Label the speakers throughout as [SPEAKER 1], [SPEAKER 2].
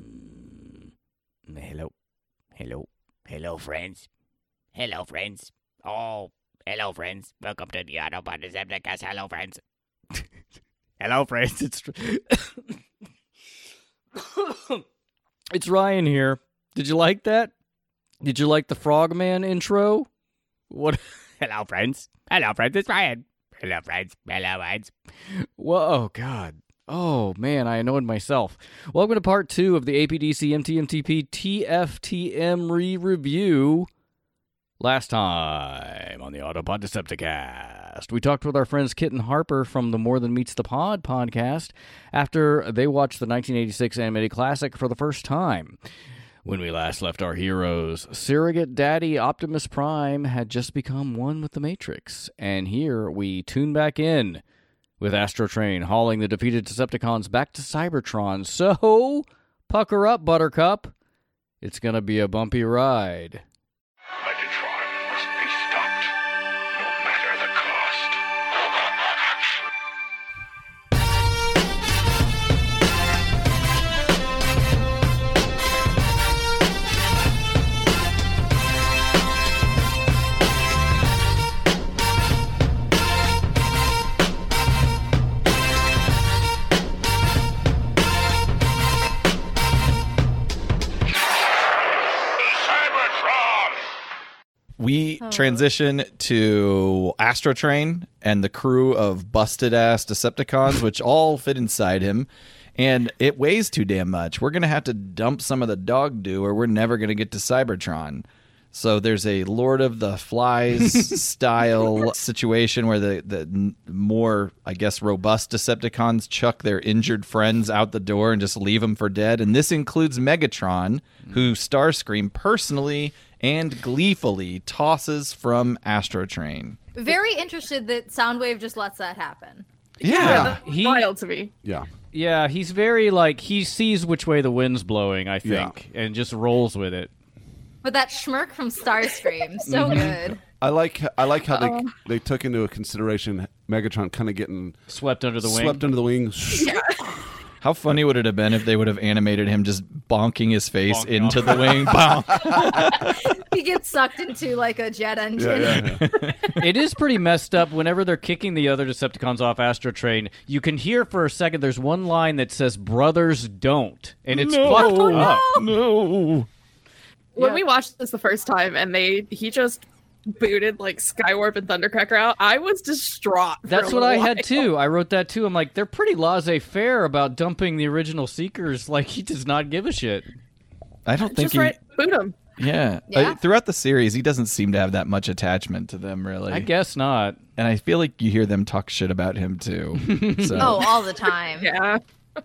[SPEAKER 1] Mm, Hello. Hello, friends. Hello, friends. Oh, hello, friends. Welcome to the Autobot Decepticons. Hello, friends. hello, friends. It's
[SPEAKER 2] It's Ryan here. Did you like that? Did you like the Frogman intro? What?
[SPEAKER 1] hello, friends. Hello, friends. It's Ryan. Hello, friends. Hello, friends.
[SPEAKER 2] Whoa, oh, God. Oh, man, I annoyed myself. Welcome to part two of the APDC MTMTP TFTM re review. Last time on the Autopod Decepticast, we talked with our friends Kit and Harper from the More Than Meets the Pod podcast after they watched the 1986 animated classic for the first time. When we last left our heroes, surrogate daddy Optimus Prime had just become one with the Matrix, and here we tune back in with Astrotrain hauling the defeated Decepticons back to Cybertron. So, pucker up, Buttercup. It's going to be a bumpy ride.
[SPEAKER 3] Megatron must be stopped, no matter the cost. Cybertron!
[SPEAKER 4] We transition to Astrotrain and the crew of busted ass Decepticons, which all fit inside him. And it weighs too damn much. We're going to have to dump some of the dog do, or we're never going to get to Cybertron. So there's a Lord of the Flies style situation where the, the n- more, I guess, robust Decepticons chuck their injured friends out the door and just leave them for dead. And this includes Megatron, who Starscream personally and gleefully tosses from Astrotrain.
[SPEAKER 5] Very interested that Soundwave just lets that happen.
[SPEAKER 4] Yeah.
[SPEAKER 2] He,
[SPEAKER 6] wild to me.
[SPEAKER 7] Yeah.
[SPEAKER 2] yeah, he's very like, he sees which way the wind's blowing, I think, and just rolls with it.
[SPEAKER 5] But that schmirk from Starscream, so good.
[SPEAKER 7] I like I like how
[SPEAKER 5] Oh.
[SPEAKER 7] they they took into consideration Megatron kind of getting
[SPEAKER 2] Swept under the wing.
[SPEAKER 7] swept under the wing.
[SPEAKER 4] How funny would it have been if they would have animated him just bonking his face
[SPEAKER 2] Bonking
[SPEAKER 4] into the wing? Bonk.
[SPEAKER 5] He gets sucked into like a jet
[SPEAKER 7] Yeah,
[SPEAKER 5] engine.
[SPEAKER 7] yeah, yeah.
[SPEAKER 2] it is pretty messed up whenever they're kicking the other Decepticons off Astro Train. You can hear for a second there's one line that says, Brothers don't. And it's fucked
[SPEAKER 5] Oh,
[SPEAKER 2] up.
[SPEAKER 5] no!
[SPEAKER 6] When
[SPEAKER 2] Yeah.
[SPEAKER 6] we watched this the first time, and they he just booted like Skywarp and Thundercracker out, I was distraught. for
[SPEAKER 2] That's
[SPEAKER 6] a
[SPEAKER 2] what I
[SPEAKER 6] while.
[SPEAKER 2] had too. I wrote that too. I'm like, they're pretty laissez faire about dumping the original Seekers. Like, he does not give a shit.
[SPEAKER 4] I don't think
[SPEAKER 6] Just
[SPEAKER 4] he.
[SPEAKER 6] right, boot him.
[SPEAKER 4] Yeah.
[SPEAKER 5] Yeah.
[SPEAKER 4] Uh, throughout the series, he doesn't seem to have that much attachment to them, really.
[SPEAKER 2] I guess not.
[SPEAKER 4] and I feel like you hear them talk shit about him too. So
[SPEAKER 5] Oh, all the time.
[SPEAKER 6] Yeah,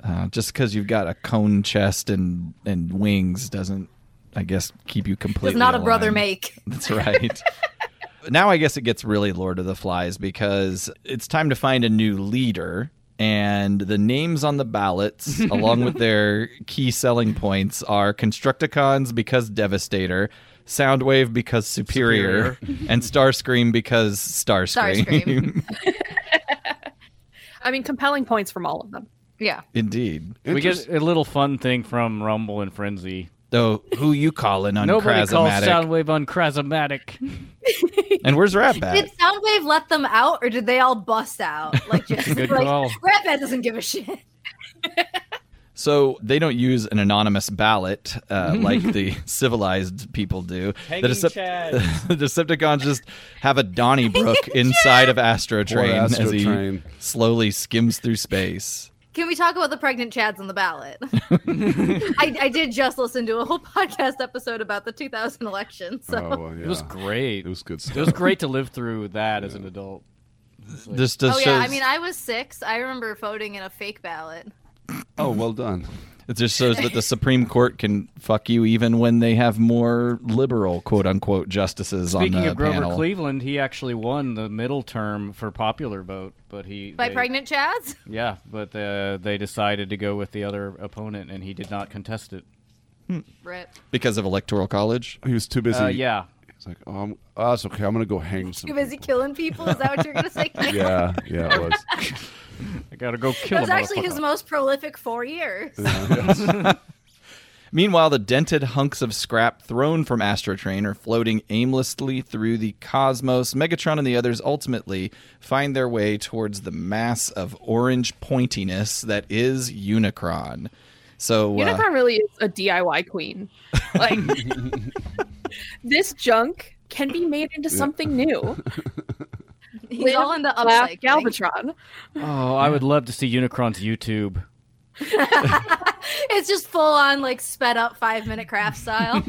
[SPEAKER 4] uh, just because you've got a cone chest and and wings doesn't, I guess, keep you completely.
[SPEAKER 5] Does not a brother
[SPEAKER 4] aligned.
[SPEAKER 5] make.
[SPEAKER 4] That's right. now I guess it gets really Lord of the Flies because it's time to find a new leader. And the names on the ballots, along with their key selling points, are Constructicons because Devastator, Soundwave because Superior, and Starscream because Starscream.
[SPEAKER 5] Starscream.
[SPEAKER 6] I mean, compelling points from all of them.
[SPEAKER 5] Yeah.
[SPEAKER 4] Indeed.
[SPEAKER 2] We get a little fun thing from Rumble and Frenzy.
[SPEAKER 4] Though, who you calling on
[SPEAKER 2] Nobody calls
[SPEAKER 4] Krasomatic?
[SPEAKER 2] Soundwave on Krasomatic.
[SPEAKER 4] and where's Rat Bat?
[SPEAKER 5] Did Soundwave let them out or did they all bust out? Like just
[SPEAKER 2] Good
[SPEAKER 5] like
[SPEAKER 2] call.
[SPEAKER 5] Ratbat doesn't give a shit.
[SPEAKER 4] So they don't use an anonymous ballot uh, like the civilized people do. The,
[SPEAKER 2] Hanging chads.
[SPEAKER 4] the Decepticons just have a Donnybrook inside of Astro Train as he
[SPEAKER 7] Astrotrain.
[SPEAKER 4] slowly skims through space.
[SPEAKER 5] Can we talk about the pregnant Chads on the ballot? I, I did just listen to a whole podcast episode about the 2000 election. So
[SPEAKER 7] Oh, well, yeah.
[SPEAKER 2] It was great.
[SPEAKER 7] It was good stuff.
[SPEAKER 2] It was great to live through that as an adult.
[SPEAKER 4] This just
[SPEAKER 5] Oh yeah, I
[SPEAKER 4] shows-
[SPEAKER 5] mean, I was six. I remember voting in a fake ballot.
[SPEAKER 7] oh, well done.
[SPEAKER 4] it just shows that the Supreme Court can fuck you even when they have more liberal quote unquote justices on
[SPEAKER 2] Speaking
[SPEAKER 4] the
[SPEAKER 2] of Grover
[SPEAKER 4] panel.
[SPEAKER 2] Cleveland, he actually won the middle term for popular vote, but he
[SPEAKER 5] By
[SPEAKER 2] they-
[SPEAKER 5] pregnant Chads?
[SPEAKER 2] Yeah, but uh, they decided to go with the other opponent, and he did not contest it.
[SPEAKER 5] Rip.
[SPEAKER 4] because of Electoral College.
[SPEAKER 7] He was too busy.
[SPEAKER 2] Uh, yeah,
[SPEAKER 7] He's like, oh, I'm, oh, that's okay. I'm going to go hang some.
[SPEAKER 5] Too busy killing people? Is that what you're gonna say?
[SPEAKER 7] people. Yeah, yeah, it was.
[SPEAKER 2] I gotta go kill
[SPEAKER 5] That was
[SPEAKER 2] a
[SPEAKER 5] actually his
[SPEAKER 2] motherfucker.
[SPEAKER 5] most prolific four years.
[SPEAKER 7] Yeah, yes.
[SPEAKER 4] Meanwhile, the dented hunks of scrap thrown from Astrotrain are floating aimlessly through the cosmos. Megatron and the others ultimately find their way towards the mass of orange pointiness that is Unicron. So, uh,
[SPEAKER 6] Unicron really is a DIY queen. Like this junk can be made into something new.
[SPEAKER 5] He's all into
[SPEAKER 6] Laugh,
[SPEAKER 5] upcycling.
[SPEAKER 6] Galvatron.
[SPEAKER 2] Oh, I would love to see Unicron's YouTube.
[SPEAKER 5] It's just full on like sped up five minute craft style.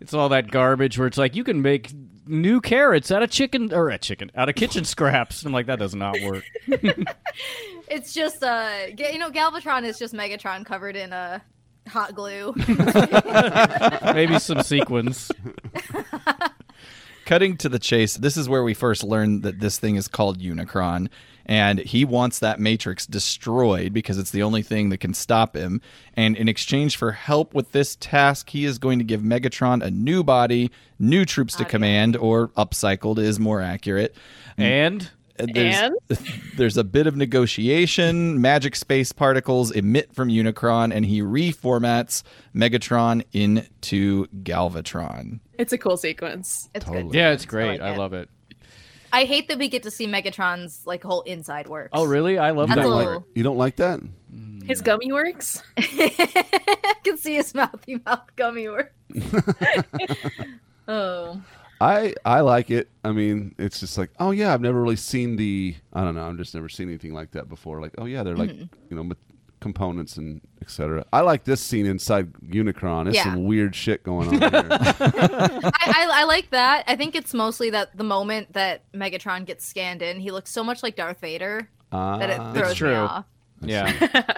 [SPEAKER 2] It's all that garbage where it's like you can make new carrots out of chicken or a chicken out of kitchen scraps. I'm like that does not work.
[SPEAKER 5] It's just uh, ga- you know, Galvatron is just Megatron covered in uh, hot glue.
[SPEAKER 2] Maybe some sequins.
[SPEAKER 4] Cutting to the chase, this is where we first learn that this thing is called Unicron, and he wants that matrix destroyed because it's the only thing that can stop him. And in exchange for help with this task, he is going to give Megatron a new body, new troops to command, or upcycled is more accurate.
[SPEAKER 2] And
[SPEAKER 4] There's, there's a bit of negotiation. Magic space particles emit from Unicron, and he reformats Megatron into Galvatron.
[SPEAKER 6] It's a cool sequence.
[SPEAKER 5] It's good.
[SPEAKER 7] Totally.
[SPEAKER 2] yeah, it's
[SPEAKER 5] great.
[SPEAKER 2] great.
[SPEAKER 5] I like
[SPEAKER 2] I
[SPEAKER 5] it.
[SPEAKER 2] love it.
[SPEAKER 5] I hate that we get to see Megatron's like whole inside works.
[SPEAKER 2] Oh, really? I love
[SPEAKER 5] That's
[SPEAKER 2] that
[SPEAKER 5] a
[SPEAKER 2] one.
[SPEAKER 5] little.
[SPEAKER 7] You don't like that?
[SPEAKER 6] His gummy works.
[SPEAKER 5] I can see his mouthy mouth gummy work. oh,
[SPEAKER 7] I I like it. I mean, it's just like, oh yeah, I've never really seen the. I don't know. I've just never seen anything like that before. Like, oh yeah, they're like
[SPEAKER 5] Mm-hmm.
[SPEAKER 7] you know ma- components and etc. I like this scene inside Unicron. There's
[SPEAKER 5] Yeah.
[SPEAKER 7] some weird shit going on. here.
[SPEAKER 5] I, I, I like that. I think it's mostly that the moment that Megatron gets scanned in, he looks so much like Darth Vader that it
[SPEAKER 7] Ah.
[SPEAKER 5] throws
[SPEAKER 2] true.
[SPEAKER 5] me off.
[SPEAKER 2] Yeah.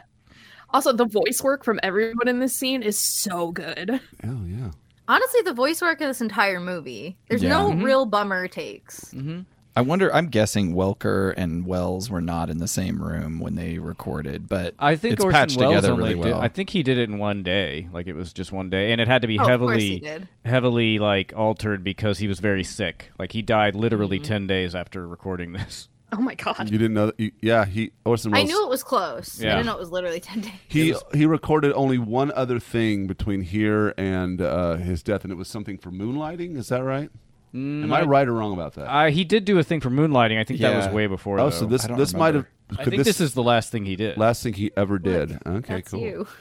[SPEAKER 6] Also, the voice work from everyone in this scene is so good.
[SPEAKER 7] oh yeah.
[SPEAKER 5] Honestly, the voice work of this entire movie, there's no
[SPEAKER 6] Mm-hmm.
[SPEAKER 5] real bummer takes.
[SPEAKER 7] Mm-hmm.
[SPEAKER 4] I wonder. I'm guessing Welker and Wells were not in the same room when they recorded, but
[SPEAKER 2] I think
[SPEAKER 4] it's
[SPEAKER 2] Orson
[SPEAKER 4] patched
[SPEAKER 2] Welles
[SPEAKER 4] together
[SPEAKER 2] only
[SPEAKER 4] really
[SPEAKER 2] did.
[SPEAKER 4] well.
[SPEAKER 2] I think he did it in one day. Like it was just one day, and it had to be
[SPEAKER 5] Oh, of course he
[SPEAKER 2] heavily,
[SPEAKER 5] did.
[SPEAKER 2] heavily like altered because he was very sick. Like he died literally
[SPEAKER 5] Mm-hmm.
[SPEAKER 2] ten days after recording this.
[SPEAKER 6] Oh my god.
[SPEAKER 7] You didn't know that? You, yeah, he Orson Welles.
[SPEAKER 5] I knew it was close. I
[SPEAKER 2] Yeah.
[SPEAKER 5] didn't know it was literally 10 days.
[SPEAKER 7] He he recorded only one other thing between here and uh, his death, and it was something for moonlighting. Is that right?
[SPEAKER 2] Mm,
[SPEAKER 7] Am I right or wrong about that?
[SPEAKER 2] Uh, he did do a thing for moonlighting. I think that was
[SPEAKER 4] Yeah.
[SPEAKER 2] way before.
[SPEAKER 7] oh,
[SPEAKER 2] though.
[SPEAKER 7] so this
[SPEAKER 4] I don't
[SPEAKER 7] this might have.
[SPEAKER 4] remember.
[SPEAKER 2] I
[SPEAKER 7] could
[SPEAKER 2] think this, is the last thing he did.
[SPEAKER 7] last thing he ever did. Okay,
[SPEAKER 5] That's
[SPEAKER 7] cool.
[SPEAKER 5] you.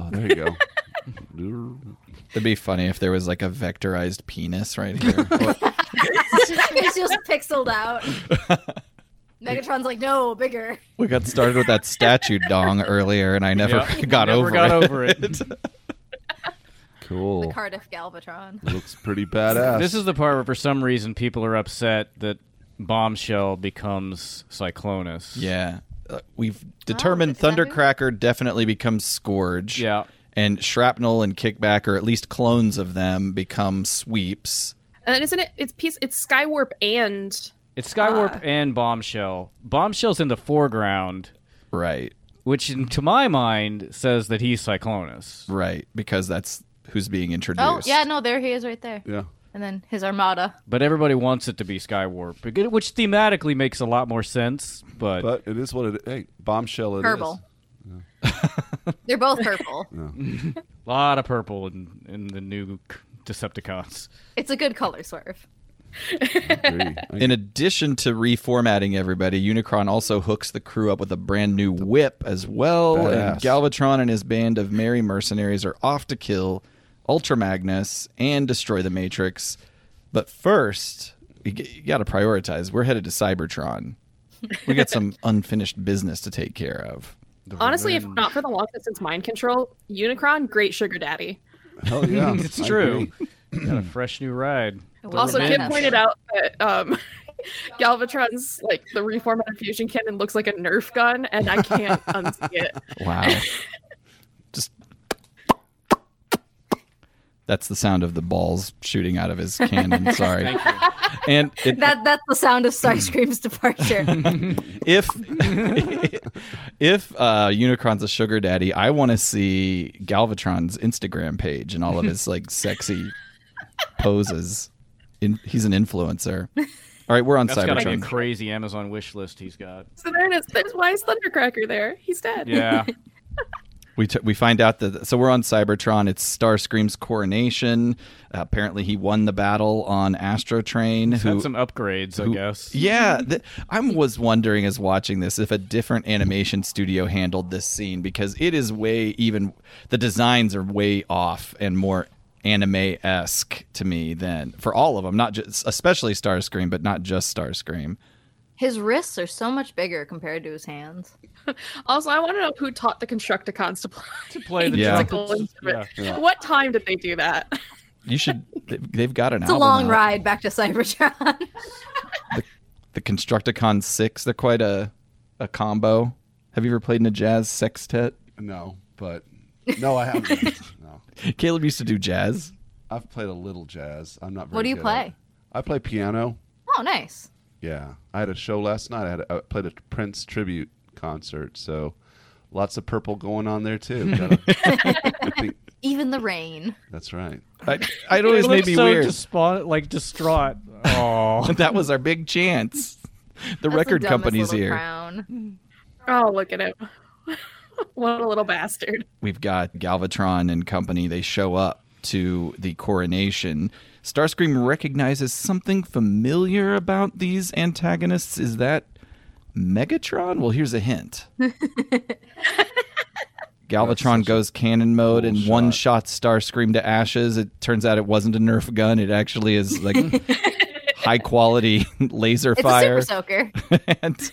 [SPEAKER 7] Oh, there you go.
[SPEAKER 4] It'd be funny if there was like a vectorized penis right here.
[SPEAKER 5] it's just pixeled out. Megatron's like, no, bigger.
[SPEAKER 4] we got started with that statue dong earlier, and I never
[SPEAKER 2] Yeah.
[SPEAKER 4] got
[SPEAKER 2] Never
[SPEAKER 4] over
[SPEAKER 2] got
[SPEAKER 4] it.
[SPEAKER 2] over it.
[SPEAKER 7] cool.
[SPEAKER 5] Cardiff Galvatron.
[SPEAKER 7] Looks pretty badass.
[SPEAKER 2] this is the part where, for some reason, people are upset that Bombshell becomes Cyclonus.
[SPEAKER 4] Yeah, Uh, we've determined
[SPEAKER 5] Oh, is that new?
[SPEAKER 4] Thundercracker definitely becomes Scourge.
[SPEAKER 2] Yeah.
[SPEAKER 4] and Shrapnel and Kickback, or at least clones of them, become Sweeps.
[SPEAKER 6] And then isn't it? It's piece. It's Skywarp and
[SPEAKER 2] It's
[SPEAKER 5] Ah.
[SPEAKER 2] Skywarp and Bombshell. Bombshell's in the foreground,
[SPEAKER 4] Right,
[SPEAKER 2] which, in, to my mind, says that he's Cyclonus.
[SPEAKER 4] right, because that's who's being introduced.
[SPEAKER 5] Oh, yeah, no, there he is right there.
[SPEAKER 7] yeah.
[SPEAKER 5] And then his armada.
[SPEAKER 2] But everybody wants it to be Skywarp, beca- which thematically makes a lot more sense. But,
[SPEAKER 7] But it is what it. Hey, bombshell. It is.
[SPEAKER 5] Purple. They're both purple.
[SPEAKER 2] a lot of purple in, in the new Decepticons.
[SPEAKER 5] It's a good color swerve.
[SPEAKER 7] Agree.
[SPEAKER 4] In addition to reformatting everybody, Unicron also hooks the crew up with a brand new whip as well. And
[SPEAKER 7] Badass.
[SPEAKER 4] Galvatron and his band of merry mercenaries are off to kill Ultra Magnus and destroy the Matrix. But first, you, g- you got to prioritize. We're headed to Cybertron. We got some unfinished business to take care of.
[SPEAKER 6] honestly, if not for the long distance mind control, Unicron, great sugar daddy.
[SPEAKER 7] Hell yeah.
[SPEAKER 2] It's
[SPEAKER 7] I
[SPEAKER 2] true.
[SPEAKER 7] agree.
[SPEAKER 2] Got a fresh new ride.
[SPEAKER 5] It
[SPEAKER 6] also,
[SPEAKER 5] wasn't
[SPEAKER 6] Kid
[SPEAKER 5] enough.
[SPEAKER 6] pointed out that um, Galvatron's like the reformatted fusion cannon looks like a Nerf gun, and I can't unsee it.
[SPEAKER 4] Wow. Just. That's the sound of the balls shooting out of his cannon. Sorry. And it,
[SPEAKER 5] That, that's the sound of Starscream's departure.
[SPEAKER 4] if if uh, Unicron's a sugar daddy, I want to see Galvatron's Instagram page and all of his like sexy poses. In, he's an influencer. All right, we're on
[SPEAKER 2] That's got to be a
[SPEAKER 4] Cybertron.
[SPEAKER 2] crazy Amazon wish list he's got.
[SPEAKER 6] So there it is. There's why is Thundercracker there? He's dead.
[SPEAKER 2] Yeah.
[SPEAKER 4] we t- we find out that so we're on Cybertron. It's Starscream's coronation. apparently, he won the battle on Astro Train.
[SPEAKER 2] He's had some upgrades, I guess.
[SPEAKER 4] Yeah,
[SPEAKER 5] Mm-hmm.
[SPEAKER 4] th- I was wondering as watching this if a different animation studio handled this scene because it is way even the designs are way off and more anime esque to me than for all of them, not just especially Starscream, but not just Starscream.
[SPEAKER 5] His wrists are so much bigger compared to his hands.
[SPEAKER 6] Also, I want to know who taught the Constructicons to play.
[SPEAKER 2] To play the
[SPEAKER 4] Yeah.
[SPEAKER 6] musical
[SPEAKER 2] trumpets,
[SPEAKER 6] instrument. What time did they do that?
[SPEAKER 4] You should. they- They've got an.
[SPEAKER 5] It's a
[SPEAKER 4] album
[SPEAKER 5] long
[SPEAKER 4] out.
[SPEAKER 5] ride back to Cybertron.
[SPEAKER 4] The Constructicon Six. They're quite a a combo. Have you ever played in a jazz sextet?
[SPEAKER 7] No, but no, I haven't. no,
[SPEAKER 4] Caleb used to do jazz.
[SPEAKER 7] I've played a little jazz. I'm not. Very
[SPEAKER 5] What do you
[SPEAKER 7] good at it.
[SPEAKER 5] play?
[SPEAKER 7] I play piano.
[SPEAKER 5] Oh, nice.
[SPEAKER 7] Yeah, I had a show last night. I had a, I played a Prince tribute concert, so lots of purple going on there too. Gotta- I think-
[SPEAKER 5] Even the rain.
[SPEAKER 7] that's right.
[SPEAKER 4] I, it always
[SPEAKER 2] it
[SPEAKER 4] made
[SPEAKER 2] looks
[SPEAKER 4] me
[SPEAKER 2] so
[SPEAKER 4] weird.
[SPEAKER 2] dispa- like distraught. Oh,
[SPEAKER 4] that was our big chance. The
[SPEAKER 5] That's the
[SPEAKER 4] record
[SPEAKER 5] dumbest
[SPEAKER 4] company's
[SPEAKER 5] little
[SPEAKER 4] here.
[SPEAKER 5] Crown.
[SPEAKER 6] Oh, look at him. what a little bastard.
[SPEAKER 4] We've got Galvatron and company. They show up to the coronation. Starscream recognizes something familiar about these antagonists. Is that Megatron? Well, here's a hint. Galvatron goes cannon mode and one shot Starscream to ashes. It turns out it wasn't a Nerf gun. It actually is like high quality laser
[SPEAKER 5] It's
[SPEAKER 4] fire.
[SPEAKER 5] a super soaker.
[SPEAKER 4] and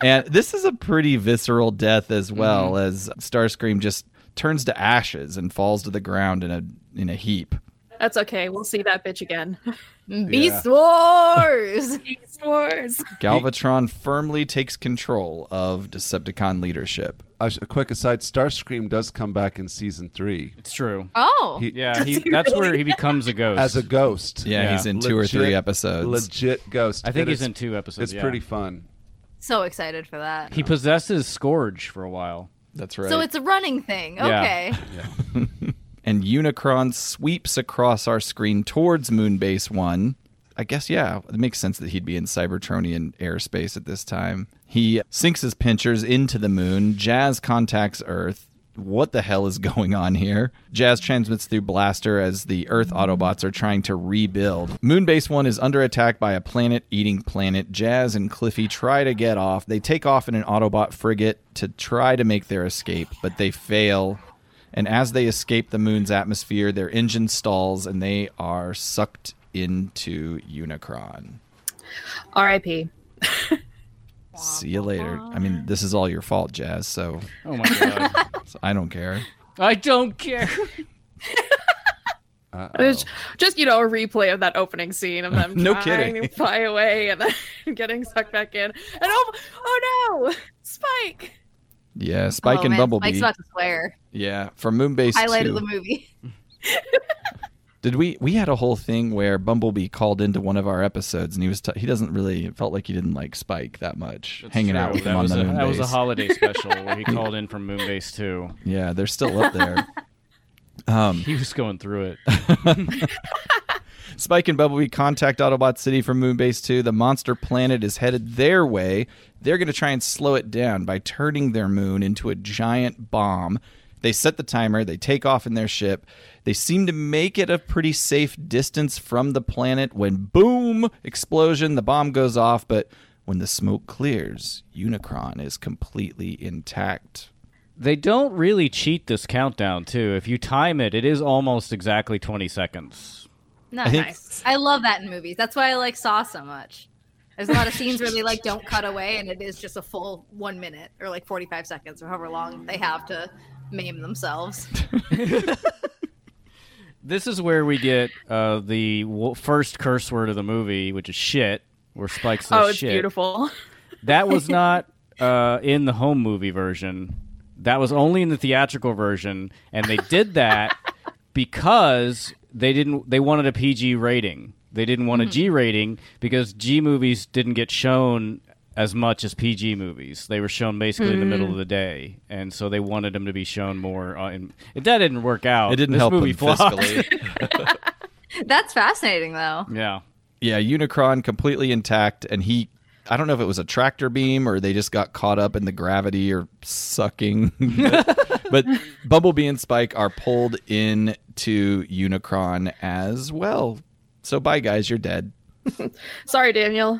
[SPEAKER 4] and this is a pretty visceral death as well as Starscream just turns to ashes and falls to the ground in a in a heap.
[SPEAKER 6] That's okay. We'll see that bitch again.
[SPEAKER 5] Beast Wars.
[SPEAKER 4] Galvatron firmly takes control of Decepticon leadership.
[SPEAKER 7] I sh- a quick aside: Starscream does come back in season three
[SPEAKER 2] it's true.
[SPEAKER 5] Oh,
[SPEAKER 7] He-
[SPEAKER 2] Yeah, he, that's where he becomes a ghost.
[SPEAKER 7] as a ghost.
[SPEAKER 4] Yeah,
[SPEAKER 2] Yeah.
[SPEAKER 4] he's in two or
[SPEAKER 7] Legit-
[SPEAKER 4] three episodes.
[SPEAKER 7] Legit ghost.
[SPEAKER 2] I think
[SPEAKER 7] And
[SPEAKER 2] he's
[SPEAKER 7] it's-
[SPEAKER 2] in two episodes.
[SPEAKER 7] It's
[SPEAKER 2] yeah.
[SPEAKER 7] pretty fun.
[SPEAKER 5] so excited for that.
[SPEAKER 2] He possesses Scourge for a while.
[SPEAKER 4] That's right.
[SPEAKER 5] So it's a running thing.
[SPEAKER 2] Yeah.
[SPEAKER 5] Okay.
[SPEAKER 4] and Unicron sweeps across our screen towards Moonbase 1. I guess, yeah, it makes sense that he'd be in Cybertronian airspace at this time. He sinks his pinchers into the moon. Jazz contacts Earth. What the hell is going on here? Jazz transmits through Blaster as the Earth Autobots are trying to rebuild. Moonbase 1 is under attack by a planet eating planet. Jazz and Cliffy try to get off. They take off in an Autobot frigate to try to make their escape, but they fail. And as they escape the moon's atmosphere, their engine stalls and they are sucked into Unicron.
[SPEAKER 6] R.I.P.
[SPEAKER 4] See you later. I mean, this is all your fault, Jazz, so,
[SPEAKER 2] Oh my god,
[SPEAKER 4] so I don't care.
[SPEAKER 2] I don't care.
[SPEAKER 7] Uh,
[SPEAKER 6] It's just, you know, a replay of that opening scene of them
[SPEAKER 4] No
[SPEAKER 6] trying
[SPEAKER 4] kidding.
[SPEAKER 6] to fly away and then getting sucked back in. And oh, oh no! Spike!
[SPEAKER 5] Oh,
[SPEAKER 4] Yeah, Spike and Bumblebee.
[SPEAKER 5] Mike's about to swear.
[SPEAKER 4] yeah, from Moonbase
[SPEAKER 5] Highlight
[SPEAKER 4] 2.
[SPEAKER 5] of the movie.
[SPEAKER 4] Did we we had a whole thing where Bumblebee called into one of our episodes and he was t- he doesn't really it felt like he didn't like Spike that much hanging out with
[SPEAKER 2] that
[SPEAKER 4] him on
[SPEAKER 2] was
[SPEAKER 4] the
[SPEAKER 2] a,
[SPEAKER 4] moon
[SPEAKER 2] That was a
[SPEAKER 4] base.
[SPEAKER 2] holiday special where he called in from Moonbase 2.
[SPEAKER 4] yeah, they're still up there. um
[SPEAKER 2] He was going through it.
[SPEAKER 4] Spike and Bumblebee contact Autobot City from Moonbase 2. The monster planet is headed their way. They're going to try and slow it down by turning their moon into a giant bomb. They set the timer, they take off in their ship. They seem to make it a pretty safe distance from the planet when boom, explosion, the bomb goes off, but when the smoke clears, Unicron is completely intact.
[SPEAKER 2] They don't really cheat this countdown, too. If you time it, it is almost exactly 20 seconds.
[SPEAKER 5] Not
[SPEAKER 4] think-
[SPEAKER 5] nice. I love that in movies. That's why I like Saw so much. There's a lot of scenes where they like don't cut away, and it is just a full one minute or like 45 seconds or however long they have to maim themselves.
[SPEAKER 2] This is where we get uh, the w- first curse word of the movie, which is shit, where Spike says
[SPEAKER 6] Oh, it's
[SPEAKER 2] shit.
[SPEAKER 6] beautiful.
[SPEAKER 2] That was not uh, in the home movie version. That was only in the theatrical version, and they did that because they didn't. They wanted a PG rating. They didn't want a G rating because G movies didn't get shown as much as PG movies. They were shown basically in the middle of the day, and so they wanted them to be shown more. Uh, in, that didn't work out.
[SPEAKER 4] It didn't
[SPEAKER 2] this
[SPEAKER 4] help
[SPEAKER 2] movie
[SPEAKER 4] them
[SPEAKER 2] flopped.
[SPEAKER 4] fiscally.
[SPEAKER 5] That's fascinating, though.
[SPEAKER 2] yeah.
[SPEAKER 4] Yeah, Unicron completely intact, and he I don't know if it was a tractor beam or they just got caught up in the gravity or sucking. but Bumblebee and Spike are pulled in to Unicron as well. So bye guys, you're dead.
[SPEAKER 6] Sorry, Daniel.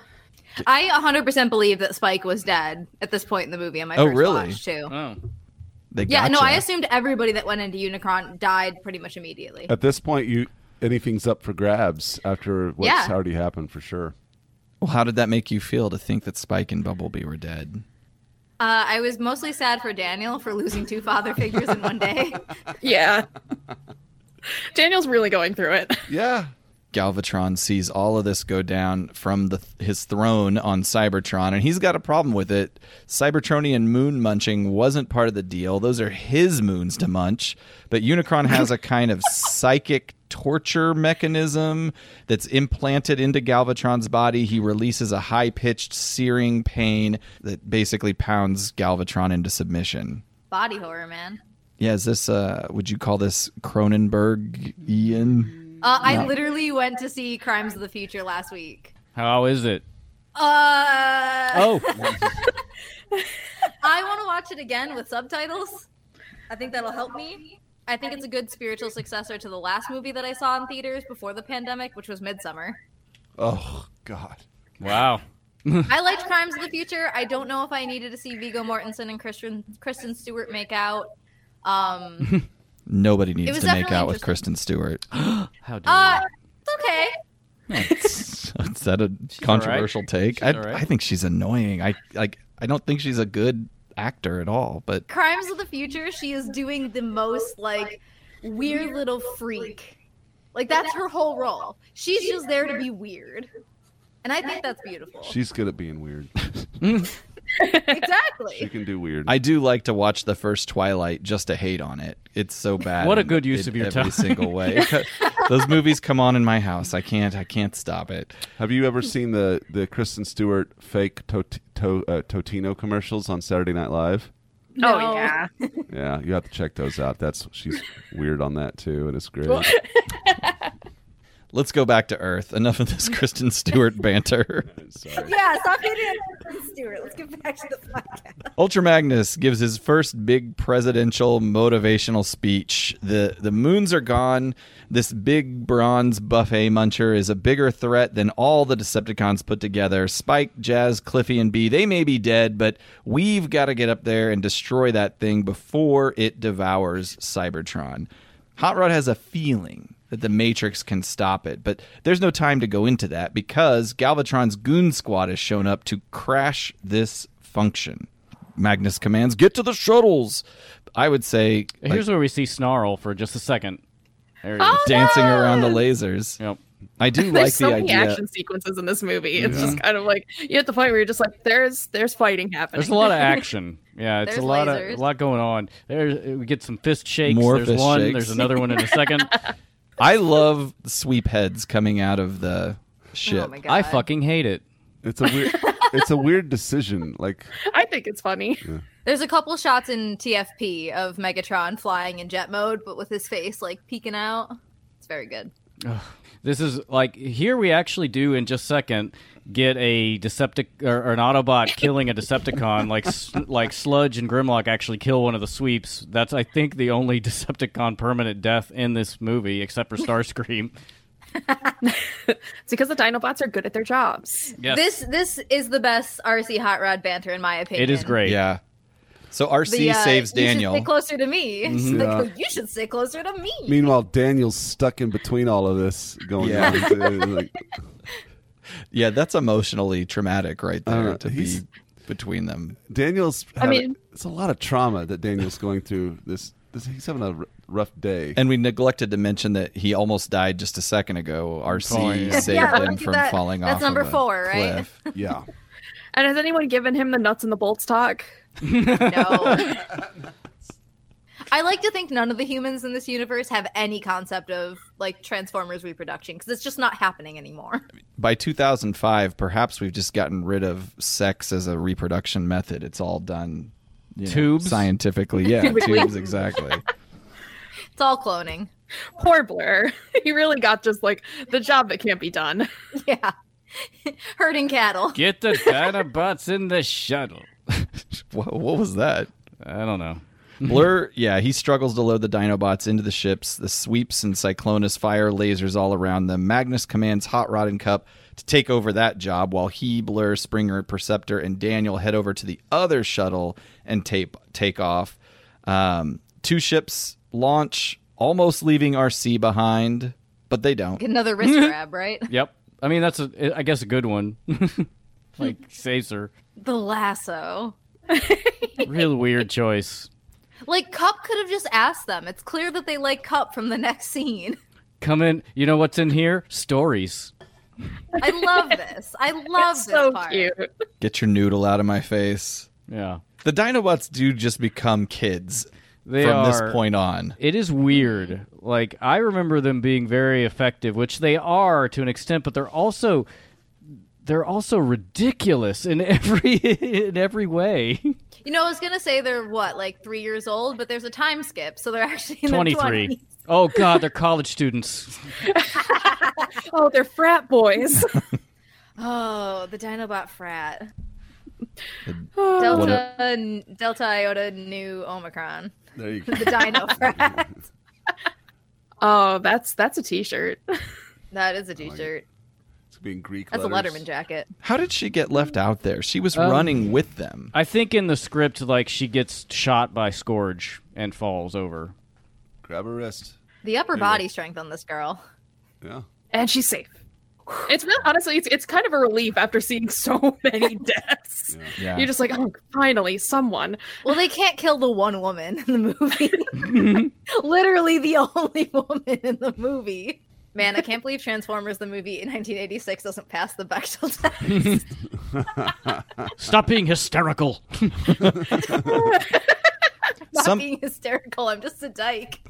[SPEAKER 5] I 100% believe that Spike was dead at this point in the movie on my
[SPEAKER 4] Oh,
[SPEAKER 5] first
[SPEAKER 4] really?
[SPEAKER 5] watch, too.
[SPEAKER 2] Oh.
[SPEAKER 4] They
[SPEAKER 5] Yeah, no,
[SPEAKER 4] gotcha.
[SPEAKER 5] I assumed everybody that went into Unicron died pretty much immediately. Uh,
[SPEAKER 7] At this point, you anything's up for grabs after what's
[SPEAKER 5] Yeah.
[SPEAKER 7] already happened for sure.
[SPEAKER 4] Well, how did that make you feel to think that Spike and Bumblebee were dead?
[SPEAKER 5] Uh, I was mostly sad for Daniel for losing two father figures in one day.
[SPEAKER 6] Yeah. Daniel's really going through it.
[SPEAKER 7] Yeah.
[SPEAKER 4] Galvatron sees all of this go down from the, his throne on Cybertron, and he's got a problem with it. Cybertronian moon munching wasn't part of the deal; those are his moons to munch. But Unicron has a kind of psychic torture mechanism that's implanted into Galvatron's body. He releases a high-pitched, searing pain that basically pounds Galvatron into submission.
[SPEAKER 5] Body horror, man.
[SPEAKER 4] Yeah, is this? Uh, would you call this Cronenbergian?
[SPEAKER 5] Uh, I literally went to see Crimes of the Future last week.
[SPEAKER 2] How is it?
[SPEAKER 5] Uh,
[SPEAKER 2] Oh,
[SPEAKER 5] I want to watch it again with subtitles. I think that'll help me. I think it's a good spiritual successor to the last movie that I saw in theaters before the pandemic, which was Midsummer.
[SPEAKER 7] Oh God.
[SPEAKER 2] wow.
[SPEAKER 5] I liked Crimes of the Future. I don't know if I needed to see Vigo Mortensen and Christian Kristen Stewart make out. Um,
[SPEAKER 4] Nobody
[SPEAKER 5] It
[SPEAKER 4] needs
[SPEAKER 5] was
[SPEAKER 4] to make
[SPEAKER 5] definitely
[SPEAKER 4] out with
[SPEAKER 5] interesting.
[SPEAKER 4] Kristen Stewart.
[SPEAKER 2] How do
[SPEAKER 5] uh, it's okay.
[SPEAKER 4] Is that a
[SPEAKER 2] all right.
[SPEAKER 4] controversial take? I,
[SPEAKER 2] all right.
[SPEAKER 4] I think she's annoying. I like. I don't think she's a good actor at all. But
[SPEAKER 5] Crimes of the Future, she is doing the most like weird little freak. Like that's her whole role. She's just there to be weird. And I think that's beautiful.
[SPEAKER 7] She's good at being weird. she
[SPEAKER 5] Exactly.
[SPEAKER 7] can do weird.
[SPEAKER 4] I do like to watch the first Twilight just to hate on it. It's so bad.
[SPEAKER 2] What a
[SPEAKER 4] in-
[SPEAKER 2] good use
[SPEAKER 4] in
[SPEAKER 2] of your
[SPEAKER 4] every
[SPEAKER 2] time.
[SPEAKER 4] single way. Those movies come on in my house. I can't. I can't stop it.
[SPEAKER 7] Have you ever seen the the Kristen Stewart fake tot- to- uh, Totino commercials on Saturday Night Live?
[SPEAKER 6] Oh yeah.
[SPEAKER 7] Yeah, you have to check those out. That's she's weird on that too, and it's great.
[SPEAKER 4] Let's go back to Earth. Enough of this Kristen Stewart banter.
[SPEAKER 7] Sorry.
[SPEAKER 5] Yeah, stop hating on Kristen Stewart. Let's get back to the podcast.
[SPEAKER 4] Ultra Magnus gives his first big presidential motivational speech. The the moons are gone. This big bronze buffet muncher is a bigger threat than all the Decepticons put together. Spike, Jazz, Cliffy, and B, they may be dead, but we've got to get up there and destroy that thing before it devours Cybertron. Hot Rod has a feeling that the Matrix can stop it, but there's no time to go into that because Galvatron's goon squad has shown up to crash this function. Magnus commands, "Get to the shuttles." I would say like,
[SPEAKER 2] Here's where we see Snarl for just a second. There he is.
[SPEAKER 4] dancing around the lasers.
[SPEAKER 2] Yep.
[SPEAKER 4] I do
[SPEAKER 6] Oh, There's
[SPEAKER 4] like
[SPEAKER 6] so
[SPEAKER 4] the
[SPEAKER 6] many
[SPEAKER 4] idea.
[SPEAKER 6] action sequences in this movie. It's just kind of like you at the point where you're just like, there's there's fighting happening.
[SPEAKER 2] There's a lot of action. Yeah, it's
[SPEAKER 5] There's
[SPEAKER 2] a lot
[SPEAKER 5] lasers.
[SPEAKER 2] of a lot going on. There's we get some fist shakes.
[SPEAKER 4] More
[SPEAKER 2] there's
[SPEAKER 4] fist
[SPEAKER 2] one.
[SPEAKER 4] shakes.
[SPEAKER 2] There's another one in a second.
[SPEAKER 4] I love sweep heads coming out of the ship.
[SPEAKER 5] Oh my god.
[SPEAKER 2] I fucking hate it.
[SPEAKER 7] It's a weird. it's a weird decision. Like
[SPEAKER 6] I think it's funny.
[SPEAKER 5] There's a couple shots in TFP of Megatron flying in jet mode, but with his face like peeking out. It's very good.
[SPEAKER 2] This is like here we actually do in just a second get a Deceptic or, or an Autobot killing a Decepticon like s- like Sludge and Grimlock actually kill one of the sweeps. That's I think the only Decepticon permanent death in this movie except for Starscream.
[SPEAKER 6] It's because the Dinobots are good at their jobs.
[SPEAKER 2] Yes.
[SPEAKER 5] This this is the best RC hot rod banter in my opinion.
[SPEAKER 2] it is great.
[SPEAKER 4] Yeah. So RC
[SPEAKER 5] The, uh,
[SPEAKER 4] saves
[SPEAKER 5] you should stay
[SPEAKER 4] Daniel.
[SPEAKER 5] closer to me.
[SPEAKER 2] Mm-hmm.
[SPEAKER 5] She's
[SPEAKER 7] Mhm.
[SPEAKER 5] like,
[SPEAKER 7] Yeah.
[SPEAKER 5] "You should stay closer to me.
[SPEAKER 7] meanwhile, Daniel's stuck in between all of this going
[SPEAKER 4] Yeah.
[SPEAKER 7] on. Like,
[SPEAKER 4] Yeah, that's emotionally traumatic right there
[SPEAKER 7] Uh,
[SPEAKER 4] to be
[SPEAKER 7] he's-
[SPEAKER 4] between them.
[SPEAKER 7] Daniel's.
[SPEAKER 6] I
[SPEAKER 7] having-
[SPEAKER 6] mean-
[SPEAKER 7] it's a lot of trauma that Daniel's going through. This, this he's having a r- rough day.
[SPEAKER 4] And we neglected to mention that he almost died just a second ago. RC
[SPEAKER 2] Falling.
[SPEAKER 4] saved
[SPEAKER 5] Yeah,
[SPEAKER 4] him
[SPEAKER 5] let's do
[SPEAKER 4] from
[SPEAKER 5] that.
[SPEAKER 4] falling
[SPEAKER 5] That's
[SPEAKER 4] off.
[SPEAKER 5] number
[SPEAKER 4] of a
[SPEAKER 5] four, right?
[SPEAKER 4] cliff.
[SPEAKER 7] yeah,
[SPEAKER 6] And has anyone given him the nuts and the bolts talk?
[SPEAKER 5] No. I like to think none of the humans in this universe have any concept of like Transformers reproduction because it's just not happening anymore.
[SPEAKER 4] By 2005, perhaps we've just gotten rid of sex as a reproduction method. It's all done you know,
[SPEAKER 2] Tubes?
[SPEAKER 4] scientifically. Yeah,
[SPEAKER 6] Tubically.
[SPEAKER 4] tubes, exactly.
[SPEAKER 5] It's all cloning.
[SPEAKER 6] Poor Blair. He really got just like the job that can't be done.
[SPEAKER 5] Yeah. herding cattle.
[SPEAKER 2] Get the Dinobots in the shuttle.
[SPEAKER 4] Wha what was that?
[SPEAKER 2] I don't know.
[SPEAKER 4] Blur, yeah, he struggles to load the Dinobots into the ships. The sweeps and Cyclonus fire lasers all around them. Magnus commands Hot Rod and Cup to take over that job while he, Blur, Springer, Perceptor, and Daniel head over to the other shuttle and tape take off. Um, two ships launch, almost leaving RC behind, but they don't.
[SPEAKER 5] Another wrist grab, right?
[SPEAKER 2] Yep. I mean, that's a, I guess a good one. like saves her.
[SPEAKER 5] The lasso.
[SPEAKER 2] Real weird choice.
[SPEAKER 5] Like Cup could have just asked them. It's clear that they like Cup from the next scene.
[SPEAKER 2] Come in. You know what's in here? Stories.
[SPEAKER 5] I love this. I love this
[SPEAKER 6] so
[SPEAKER 5] part.
[SPEAKER 6] cute.
[SPEAKER 4] Get your noodle out of my face.
[SPEAKER 2] Yeah.
[SPEAKER 4] The Dinobots do just become kids
[SPEAKER 2] They
[SPEAKER 4] from
[SPEAKER 2] are-
[SPEAKER 4] this point on.
[SPEAKER 2] It is weird. Like I remember them being very effective, which they are to an extent, but they're also they're also ridiculous in every in every way.
[SPEAKER 5] You know, I was gonna say they're what, like three years old, but there's a time skip, so they're actually in
[SPEAKER 2] Twenty
[SPEAKER 5] their
[SPEAKER 2] three.
[SPEAKER 5] 20s.
[SPEAKER 2] Oh God, they're college students.
[SPEAKER 6] Oh, they're frat boys.
[SPEAKER 5] Oh, the Dinobot frat.
[SPEAKER 6] Oh,
[SPEAKER 5] Delta Delta Iota Nu Omicron.
[SPEAKER 7] There you go.
[SPEAKER 5] The Dino frat.
[SPEAKER 6] oh, that's that's a T-shirt.
[SPEAKER 5] That is a T-shirt.
[SPEAKER 7] It's being Greek.
[SPEAKER 5] That's a
[SPEAKER 7] letters.
[SPEAKER 5] Letterman jacket.
[SPEAKER 4] How did she get left out there? She was
[SPEAKER 2] Um,
[SPEAKER 4] running with them.
[SPEAKER 2] I think in the script, like she gets shot by Scourge and falls over.
[SPEAKER 7] Grab her wrist.
[SPEAKER 5] The upper
[SPEAKER 7] Yeah.
[SPEAKER 5] body strength on this girl.
[SPEAKER 7] Yeah.
[SPEAKER 6] and she's safe. It's really honestly, it's it's kind of a relief after seeing so many deaths.
[SPEAKER 4] Yeah.
[SPEAKER 6] You're just like, oh, finally, someone.
[SPEAKER 5] Well, they can't kill the one woman in the movie. Literally the only woman in the movie. Man, I can't believe Transformers the movie in 1986 doesn't pass the Bechdel test.
[SPEAKER 2] Stop being hysterical.
[SPEAKER 5] Not
[SPEAKER 4] Some-
[SPEAKER 5] being hysterical, I'm just a dyke.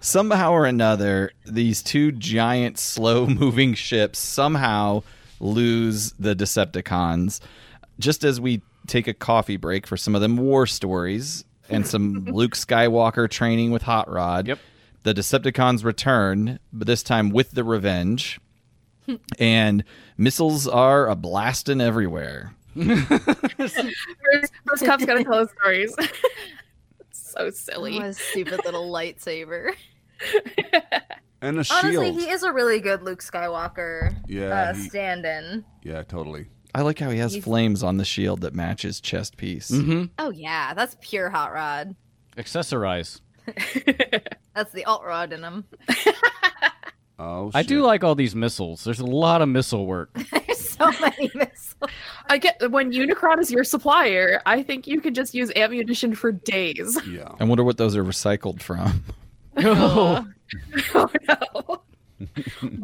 [SPEAKER 4] somehow or another, these two giant, slow moving ships somehow lose the Decepticons. Just as we take a coffee break for some of them war stories and some Luke Skywalker training with Hot Rod,
[SPEAKER 2] Yep.
[SPEAKER 4] the Decepticons return, but this time with the revenge. and missiles are a blasting everywhere.
[SPEAKER 6] Bruce, Bruce Cup's gotta tell his stories. so silly.
[SPEAKER 5] Oh, his stupid little lightsaber.
[SPEAKER 7] And a
[SPEAKER 5] Honestly,
[SPEAKER 7] shield.
[SPEAKER 5] he is a really good Luke Skywalker
[SPEAKER 7] Yeah,
[SPEAKER 5] uh,
[SPEAKER 7] he-
[SPEAKER 5] stand-in.
[SPEAKER 7] yeah, totally.
[SPEAKER 4] I like how he has
[SPEAKER 5] He's-
[SPEAKER 4] flames on the shield that match his chest piece.
[SPEAKER 2] Mm-hmm.
[SPEAKER 5] Oh yeah, that's pure hot rod.
[SPEAKER 2] Accessorize.
[SPEAKER 5] That's the alt rod in him.
[SPEAKER 7] Oh, shit.
[SPEAKER 2] I do like all these missiles. There's a lot of missile work.
[SPEAKER 5] There's so many missiles.
[SPEAKER 6] I get when Unicron is your supplier, I think you can just use ammunition for days.
[SPEAKER 7] Yeah.
[SPEAKER 4] I wonder what those are recycled from.
[SPEAKER 2] Oh,
[SPEAKER 6] oh no.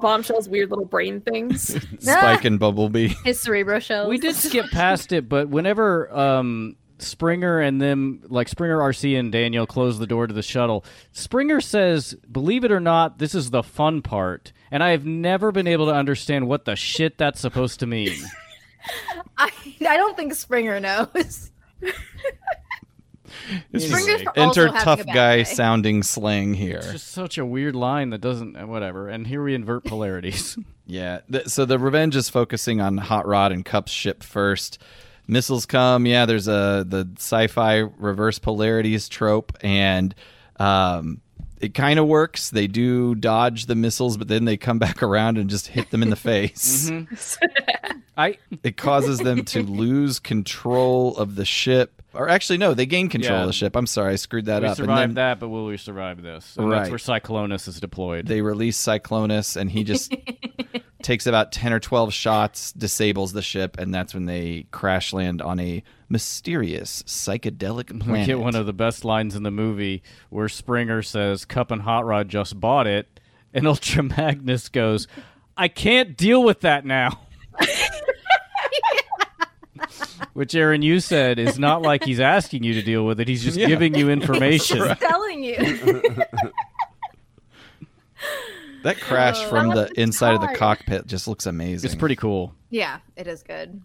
[SPEAKER 6] Bombshell's weird little brain things.
[SPEAKER 4] Spike and Bumblebee.
[SPEAKER 5] His cerebro shells.
[SPEAKER 2] we did skip past it, but whenever um, Springer and them, like Springer, RC, and Daniel close the door to the shuttle, Springer says, "Believe it or not, this is the fun part." And I have never been able to understand what the shit that's supposed to mean.
[SPEAKER 5] I, I don't think Springer knows. Springer's also
[SPEAKER 4] Enter
[SPEAKER 5] having
[SPEAKER 4] tough
[SPEAKER 5] a bad
[SPEAKER 4] guy
[SPEAKER 5] day.
[SPEAKER 4] sounding slang
[SPEAKER 2] It's
[SPEAKER 4] here.
[SPEAKER 2] just such a weird line that doesn't uh, whatever. And here we invert polarities.
[SPEAKER 4] Yeah. th- so the revenge is focusing on Hot Rod and Cup's ship first. Missiles come. Yeah, there's a the sci-fi reverse polarities trope, and um, it kind of works. They do dodge the missiles, but then they come back around and just hit them in the face.
[SPEAKER 5] Mm-hmm.
[SPEAKER 2] I
[SPEAKER 4] It causes them to lose control of the ship. Or actually, no, they gain control
[SPEAKER 2] Yeah.
[SPEAKER 4] of the ship. I'm sorry, I screwed that
[SPEAKER 2] we
[SPEAKER 4] up. And
[SPEAKER 2] survived
[SPEAKER 4] then-
[SPEAKER 2] that, but will we survive this? And that's
[SPEAKER 4] Right.
[SPEAKER 2] where Cyclonus is deployed.
[SPEAKER 4] they release Cyclonus, and he just takes about 10 or 12 shots, disables the ship, and that's when they crash land on a mysterious psychedelic
[SPEAKER 2] we
[SPEAKER 4] planet.
[SPEAKER 2] get one of the best lines in the movie where Springer says, "Cup and Hot Rod just bought it," and Ultra Magnus goes, "I can't deal with that now." Which Aaron, you said is not like he's asking you to deal with it. He's just
[SPEAKER 4] Yeah.
[SPEAKER 2] giving you information.
[SPEAKER 5] Just telling you.
[SPEAKER 4] that crash from the
[SPEAKER 6] Oh, That's
[SPEAKER 4] inside of the
[SPEAKER 6] hard.
[SPEAKER 4] cockpit just looks amazing.
[SPEAKER 2] It's pretty cool.
[SPEAKER 5] yeah, it is good.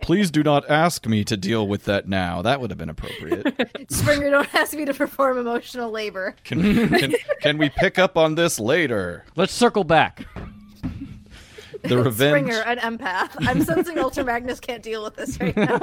[SPEAKER 4] Please do not ask me to deal with that now. That would have been appropriate.
[SPEAKER 5] Springer, don't ask me to perform emotional labor.
[SPEAKER 4] Can, can, can we pick up on this later?
[SPEAKER 2] Let's circle back.
[SPEAKER 4] The revenge.
[SPEAKER 5] Springer, an empath. I'm sensing Ultra Magnus can't deal with this right now.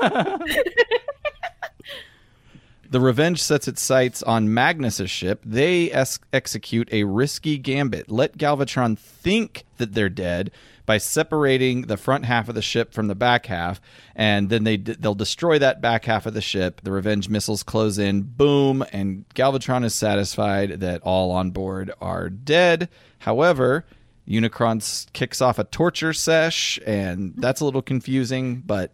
[SPEAKER 4] The Revenge sets its sights on Magnus's ship. They es- execute a risky gambit. Let Galvatron think that they're dead by separating the front half of the ship from the back half, and then they d- they'll destroy that back half of the ship. The Revenge missiles close in, boom, and Galvatron is satisfied that all on board are dead. However, Unicron s- kicks off a torture sesh, and that's a little confusing, but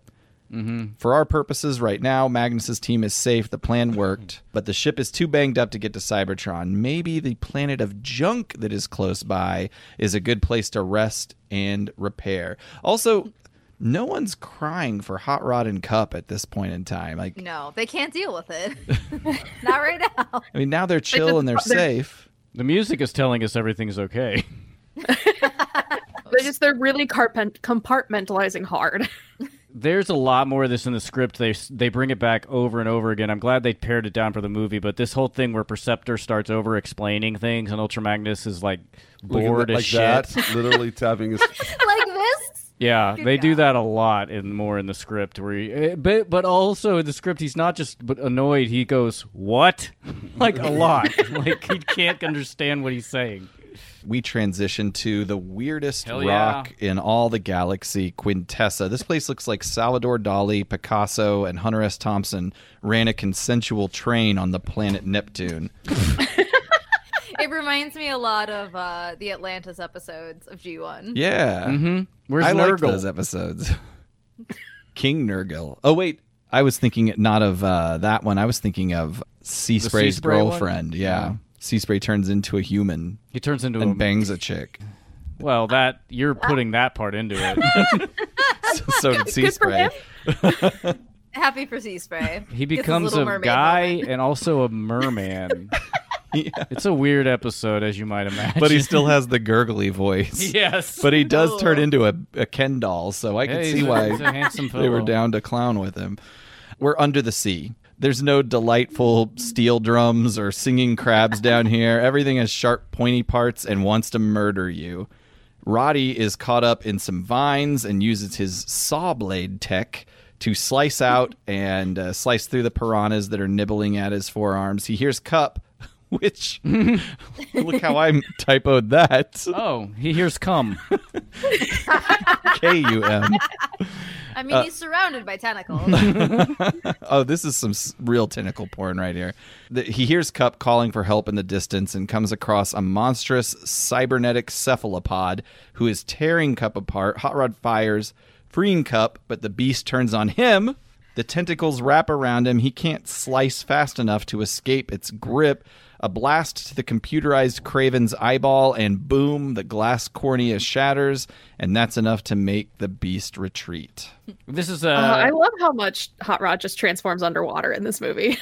[SPEAKER 4] for our purposes right now, Magnus's team is safe. The plan worked, but the ship is too banged up to get to Cybertron. Maybe the planet of junk that is close by is a good place to rest and repair. Also, no one's crying for Hot Rod and Cup at this point in time. Like,
[SPEAKER 5] No, they can't deal with it. Not right now.
[SPEAKER 4] I mean, now they're chill
[SPEAKER 6] just
[SPEAKER 4] and they're
[SPEAKER 6] thought they're-
[SPEAKER 4] safe.
[SPEAKER 2] The music is telling us everything's okay.
[SPEAKER 6] They just they're really carpent- compartmentalizing hard.
[SPEAKER 2] There's a lot more of this in the script. They they bring it back over and over again. I'm glad they pared it down for the movie, but this whole thing where Perceptor starts over explaining things and Ultramagnus is like
[SPEAKER 7] Look at
[SPEAKER 2] bored
[SPEAKER 7] that-
[SPEAKER 2] as
[SPEAKER 7] like
[SPEAKER 2] shit.
[SPEAKER 7] that, literally tapping his.
[SPEAKER 5] Like this?
[SPEAKER 2] Yeah,
[SPEAKER 5] Good
[SPEAKER 2] they do
[SPEAKER 5] God.
[SPEAKER 2] that a lot and more in the script where he, eh, but but also in the script he's not just but annoyed, he goes, "What?" like a lot. like he can't understand what he's saying.
[SPEAKER 4] we transition to the weirdest
[SPEAKER 2] Hell yeah.
[SPEAKER 4] rock in all the galaxy, Quintessa. This place looks like Salvador Dali, Picasso, and Hunter S. Thompson ran a consensual train on the planet Neptune.
[SPEAKER 5] It reminds me a lot of uh, the Atlantis episodes of G1.
[SPEAKER 4] Yeah.
[SPEAKER 2] Mhm.
[SPEAKER 7] Mm-hmm.
[SPEAKER 2] Where's
[SPEAKER 4] I like
[SPEAKER 2] Nurgle?
[SPEAKER 4] those
[SPEAKER 7] uh,
[SPEAKER 4] episodes. King Nurgle. Oh, wait. I was thinking not of uh, that one. I was thinking of Sea
[SPEAKER 2] Sea
[SPEAKER 4] Spray's
[SPEAKER 2] Spray one?
[SPEAKER 4] girlfriend. Yeah. Sea Spray turns into a human
[SPEAKER 2] He turns into a
[SPEAKER 4] and bangs a chick.
[SPEAKER 2] Well, that you're putting that part into it.
[SPEAKER 4] So, so did Sea
[SPEAKER 6] good for
[SPEAKER 4] Spray.
[SPEAKER 6] him.
[SPEAKER 5] Happy for Sea Spray.
[SPEAKER 2] He
[SPEAKER 5] Gets his
[SPEAKER 2] becomes
[SPEAKER 5] Little
[SPEAKER 2] a
[SPEAKER 5] Mermaid
[SPEAKER 2] guy
[SPEAKER 5] moment.
[SPEAKER 2] and also a merman.
[SPEAKER 4] Yeah.
[SPEAKER 2] It's a weird episode, as you might imagine.
[SPEAKER 4] But he still has the gurgly voice.
[SPEAKER 2] yes.
[SPEAKER 4] But he does
[SPEAKER 5] No.
[SPEAKER 4] turn into a, a Ken doll, so I can
[SPEAKER 2] Hey,
[SPEAKER 4] see
[SPEAKER 2] he's a-
[SPEAKER 4] why
[SPEAKER 2] he's a handsome
[SPEAKER 4] they were
[SPEAKER 2] fellow.
[SPEAKER 4] down to clown with him. We're under the sea. There's no delightful steel drums or singing crabs down here. Everything has sharp, pointy parts and wants to murder you. Roddy is caught up in some vines and uses his saw blade tech to slice out and uh, slice through the piranhas that are nibbling at his forearms. He hears Cup, which look how I typoed that.
[SPEAKER 2] Oh, he hears come.
[SPEAKER 4] K U M.
[SPEAKER 5] I mean, he's surrounded by tentacles.
[SPEAKER 4] Oh, this is some s- real tentacle porn right here. The, he hears Cup calling for help in the distance and comes across a monstrous cybernetic cephalopod who is tearing Cup apart. Hot Rod fires, freeing Cup, but the beast turns on him. The tentacles wrap around him. He can't slice fast enough to escape its grip. A blast to the computerized Craven's eyeball, and boom, the glass cornea shatters, and that's enough to make the beast retreat.
[SPEAKER 2] This is uh,
[SPEAKER 6] Uh, I love how much Hot Rod just transforms underwater in this movie.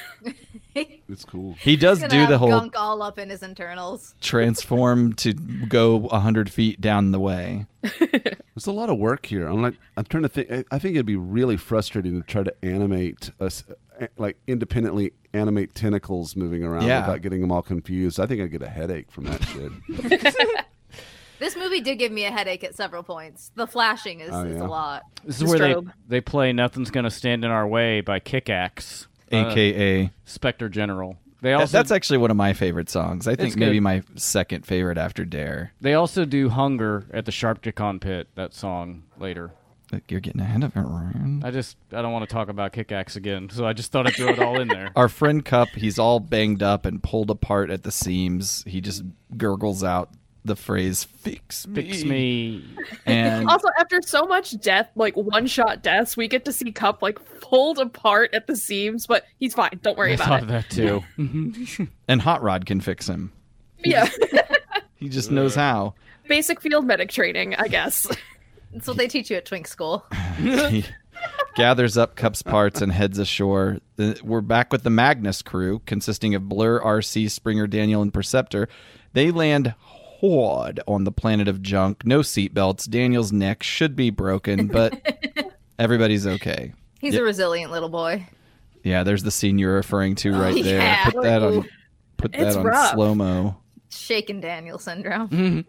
[SPEAKER 7] It's cool.
[SPEAKER 4] He does
[SPEAKER 5] He's gonna
[SPEAKER 4] do
[SPEAKER 5] have
[SPEAKER 4] the whole
[SPEAKER 5] gunk all up in his internals.
[SPEAKER 4] transform to go 100 feet down the way.
[SPEAKER 7] There's a lot of work here. I'm like, I'm trying to think. I- I think it'd be really frustrating to try to animate us, eh, like independently animate tentacles moving around
[SPEAKER 4] Yeah.
[SPEAKER 7] without getting them all confused. I think I'd get a headache from that shit.
[SPEAKER 5] This movie did give me a headache at several points. The flashing is,
[SPEAKER 7] Oh,
[SPEAKER 5] is
[SPEAKER 7] yeah.
[SPEAKER 5] a lot.
[SPEAKER 2] this is where they,
[SPEAKER 6] Strobe.
[SPEAKER 2] they play "Nothing's Gonna Stand in Our Way" by Kickaxe,
[SPEAKER 4] AKA.
[SPEAKER 2] Spectre General. They
[SPEAKER 4] That-
[SPEAKER 2] Uh, also
[SPEAKER 4] that's actually one of my favorite songs. I think
[SPEAKER 2] It's
[SPEAKER 4] maybe
[SPEAKER 2] good.
[SPEAKER 4] my second favorite after Dare.
[SPEAKER 2] they also do "Hunger" at the Sharpticon Pit. That song later.
[SPEAKER 4] Look, You're getting ahead of it, Ryan.
[SPEAKER 2] I just I don't want to talk about Kickaxe again, so I just thought I'd throw it all in there.
[SPEAKER 4] Our friend Cup, he's all banged up and pulled apart at the seams. He just gurgles out the phrase, fix me.
[SPEAKER 2] Fix me.
[SPEAKER 4] And
[SPEAKER 6] also, after so much death, like one shot deaths, we get to see Cup like pulled apart at the seams, but he's fine. Don't worry
[SPEAKER 2] I thought
[SPEAKER 6] about
[SPEAKER 2] of
[SPEAKER 6] it.
[SPEAKER 2] that too. Mm-hmm.
[SPEAKER 4] and Hot Rod can fix him.
[SPEAKER 6] Yeah,
[SPEAKER 4] He just knows
[SPEAKER 2] Uh.
[SPEAKER 4] how.
[SPEAKER 6] basic field medic training, I guess.
[SPEAKER 5] That's what they teach you at Twink School.
[SPEAKER 4] he gathers up Cup's parts and heads ashore. The- We're back with the Magnus crew, consisting of Blur, RC, Springer, Daniel, and Perceptor. They land hard on the planet of junk. No seatbelts. Daniel's neck should be broken, but everybody's okay.
[SPEAKER 5] He's a resilient little boy.
[SPEAKER 4] Yeah, there's the scene you're referring to right there.
[SPEAKER 5] yeah.
[SPEAKER 4] Put that on. Put that
[SPEAKER 6] Oh, It's
[SPEAKER 4] on
[SPEAKER 6] rough.
[SPEAKER 4] slow mo.
[SPEAKER 2] Mm-hmm.
[SPEAKER 5] Shaken Daniel syndrome.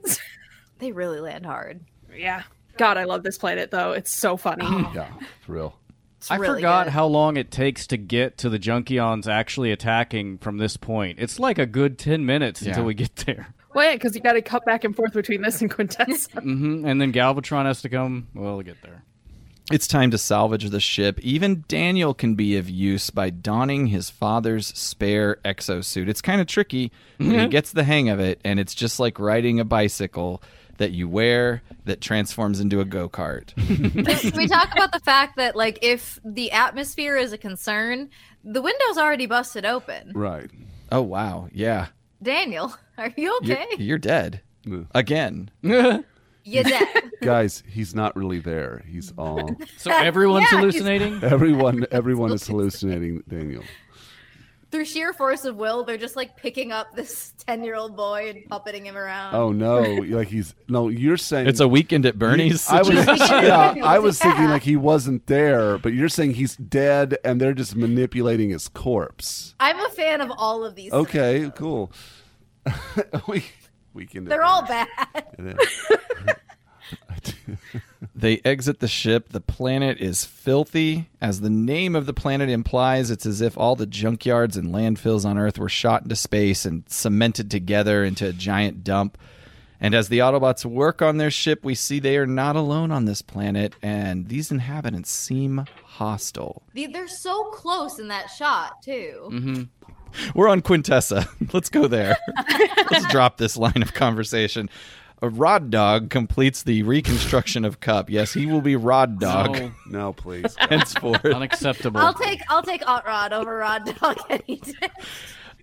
[SPEAKER 5] they really land hard.
[SPEAKER 6] Yeah. God, I love this planet though. It's so funny.
[SPEAKER 2] Oh,
[SPEAKER 7] Yeah, for real.
[SPEAKER 5] It's
[SPEAKER 2] I
[SPEAKER 5] really
[SPEAKER 2] forgot
[SPEAKER 5] good.
[SPEAKER 2] how long it takes to get to the Junkions actually attacking from this point. It's like a good 10 minutes until
[SPEAKER 4] Yeah.
[SPEAKER 2] we get there.
[SPEAKER 6] Well, yeah, because you got to cut back and forth between this and Quintessa.
[SPEAKER 2] hmm And then Galvatron has to come. Well, we'll get there.
[SPEAKER 4] It's time to salvage the ship. Even Daniel can be of use by donning his father's spare exosuit. It's kind of tricky when he gets the hang of it, and it's just like riding a bicycle that you wear that transforms into a go kart.
[SPEAKER 5] Can we talk about the fact that like if the atmosphere is a concern, the window's already busted open.
[SPEAKER 7] Right.
[SPEAKER 4] oh, wow. Yeah.
[SPEAKER 5] Daniel, are you
[SPEAKER 4] You're,
[SPEAKER 5] okay?
[SPEAKER 4] you're dead.
[SPEAKER 7] Mm.
[SPEAKER 4] Again.
[SPEAKER 5] You're dead.
[SPEAKER 7] Guys, he's not really there. He's all
[SPEAKER 2] So everyone's
[SPEAKER 5] Yeah, he's-
[SPEAKER 2] hallucinating?
[SPEAKER 7] everyone everyone is hallucinating Daniel.
[SPEAKER 5] Through sheer force of will, they're just like picking up this ten-year-old boy and puppeting him around.
[SPEAKER 7] Oh no, like he's no, you're saying
[SPEAKER 4] It's a weekend at Bernie's.
[SPEAKER 7] I was,
[SPEAKER 5] situation.
[SPEAKER 7] yeah, I was thinking
[SPEAKER 5] Yeah.
[SPEAKER 7] like he wasn't there, but you're saying he's dead and they're just manipulating his corpse.
[SPEAKER 5] I'm a fan of all of these.
[SPEAKER 7] Okay, cool. we we can
[SPEAKER 5] They're all bad.
[SPEAKER 4] They exit the ship. The planet is filthy. As the name of the planet implies, it's as if all the junkyards and landfills on Earth were shot into space and cemented together into a giant dump. And as the Autobots work on their ship, we see they are not alone on this planet, and these inhabitants seem hostile.
[SPEAKER 5] They- They're so close in that shot too.
[SPEAKER 2] Mm-hmm.
[SPEAKER 4] We're on Quintessa. Let's go there. Let's drop this line of conversation. A Rod Dog completes the reconstruction of Cup. Yes, he will be Rod Dog
[SPEAKER 2] No,
[SPEAKER 7] No, please.
[SPEAKER 4] henceforth.
[SPEAKER 2] Oh, unacceptable.
[SPEAKER 5] I'll take I'll take Aunt Rod over Rod Dog any day.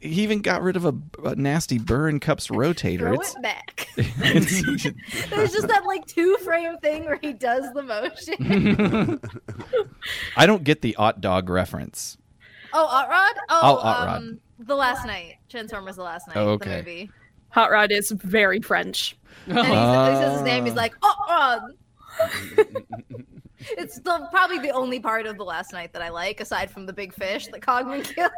[SPEAKER 4] he even got rid of a, a nasty burn cups rotator.
[SPEAKER 5] Throw
[SPEAKER 4] It's,
[SPEAKER 5] it back.
[SPEAKER 4] it's
[SPEAKER 5] There's just that like two frame thing where he does the motion.
[SPEAKER 4] I don't get the odd dog reference.
[SPEAKER 5] oh, Aunt Rod. Oh,
[SPEAKER 4] Oh, Aunt Rod.
[SPEAKER 5] um, the last night. Transformers: The Last Night.
[SPEAKER 4] Oh,
[SPEAKER 5] The
[SPEAKER 4] okay.
[SPEAKER 5] movie.
[SPEAKER 6] Hot Rod is very French.
[SPEAKER 5] And he, sa- he says his name. He's like, oh, Rod. it's the, probably the only part of the last night that I like, aside from the big fish that Cogman killed.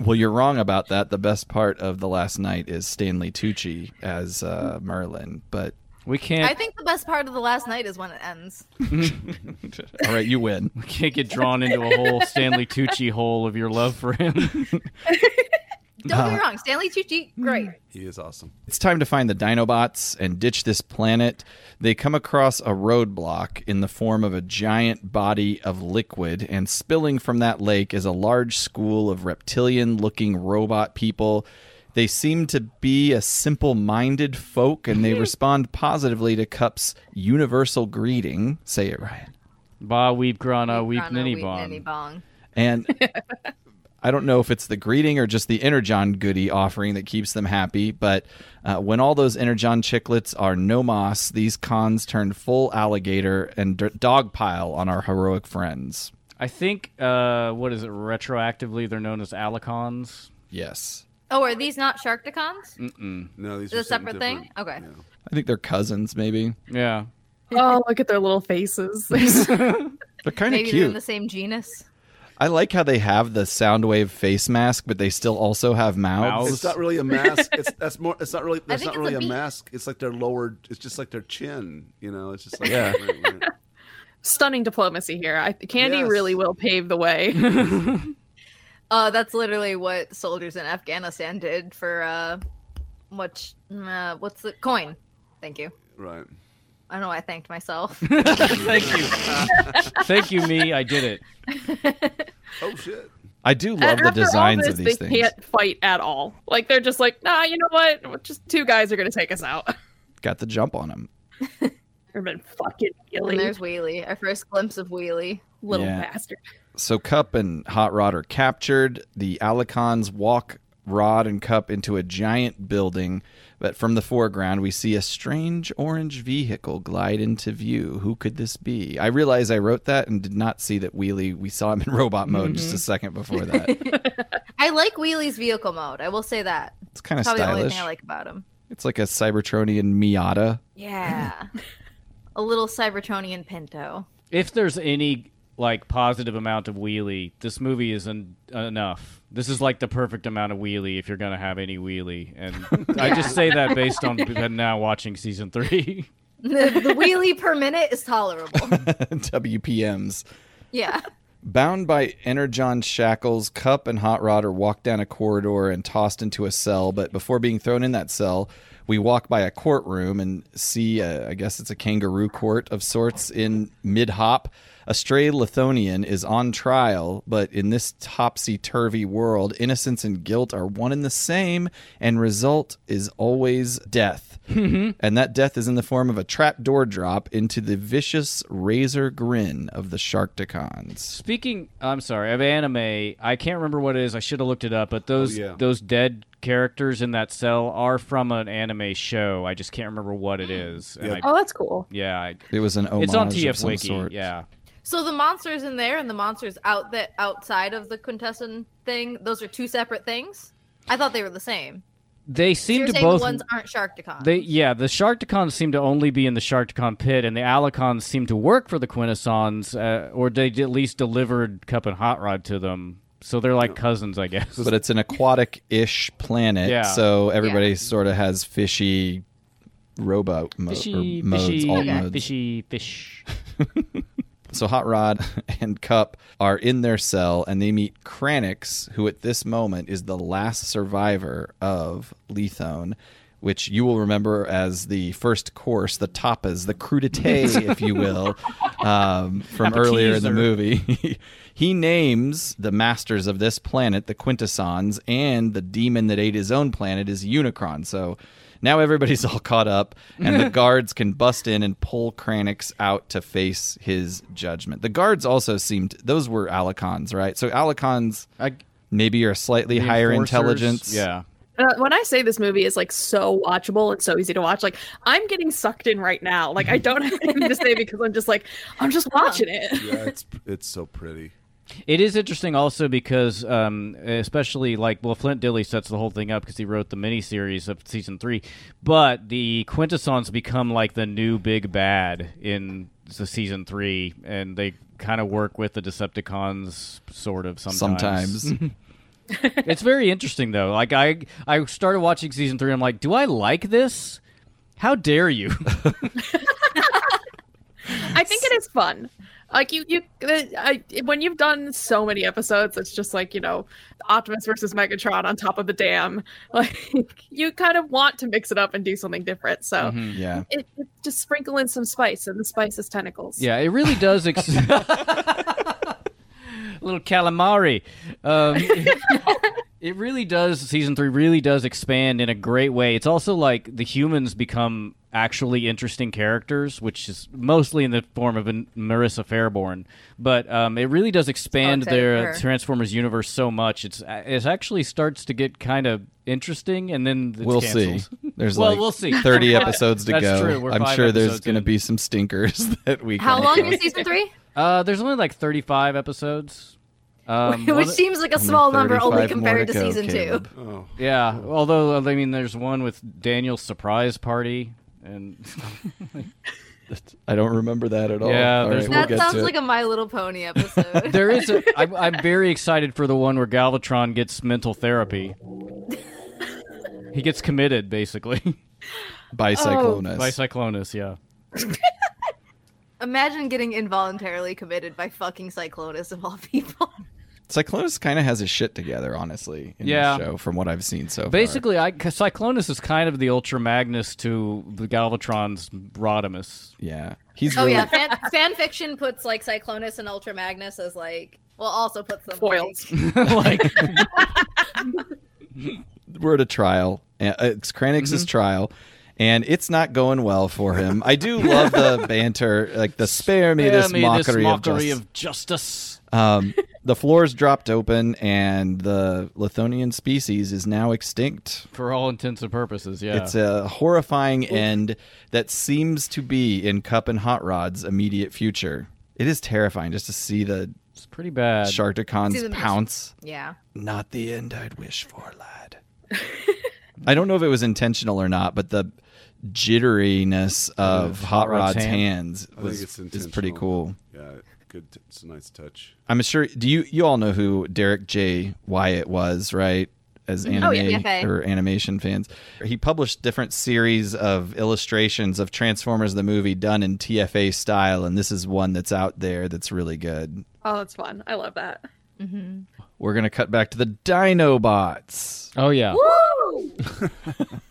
[SPEAKER 4] Well, you're wrong about that. The best part of the last night is Stanley Tucci as uh, Merlin. But
[SPEAKER 2] We
[SPEAKER 5] I
[SPEAKER 2] can't,
[SPEAKER 5] think the best part of the last night is when it ends.
[SPEAKER 4] all right, you win.
[SPEAKER 2] we can't get drawn into a whole Stanley Tucci hole of your love for him.
[SPEAKER 5] Don't get me wrong, Stanley Tucci, great.
[SPEAKER 7] he is awesome.
[SPEAKER 4] It's time to find the Dinobots and ditch this planet. They come across a roadblock in the form of a giant body of liquid, and spilling from that lake is a large school of reptilian looking robot people. They seem to be a simple minded folk, and they respond positively to Cup's universal greeting. Say it, Ryan.
[SPEAKER 2] Ba weep grana Uh, weep
[SPEAKER 5] Grana,
[SPEAKER 2] ninny
[SPEAKER 5] weep, ninny
[SPEAKER 2] bon.
[SPEAKER 5] bong.
[SPEAKER 4] And I don't know if it's the greeting or just the Energon goodie offering that keeps them happy, but uh, when all those Energon chiclets are no moss, these cons turn full alligator and d- dog pile on our heroic friends.
[SPEAKER 2] I think, uh, what is it, retroactively they're known as Alicons.
[SPEAKER 4] Yes.
[SPEAKER 5] Oh, are these not Sharkticons?
[SPEAKER 7] No, these
[SPEAKER 5] Is it
[SPEAKER 7] are
[SPEAKER 5] a
[SPEAKER 7] something
[SPEAKER 5] separate thing?
[SPEAKER 7] different.
[SPEAKER 5] Okay.
[SPEAKER 4] I think they're cousins, maybe.
[SPEAKER 2] Yeah.
[SPEAKER 6] Oh, look at their little faces. They're
[SPEAKER 4] They're kind of
[SPEAKER 5] Maybe they're
[SPEAKER 4] cute.
[SPEAKER 5] in the same genus.
[SPEAKER 4] I like how they have the sound wave face mask, but they still also have mouths.
[SPEAKER 7] It's not really a mask. It's that's more. It's not really. That's
[SPEAKER 5] think
[SPEAKER 7] not
[SPEAKER 5] it's a
[SPEAKER 7] really a,
[SPEAKER 5] beak.
[SPEAKER 7] mask. It's like their lower. It's just like their chin. You know. It's just like
[SPEAKER 4] Yeah.
[SPEAKER 6] Stunning diplomacy here. I, Candy
[SPEAKER 7] Yes.
[SPEAKER 6] really will pave the way.
[SPEAKER 5] Uh, that's literally what soldiers in Afghanistan did for uh, much. Uh, what's the coin? Thank you.
[SPEAKER 7] Right.
[SPEAKER 5] I don't know. why I thanked myself.
[SPEAKER 2] Thank you. Thank you, me. I did it.
[SPEAKER 7] Oh shit.
[SPEAKER 4] I do love the
[SPEAKER 6] after all
[SPEAKER 4] designs
[SPEAKER 6] this,
[SPEAKER 4] of these
[SPEAKER 6] they
[SPEAKER 4] things.
[SPEAKER 6] can't fight at all. Like they're just like, nah, you know what? Just two guys are gonna take us out.
[SPEAKER 4] Got the jump on them.
[SPEAKER 6] They've been fucking
[SPEAKER 5] and
[SPEAKER 6] killing
[SPEAKER 5] there's Wheelie. Our first glimpse of Wheelie.
[SPEAKER 6] little
[SPEAKER 4] Yeah.
[SPEAKER 6] bastard.
[SPEAKER 4] So Cup and Hot Rod are captured. The Alicons walk Rod and Cup into a giant building, but from the foreground we see a strange orange vehicle glide into view. Who could this be? I realize I wrote that and did not see that Wheelie. We saw him in robot mode
[SPEAKER 5] Mm-hmm.
[SPEAKER 4] just a second before that.
[SPEAKER 5] I like Wheelie's vehicle mode. I will say that.
[SPEAKER 4] It's kind of
[SPEAKER 5] Probably the only
[SPEAKER 4] stylish.
[SPEAKER 5] thing I like about him.
[SPEAKER 4] It's like a Cybertronian Miata.
[SPEAKER 5] Yeah. A little Cybertronian Pinto.
[SPEAKER 2] If there's any like positive amount of wheelie, this movie is en- enough. This is like the perfect amount of wheelie if you're gonna have any wheelie, and I just say that based on b- now watching season three.
[SPEAKER 5] The, the wheelie per minute is tolerable.
[SPEAKER 4] WPMs.
[SPEAKER 5] Yeah.
[SPEAKER 4] Bound by energon shackles, Cup and Hot Rod are walked down a corridor and tossed into a cell. But before being thrown in that cell, we walk by a courtroom and see, uh, I guess it's a kangaroo court of sorts in mid hop. A stray Lithonian is on trial, but in this topsy turvy world, innocence and guilt are one and the same, and result is always death. and that death is in the form of a trap door drop into the vicious razor grin of the Sharktacons.
[SPEAKER 2] Speaking, I'm sorry, of anime, I can't remember what it is. I should have looked it up, but
[SPEAKER 4] Oh,
[SPEAKER 2] those
[SPEAKER 7] yeah.
[SPEAKER 2] those dead characters in that cell are from an anime show. I just can't remember what it is. And
[SPEAKER 7] Yeah.
[SPEAKER 2] I,
[SPEAKER 6] Oh, that's cool.
[SPEAKER 2] yeah, I,
[SPEAKER 4] It was an homage
[SPEAKER 2] it's on
[SPEAKER 4] of
[SPEAKER 2] TF
[SPEAKER 4] some
[SPEAKER 2] Wiki.
[SPEAKER 4] sort.
[SPEAKER 2] Yeah,
[SPEAKER 5] So the monsters in there and the monsters out that outside of the contestant thing, those are two separate things. I thought they were the same.
[SPEAKER 2] they
[SPEAKER 5] So
[SPEAKER 2] seem
[SPEAKER 5] you're
[SPEAKER 2] to
[SPEAKER 5] saying
[SPEAKER 2] both.
[SPEAKER 5] the ones aren't Sharktacon.
[SPEAKER 2] They yeah, the Sharktacons seem to only be in the Sharktacon pit, and the Alicons seem to work for the Quintessons, uh, or they at least delivered Cup and Hot Rod to them. So they're like cousins, I guess.
[SPEAKER 4] But it's an aquatic ish planet,
[SPEAKER 2] Yeah.
[SPEAKER 4] so everybody sort of has fishy robot mo- or
[SPEAKER 2] Fishy,
[SPEAKER 4] modes,
[SPEAKER 2] fishy,
[SPEAKER 4] alt modes.
[SPEAKER 2] fishy, fish.
[SPEAKER 4] So Hot Rod and Cup are in their cell and they meet Kranix, who at this moment is the last survivor of Lethone, which you will remember as the first course, the tapas, the crudité, if you will, um, from earlier in the
[SPEAKER 2] Appetizer.
[SPEAKER 4] movie. he names the masters of this planet the Quintessons, and the demon that ate his own planet is Unicron. So now everybody's all caught up, and the guards can bust in and pull Kranix out to face his judgment. The guards also seemed those were Alicons, right? So Alicons
[SPEAKER 2] I-
[SPEAKER 4] maybe are slightly higher
[SPEAKER 2] Enforcers?
[SPEAKER 4] intelligence.
[SPEAKER 2] Yeah.
[SPEAKER 6] Uh, when I say this movie is like so watchable and so easy to watch, like I'm getting sucked in right now. Like I don't have anything to say because I'm just like I'm just watching it.
[SPEAKER 7] Yeah, it's it's so pretty.
[SPEAKER 2] It is interesting also because, um, especially like, well, Flint Dilly sets the whole thing up because he wrote the miniseries of season three, but the Quintessons become like the new big bad in the season three, and they kind of work with the Decepticons, sort of sometimes.
[SPEAKER 4] Sometimes.
[SPEAKER 2] it's very interesting though. Like I, I started watching season three. I'm like, do I like this? How dare you?
[SPEAKER 6] I think it is fun. Like you, you, uh, I, when you've done so many episodes, it's just like you know, Optimus versus Megatron on top of the dam. Like you kind of want to mix it up and do something different. So
[SPEAKER 4] yeah.
[SPEAKER 6] it, it just sprinkle in some spice, and the spice is tentacles.
[SPEAKER 2] Yeah, it really does. Ex- little calamari. Um, it, it really does. Season three really does expand in a great way. It's also like the humans become actually interesting characters, which is mostly in the form of an Marissa Fairborn. But um, it really does expand
[SPEAKER 5] Okay,
[SPEAKER 2] their
[SPEAKER 5] sure.
[SPEAKER 2] Transformers universe so much. It's it actually starts to get kind of interesting, and then it's
[SPEAKER 4] We'll
[SPEAKER 2] canceled.
[SPEAKER 4] see. There's
[SPEAKER 2] Well,
[SPEAKER 4] like
[SPEAKER 2] we'll see.
[SPEAKER 4] 30 episodes to
[SPEAKER 2] That's
[SPEAKER 4] go.
[SPEAKER 2] true. We're
[SPEAKER 4] I'm
[SPEAKER 2] five
[SPEAKER 4] sure there's
[SPEAKER 2] episodes
[SPEAKER 4] going to
[SPEAKER 2] in.
[SPEAKER 4] be some stinkers that we
[SPEAKER 5] How
[SPEAKER 4] come
[SPEAKER 5] long
[SPEAKER 4] across.
[SPEAKER 5] is season three?
[SPEAKER 2] Uh, there's only like 35 episodes. Um, one
[SPEAKER 5] Which
[SPEAKER 2] of-
[SPEAKER 5] seems like a small number
[SPEAKER 4] 35
[SPEAKER 5] only
[SPEAKER 4] more
[SPEAKER 5] compared to
[SPEAKER 4] go,
[SPEAKER 5] season
[SPEAKER 4] Caleb.
[SPEAKER 5] two.
[SPEAKER 7] Oh,
[SPEAKER 2] Yeah, although uh, I mean, there's one with Daniel's surprise party, and
[SPEAKER 4] I don't remember that at all.
[SPEAKER 2] Yeah,
[SPEAKER 4] All
[SPEAKER 2] there's-
[SPEAKER 4] right, we'll
[SPEAKER 5] That
[SPEAKER 4] get
[SPEAKER 5] sounds
[SPEAKER 4] to it.
[SPEAKER 5] like a My Little Pony episode.
[SPEAKER 2] there is. A, I'm, I'm very excited for the one where Galvatron gets mental therapy. He gets committed basically
[SPEAKER 4] bicyclonus.
[SPEAKER 2] by Cyclonus. Yeah,
[SPEAKER 5] Imagine getting involuntarily committed by fucking Cyclonus of all people.
[SPEAKER 4] Cyclonus kind of has his shit together, honestly. In
[SPEAKER 2] Yeah.
[SPEAKER 4] the show, from what I've seen so
[SPEAKER 2] basically, I 'cause Cyclonus is kind of the Ultra Magnus to the Galvatron's Rodimus.
[SPEAKER 4] far. yeah, he's
[SPEAKER 5] Oh
[SPEAKER 4] really,
[SPEAKER 5] yeah, fan, fan fiction puts like Cyclonus and Ultra Magnus as like, well, also puts them
[SPEAKER 6] Foils.
[SPEAKER 5] like-
[SPEAKER 2] like,
[SPEAKER 4] we're at a trial. and- uh, It's Kranix's
[SPEAKER 2] Mm-hmm.
[SPEAKER 4] trial, and it's not going well for him. I do love the banter, like the spare me, this,
[SPEAKER 2] "Spare me
[SPEAKER 4] mockery
[SPEAKER 2] mockery of
[SPEAKER 4] of, justice.
[SPEAKER 2] justice.
[SPEAKER 4] Um, the floor's dropped open, and the Lithonian species is now extinct.
[SPEAKER 2] for all intents and purposes. Yeah,
[SPEAKER 4] It's a horrifying end that seems to be in Cup and Hot Rod's immediate future. It is terrifying just to see the
[SPEAKER 2] it's pretty bad.
[SPEAKER 5] See the
[SPEAKER 4] Sharktacons
[SPEAKER 5] mess.
[SPEAKER 4] pounce.
[SPEAKER 5] yeah.
[SPEAKER 4] Not the end I'd wish for, lad. I don't know if it was intentional or not, but the jitteriness of Hot Rod's, hands
[SPEAKER 7] I
[SPEAKER 4] was
[SPEAKER 7] think it's
[SPEAKER 4] is pretty
[SPEAKER 7] intentional.
[SPEAKER 4] cool.
[SPEAKER 7] yeah, good. t- it's a nice touch.
[SPEAKER 4] I'm sure. Do you you all know who Derek J. Wyatt was, right? as
[SPEAKER 5] Mhm.
[SPEAKER 4] anime
[SPEAKER 5] Oh, yeah, okay.
[SPEAKER 4] or animation fans. He published different series of illustrations of Transformers the movie done in TFA style, and this is one that's out there that's really good.
[SPEAKER 6] Oh, that's fun. I love that.
[SPEAKER 5] Mm-hmm.
[SPEAKER 4] We're gonna cut back to the Dinobots,
[SPEAKER 2] Oh yeah.
[SPEAKER 6] Woo!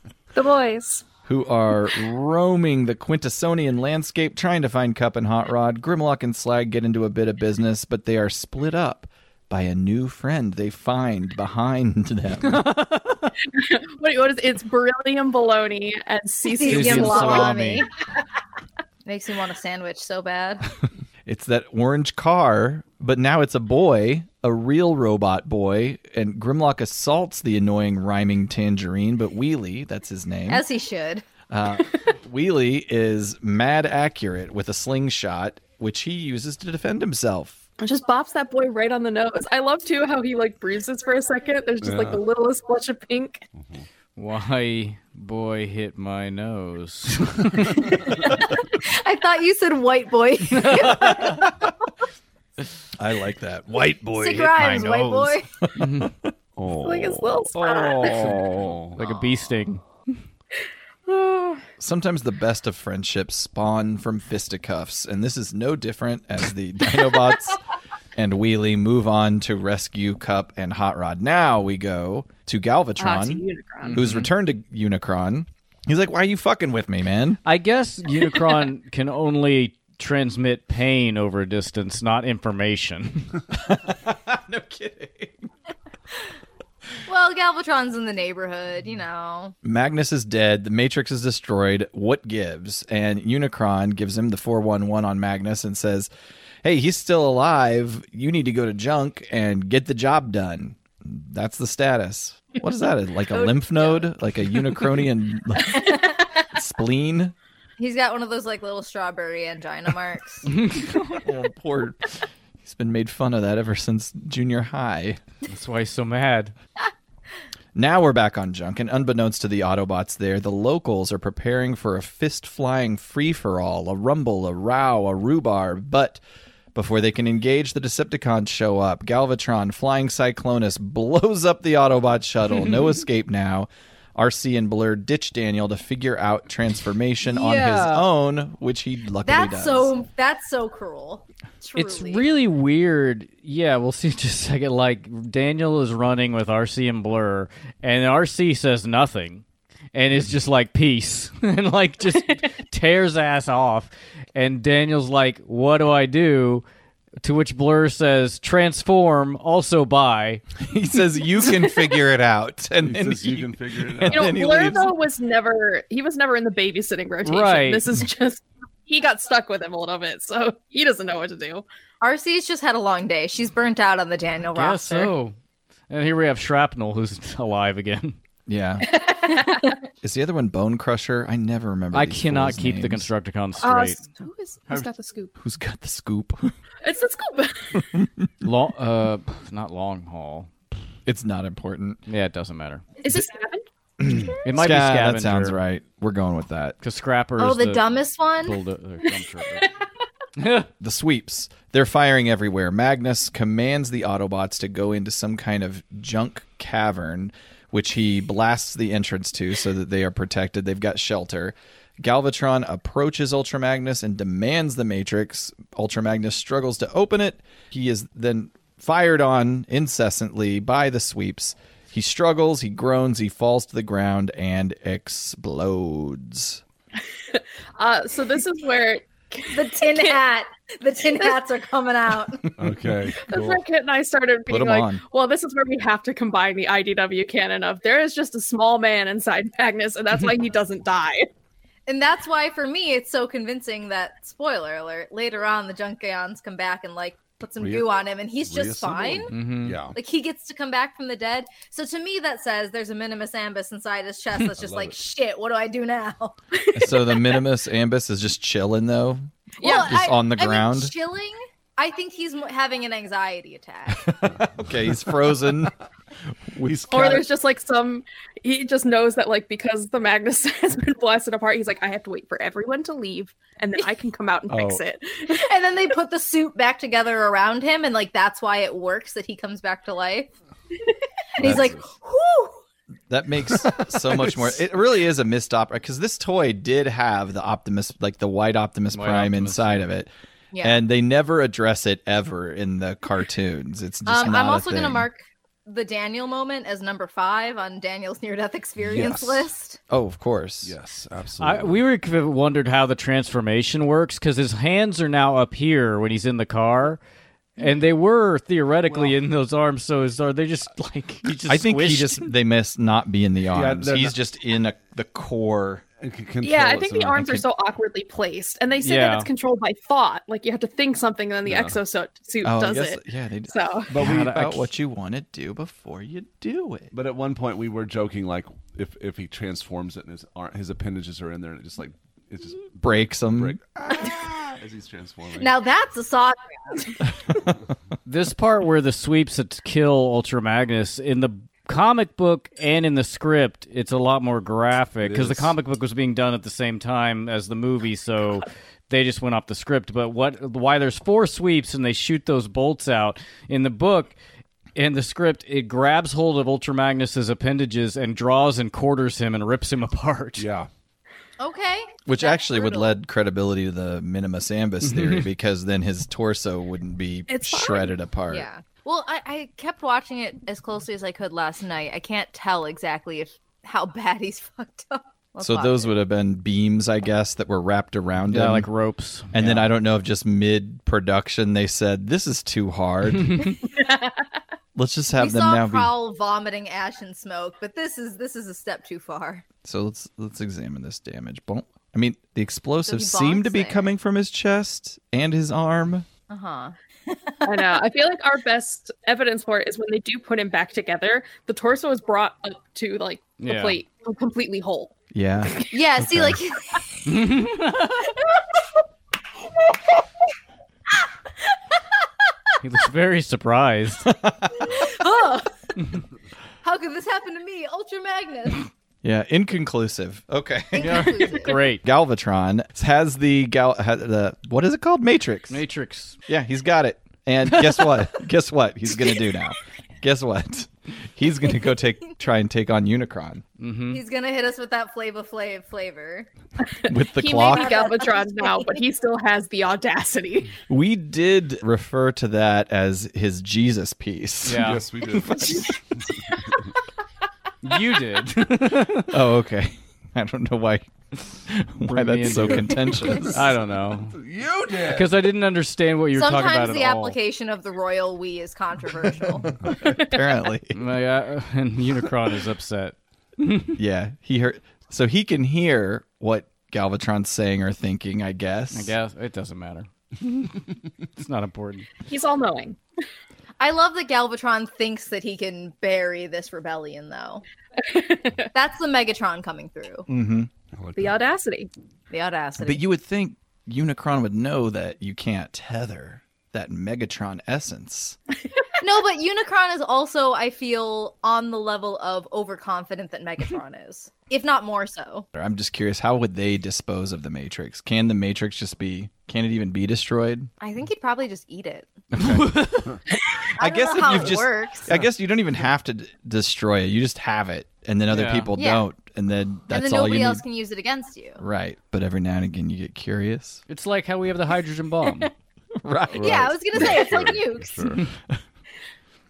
[SPEAKER 6] the boys.
[SPEAKER 4] who are roaming the Quintessonian landscape trying to find Cup and Hot Rod. Grimlock and Slag get into a bit of business, but they are split up by a new friend they find behind them.
[SPEAKER 6] What, what is It's beryllium bologna and
[SPEAKER 5] Cesium
[SPEAKER 6] cesium
[SPEAKER 4] Cesium
[SPEAKER 6] salami.
[SPEAKER 5] salami. Makes me want a sandwich so bad.
[SPEAKER 4] It's that orange car, but now it's a boy, a real robot boy, and Grimlock assaults the annoying rhyming tangerine, but Wheelie, that's his name.
[SPEAKER 5] As he should.
[SPEAKER 4] uh, Wheelie is mad accurate with a slingshot, which he uses to defend himself.
[SPEAKER 6] It Just bops that boy right on the nose. I love too how he like bruises for a second. There's just like
[SPEAKER 7] Yeah.
[SPEAKER 6] the littlest splotch of pink.
[SPEAKER 2] Why boy hit my nose?
[SPEAKER 5] I thought you said white boy.
[SPEAKER 4] I like that. White boy
[SPEAKER 5] Sick rhymes, white boy.
[SPEAKER 7] Oh,
[SPEAKER 6] Like his little spot.
[SPEAKER 7] oh.
[SPEAKER 2] like a bee sting.
[SPEAKER 4] Sometimes the best of friendships spawn from fisticuffs, and this is no different as the Dinobots and Wheelie move on to rescue Cup and Hot Rod. Now we go to
[SPEAKER 6] Ah, it's a
[SPEAKER 4] Galvatron.
[SPEAKER 6] Unicron.
[SPEAKER 4] who's returned to Unicron. He's like, "Why are you fucking with me, man?"
[SPEAKER 2] I guess Unicron can only transmit pain over a distance, not information.
[SPEAKER 4] no kidding.
[SPEAKER 5] Well, Galvatron's in the neighborhood, you know.
[SPEAKER 4] Magnus is dead. The Matrix is destroyed. What gives? And Unicron gives him the four one one on Magnus and says, "Hey, he's still alive. You need to go to junk and get the job done." That's the status. What is that? Like a lymph node? Like a Unicronian spleen?
[SPEAKER 5] He's got one of those like little strawberry angina marks.
[SPEAKER 4] Oh, poor. He's been made fun of that ever since junior high.
[SPEAKER 2] That's why he's so mad.
[SPEAKER 4] Now we're back on junk, and unbeknownst to the Autobots there, the locals are preparing for a fist flying free for all, a rumble, a row, a rhubarb. But before they can engage, the Decepticons show up. Galvatron, flying Cyclonus, blows up the Autobot shuttle. no escape now. RC and Blur ditch Daniel to figure out transformation on his
[SPEAKER 2] Yeah.
[SPEAKER 4] own, which he luckily
[SPEAKER 5] that's
[SPEAKER 4] does.
[SPEAKER 5] so that's so cruel. Truly.
[SPEAKER 2] It's really weird. Yeah, we'll see in just a second. Like Daniel is running with RC and Blur, and RC says nothing, and it's just like peace, and like just tears ass off. And Daniel's like, "What do I do?" To which Blur says, "Transform." Also, bye.
[SPEAKER 4] he says, "You can figure it out,ff and
[SPEAKER 7] He
[SPEAKER 4] then
[SPEAKER 7] says you
[SPEAKER 4] he-
[SPEAKER 7] can figure it
[SPEAKER 4] and
[SPEAKER 7] out.
[SPEAKER 6] You know,
[SPEAKER 4] then he
[SPEAKER 6] Blur
[SPEAKER 4] leaves.
[SPEAKER 6] though was never he was never in the babysitting rotation.
[SPEAKER 2] Right.
[SPEAKER 6] This is just he got stuck with him a little bit, so he doesn't know what to do.
[SPEAKER 5] RC's just had a long day. She's burnt out on the Daniel
[SPEAKER 2] Guess
[SPEAKER 5] roster.
[SPEAKER 2] so. And here we have Shrapnel, who's alive again.
[SPEAKER 4] Yeah. Is the other one Bone Crusher? I never remember.
[SPEAKER 2] I
[SPEAKER 4] these
[SPEAKER 2] cannot
[SPEAKER 4] fools'
[SPEAKER 2] keep the
[SPEAKER 4] names.
[SPEAKER 2] Constructicons
[SPEAKER 6] Uh,
[SPEAKER 2] straight.
[SPEAKER 6] who is who's got the scoop?
[SPEAKER 4] Who's got the scoop?
[SPEAKER 6] It's the scoop.
[SPEAKER 2] long, uh, not long haul.
[SPEAKER 4] it's not important.
[SPEAKER 2] Yeah, it doesn't matter.
[SPEAKER 6] Is this Gavin?
[SPEAKER 2] It might
[SPEAKER 4] Sca-
[SPEAKER 2] be scavenger.
[SPEAKER 4] That sounds right. We're going with that.
[SPEAKER 2] Because Scrapper
[SPEAKER 5] Oh,
[SPEAKER 2] is
[SPEAKER 5] the, dumbest one?
[SPEAKER 2] bulldo- uh, or dump truck.
[SPEAKER 4] The sweeps. They're firing everywhere. Magnus commands the Autobots to go into some kind of junk cavern, which he blasts the entrance to so that they are protected. They've got shelter. Galvatron approaches Ultra Magnus and demands the Matrix. Ultra Magnus struggles to open it. He is then fired on incessantly by the sweeps. He struggles, he groans, he falls to the ground and explodes.
[SPEAKER 6] Uh, so this is where
[SPEAKER 5] The tin hat. The tin hats are coming out.
[SPEAKER 7] Okay.
[SPEAKER 6] That's
[SPEAKER 7] cool.
[SPEAKER 6] where Kit and I started being
[SPEAKER 4] 'em
[SPEAKER 6] like,
[SPEAKER 4] on.
[SPEAKER 6] well, this is where we have to combine the IDW canon of there is just a small man inside Magnus, and that's why he doesn't die.
[SPEAKER 5] And that's why for me it's so convincing that spoiler alert, later on the Junkions come back and like put some
[SPEAKER 7] Rea-
[SPEAKER 5] goo on him and he's just
[SPEAKER 7] reassemble
[SPEAKER 5] fine.
[SPEAKER 7] him.
[SPEAKER 2] mm-hmm.
[SPEAKER 7] Yeah.
[SPEAKER 5] Like he gets to come back from the dead. So to me that says there's a minimus ambus inside his chest that's just
[SPEAKER 7] love
[SPEAKER 5] like
[SPEAKER 7] it.
[SPEAKER 5] shit, what do I do now?
[SPEAKER 4] so the Minimus Ambus is just chilling though.
[SPEAKER 5] Yeah,
[SPEAKER 4] just on the
[SPEAKER 5] I mean,
[SPEAKER 4] ground.
[SPEAKER 5] chilling. I think he's mo- having an anxiety attack.
[SPEAKER 4] Okay, he's frozen.
[SPEAKER 7] He's
[SPEAKER 6] Or
[SPEAKER 7] got-
[SPEAKER 6] there's just like some, he just knows that like because the Magnus has been blasted apart, he's like, I have to wait for everyone to leave, and then I can come out and fix
[SPEAKER 7] Oh.
[SPEAKER 6] it.
[SPEAKER 5] and then they put the suit back together around him, and like that's why it works that he comes back to life. And he's like, whoo!
[SPEAKER 4] That makes so much more. It really is a missed opera because this toy did have the Optimus, like the white Optimus
[SPEAKER 2] White
[SPEAKER 4] Prime
[SPEAKER 2] Optimus.
[SPEAKER 4] inside of it,
[SPEAKER 5] Yeah.
[SPEAKER 4] and they never address it ever in the cartoons. It's just
[SPEAKER 5] Um,
[SPEAKER 4] not
[SPEAKER 5] I'm
[SPEAKER 4] a
[SPEAKER 5] also going to
[SPEAKER 4] thing.
[SPEAKER 5] mark the Daniel moment as number five on Daniel's near death experience
[SPEAKER 7] Yes.
[SPEAKER 5] list.
[SPEAKER 4] Oh, of course.
[SPEAKER 7] Yes,
[SPEAKER 2] I,
[SPEAKER 7] absolutely.
[SPEAKER 2] we were c- wondered how the transformation works because his hands are now up here when he's in the car, and they were theoretically in those arms. So is, are they just like he just
[SPEAKER 4] I think he
[SPEAKER 2] squished?
[SPEAKER 4] just they miss not be in the arms.
[SPEAKER 7] they're
[SPEAKER 4] He's
[SPEAKER 7] not-
[SPEAKER 4] just in a, the core.
[SPEAKER 7] And c- control
[SPEAKER 6] Yeah, I
[SPEAKER 7] it
[SPEAKER 6] think
[SPEAKER 7] so
[SPEAKER 6] the
[SPEAKER 7] that-
[SPEAKER 6] arms are so awkwardly placed, and they say
[SPEAKER 2] Yeah.
[SPEAKER 6] that it's controlled by thought. Like you have to think something, and then the
[SPEAKER 7] Yeah.
[SPEAKER 6] exosuit suit
[SPEAKER 4] Oh, I
[SPEAKER 6] does
[SPEAKER 4] guess-
[SPEAKER 6] it.
[SPEAKER 4] yeah, they
[SPEAKER 6] So
[SPEAKER 7] But we,
[SPEAKER 4] Think
[SPEAKER 2] I
[SPEAKER 4] about
[SPEAKER 2] c-
[SPEAKER 4] what you want to do before you do it.
[SPEAKER 7] but at one point we were joking like if if he transforms it and his ar- his appendages are in there and it just like it just
[SPEAKER 4] Breaks them.
[SPEAKER 7] break ah, as he's transforming.
[SPEAKER 5] Now that's a saw.
[SPEAKER 2] this part where the sweeps that kill Ultra Magnus in the comic book and in the script, it's a lot more graphic
[SPEAKER 7] It
[SPEAKER 2] because the
[SPEAKER 7] is.
[SPEAKER 2] comic book was being done at the same time as the movie, so they just went off the script. But what why there's four sweeps and they shoot those bolts out in the book in the script, it grabs hold of Ultra Magnus's appendages and draws and quarters him and rips him apart.
[SPEAKER 7] yeah,
[SPEAKER 5] Okay.
[SPEAKER 4] Which
[SPEAKER 5] That's
[SPEAKER 4] actually
[SPEAKER 5] brutal.
[SPEAKER 4] would lend credibility to the minimus
[SPEAKER 2] Mm-hmm.
[SPEAKER 4] ambus theory because then his torso wouldn't be
[SPEAKER 6] It's fine.
[SPEAKER 4] shredded apart.
[SPEAKER 5] Yeah. Well, I, I kept watching it as closely as I could last night. I can't tell exactly if how bad he's fucked up. Let's
[SPEAKER 4] so
[SPEAKER 5] watch
[SPEAKER 4] those
[SPEAKER 5] it.
[SPEAKER 4] would have been beams, I guess, that were wrapped around
[SPEAKER 2] Yeah,
[SPEAKER 4] him.
[SPEAKER 2] like ropes.
[SPEAKER 4] and then I don't know if just mid production they said this is too hard. let's just have
[SPEAKER 5] we
[SPEAKER 4] them
[SPEAKER 5] saw
[SPEAKER 4] now
[SPEAKER 5] Prowl vomiting ash and smoke, but this is this is a step too far.
[SPEAKER 4] be. So let's let's examine this damage. Bonk. I mean, the explosives
[SPEAKER 5] So he
[SPEAKER 4] seem to
[SPEAKER 5] bonks
[SPEAKER 4] be
[SPEAKER 5] it.
[SPEAKER 4] coming from his chest and his arm.
[SPEAKER 5] Uh huh.
[SPEAKER 6] I know. I feel like our best evidence for it is when they do put him back together. The torso is brought up to like the
[SPEAKER 2] Yeah.
[SPEAKER 6] plate completely whole.
[SPEAKER 4] Yeah.
[SPEAKER 5] Yeah. See, like
[SPEAKER 2] He looks very surprised.
[SPEAKER 5] oh. How could this happen to me? Ultra Magnus.
[SPEAKER 4] yeah. Inconclusive. Okay.
[SPEAKER 5] Inconclusive.
[SPEAKER 2] Great.
[SPEAKER 4] Galvatron has the gal ha- the what is it called? Matrix.
[SPEAKER 2] Matrix.
[SPEAKER 4] Yeah, he's got it. And guess what? guess what? He's gonna do now. Guess what? He's gonna go take try and take on Unicron
[SPEAKER 2] hmm
[SPEAKER 5] He's gonna hit us with that flavor flav flavor.
[SPEAKER 4] with the
[SPEAKER 6] he
[SPEAKER 4] clock.
[SPEAKER 6] may be Galvatron now, but he still has the audacity.
[SPEAKER 4] we did refer to that as his Jesus piece.
[SPEAKER 2] Yeah.
[SPEAKER 7] yes, we do.
[SPEAKER 2] You did.
[SPEAKER 4] Oh, okay. I don't know why why
[SPEAKER 2] Bring me
[SPEAKER 4] that's so
[SPEAKER 2] into it.
[SPEAKER 4] contentious.
[SPEAKER 2] I don't know.
[SPEAKER 7] you did.
[SPEAKER 2] Because I didn't understand what you were talking about
[SPEAKER 5] Sometimes
[SPEAKER 2] at
[SPEAKER 5] the
[SPEAKER 2] all.
[SPEAKER 5] application of the royal we is controversial.
[SPEAKER 4] Apparently.
[SPEAKER 2] My, uh, and Unicron is upset.
[SPEAKER 4] Yeah. He heard so he can hear what Galvatron's saying or thinking, I guess.
[SPEAKER 2] I guess it doesn't matter. it's not important.
[SPEAKER 6] He's all knowing.
[SPEAKER 5] I love that Galvatron thinks that he can bury this rebellion, though. That's the Megatron coming through.
[SPEAKER 4] Mm-hmm.
[SPEAKER 6] The audacity.
[SPEAKER 5] The audacity.
[SPEAKER 4] But you would think Unicron would know that you can't tether that Megatron essence.
[SPEAKER 5] no, but Unicron is also, I feel, on the level of overconfident that Megatron is, if not more so.
[SPEAKER 4] I'm just curious, how would they dispose of the Matrix? Can the Matrix just be? Can it even be destroyed?
[SPEAKER 5] I think he'd probably just eat it.
[SPEAKER 4] I,
[SPEAKER 5] don't
[SPEAKER 4] guess
[SPEAKER 5] know
[SPEAKER 4] if
[SPEAKER 5] how
[SPEAKER 4] you've
[SPEAKER 5] it
[SPEAKER 4] just,
[SPEAKER 5] works.
[SPEAKER 4] I guess you don't even have to d- destroy it. You just have it, and then other
[SPEAKER 2] Yeah.
[SPEAKER 4] people
[SPEAKER 5] Yeah.
[SPEAKER 4] don't, and then that's
[SPEAKER 5] and then
[SPEAKER 4] all
[SPEAKER 5] nobody
[SPEAKER 4] you
[SPEAKER 5] else
[SPEAKER 4] need.
[SPEAKER 5] can use it against you.
[SPEAKER 4] Right, but every now and again you get curious.
[SPEAKER 2] It's like how we have the hydrogen bomb.
[SPEAKER 4] Right.
[SPEAKER 5] Yeah, I was gonna say it's
[SPEAKER 7] Sure,
[SPEAKER 5] like nukes.
[SPEAKER 7] sure.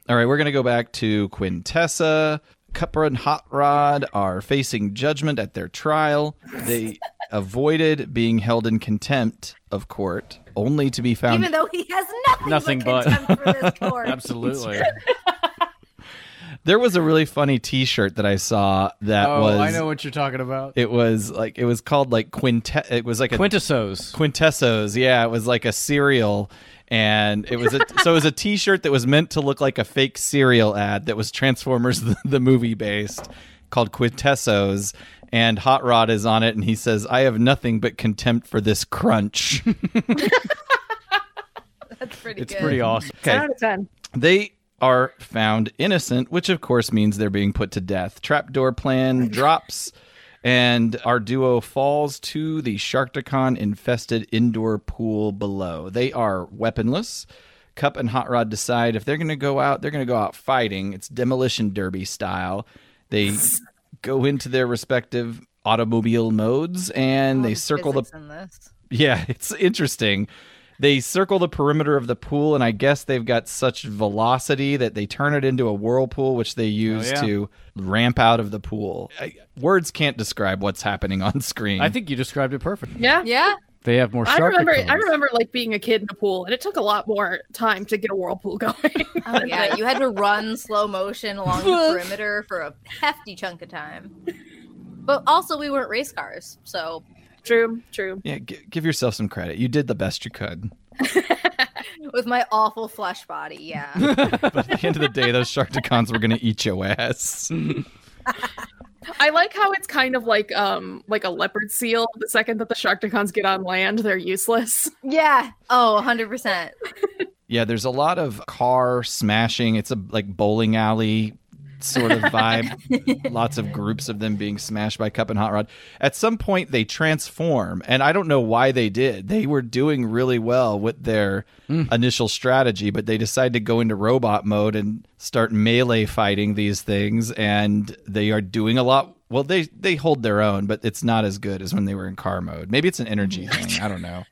[SPEAKER 4] All right, we're going to go back to Quintessa. Cupra and Hot Rod are facing judgment at their trial. They avoided being held in contempt of court, only to be found.
[SPEAKER 5] Even though he has nothing,
[SPEAKER 2] Nothing but.
[SPEAKER 5] but contempt for this court.
[SPEAKER 2] Absolutely.
[SPEAKER 4] there was a really funny T-shirt that I saw that
[SPEAKER 2] oh,
[SPEAKER 4] was.
[SPEAKER 2] I know what you're talking about.
[SPEAKER 4] It was like it was called like Quintet. It was like a
[SPEAKER 2] Quintessos.
[SPEAKER 4] Quintessos. Yeah, it was like a cereal, and it was a so it was a T-shirt that was meant to look like a fake cereal ad that was Transformers the, the movie based, called Quintessos. And Hot Rod is on it, and he says, "I have nothing but contempt for this crunch."
[SPEAKER 5] That's pretty
[SPEAKER 2] It's
[SPEAKER 5] good.
[SPEAKER 2] pretty awesome.
[SPEAKER 4] Okay,
[SPEAKER 6] 10 out of 10.
[SPEAKER 4] they are found innocent, which of course means they're being put to death. Trapdoor plan drops, and our duo falls to the Sharktacon infested indoor pool below. They are weaponless. Cup and Hot Rod decide if they're going to go out, they're going to go out fighting. It's demolition derby style. They go into their respective automobile modes
[SPEAKER 5] Oh,
[SPEAKER 4] and they circle the
[SPEAKER 5] In this.
[SPEAKER 4] yeah, it's interesting. They circle the perimeter of the pool, and I guess they've got such velocity that they turn it into a whirlpool, which they use
[SPEAKER 2] yeah.
[SPEAKER 4] to ramp out of the pool. I, words can't describe what's happening on screen.
[SPEAKER 2] I think you described it perfectly.
[SPEAKER 6] Yeah.
[SPEAKER 5] Yeah,
[SPEAKER 2] They have more
[SPEAKER 6] I
[SPEAKER 2] shark
[SPEAKER 6] remember I
[SPEAKER 2] cones.
[SPEAKER 6] remember like being a kid in a pool and it took a lot more time to get a whirlpool going.
[SPEAKER 5] oh yeah. You had to run slow motion along the perimeter for a hefty chunk of time. But also, we weren't race cars, so
[SPEAKER 6] true, true.
[SPEAKER 4] Yeah, g- give yourself some credit. You did the best you could.
[SPEAKER 5] with my awful flesh body, yeah.
[SPEAKER 4] But at the end of the day, those Sharktacons were going to eat your ass.
[SPEAKER 6] I like how it's kind of like um like a leopard seal. The second that the Sharktacons get on land, they're useless.
[SPEAKER 5] yeah. Oh, 100 percent.
[SPEAKER 4] Yeah, there's a lot of car smashing. It's a like bowling alley sort of vibe. Lots of groups of them being smashed by Cup and Hot Rod. At some point they transform, and I don't know why they did. They were doing really well with their initial strategy, but they decide to go into robot mode and start melee fighting these things and they are doing a lot well they they hold their own, but it's not as good as when they were in car mode. Maybe it's an energy thing. I don't know.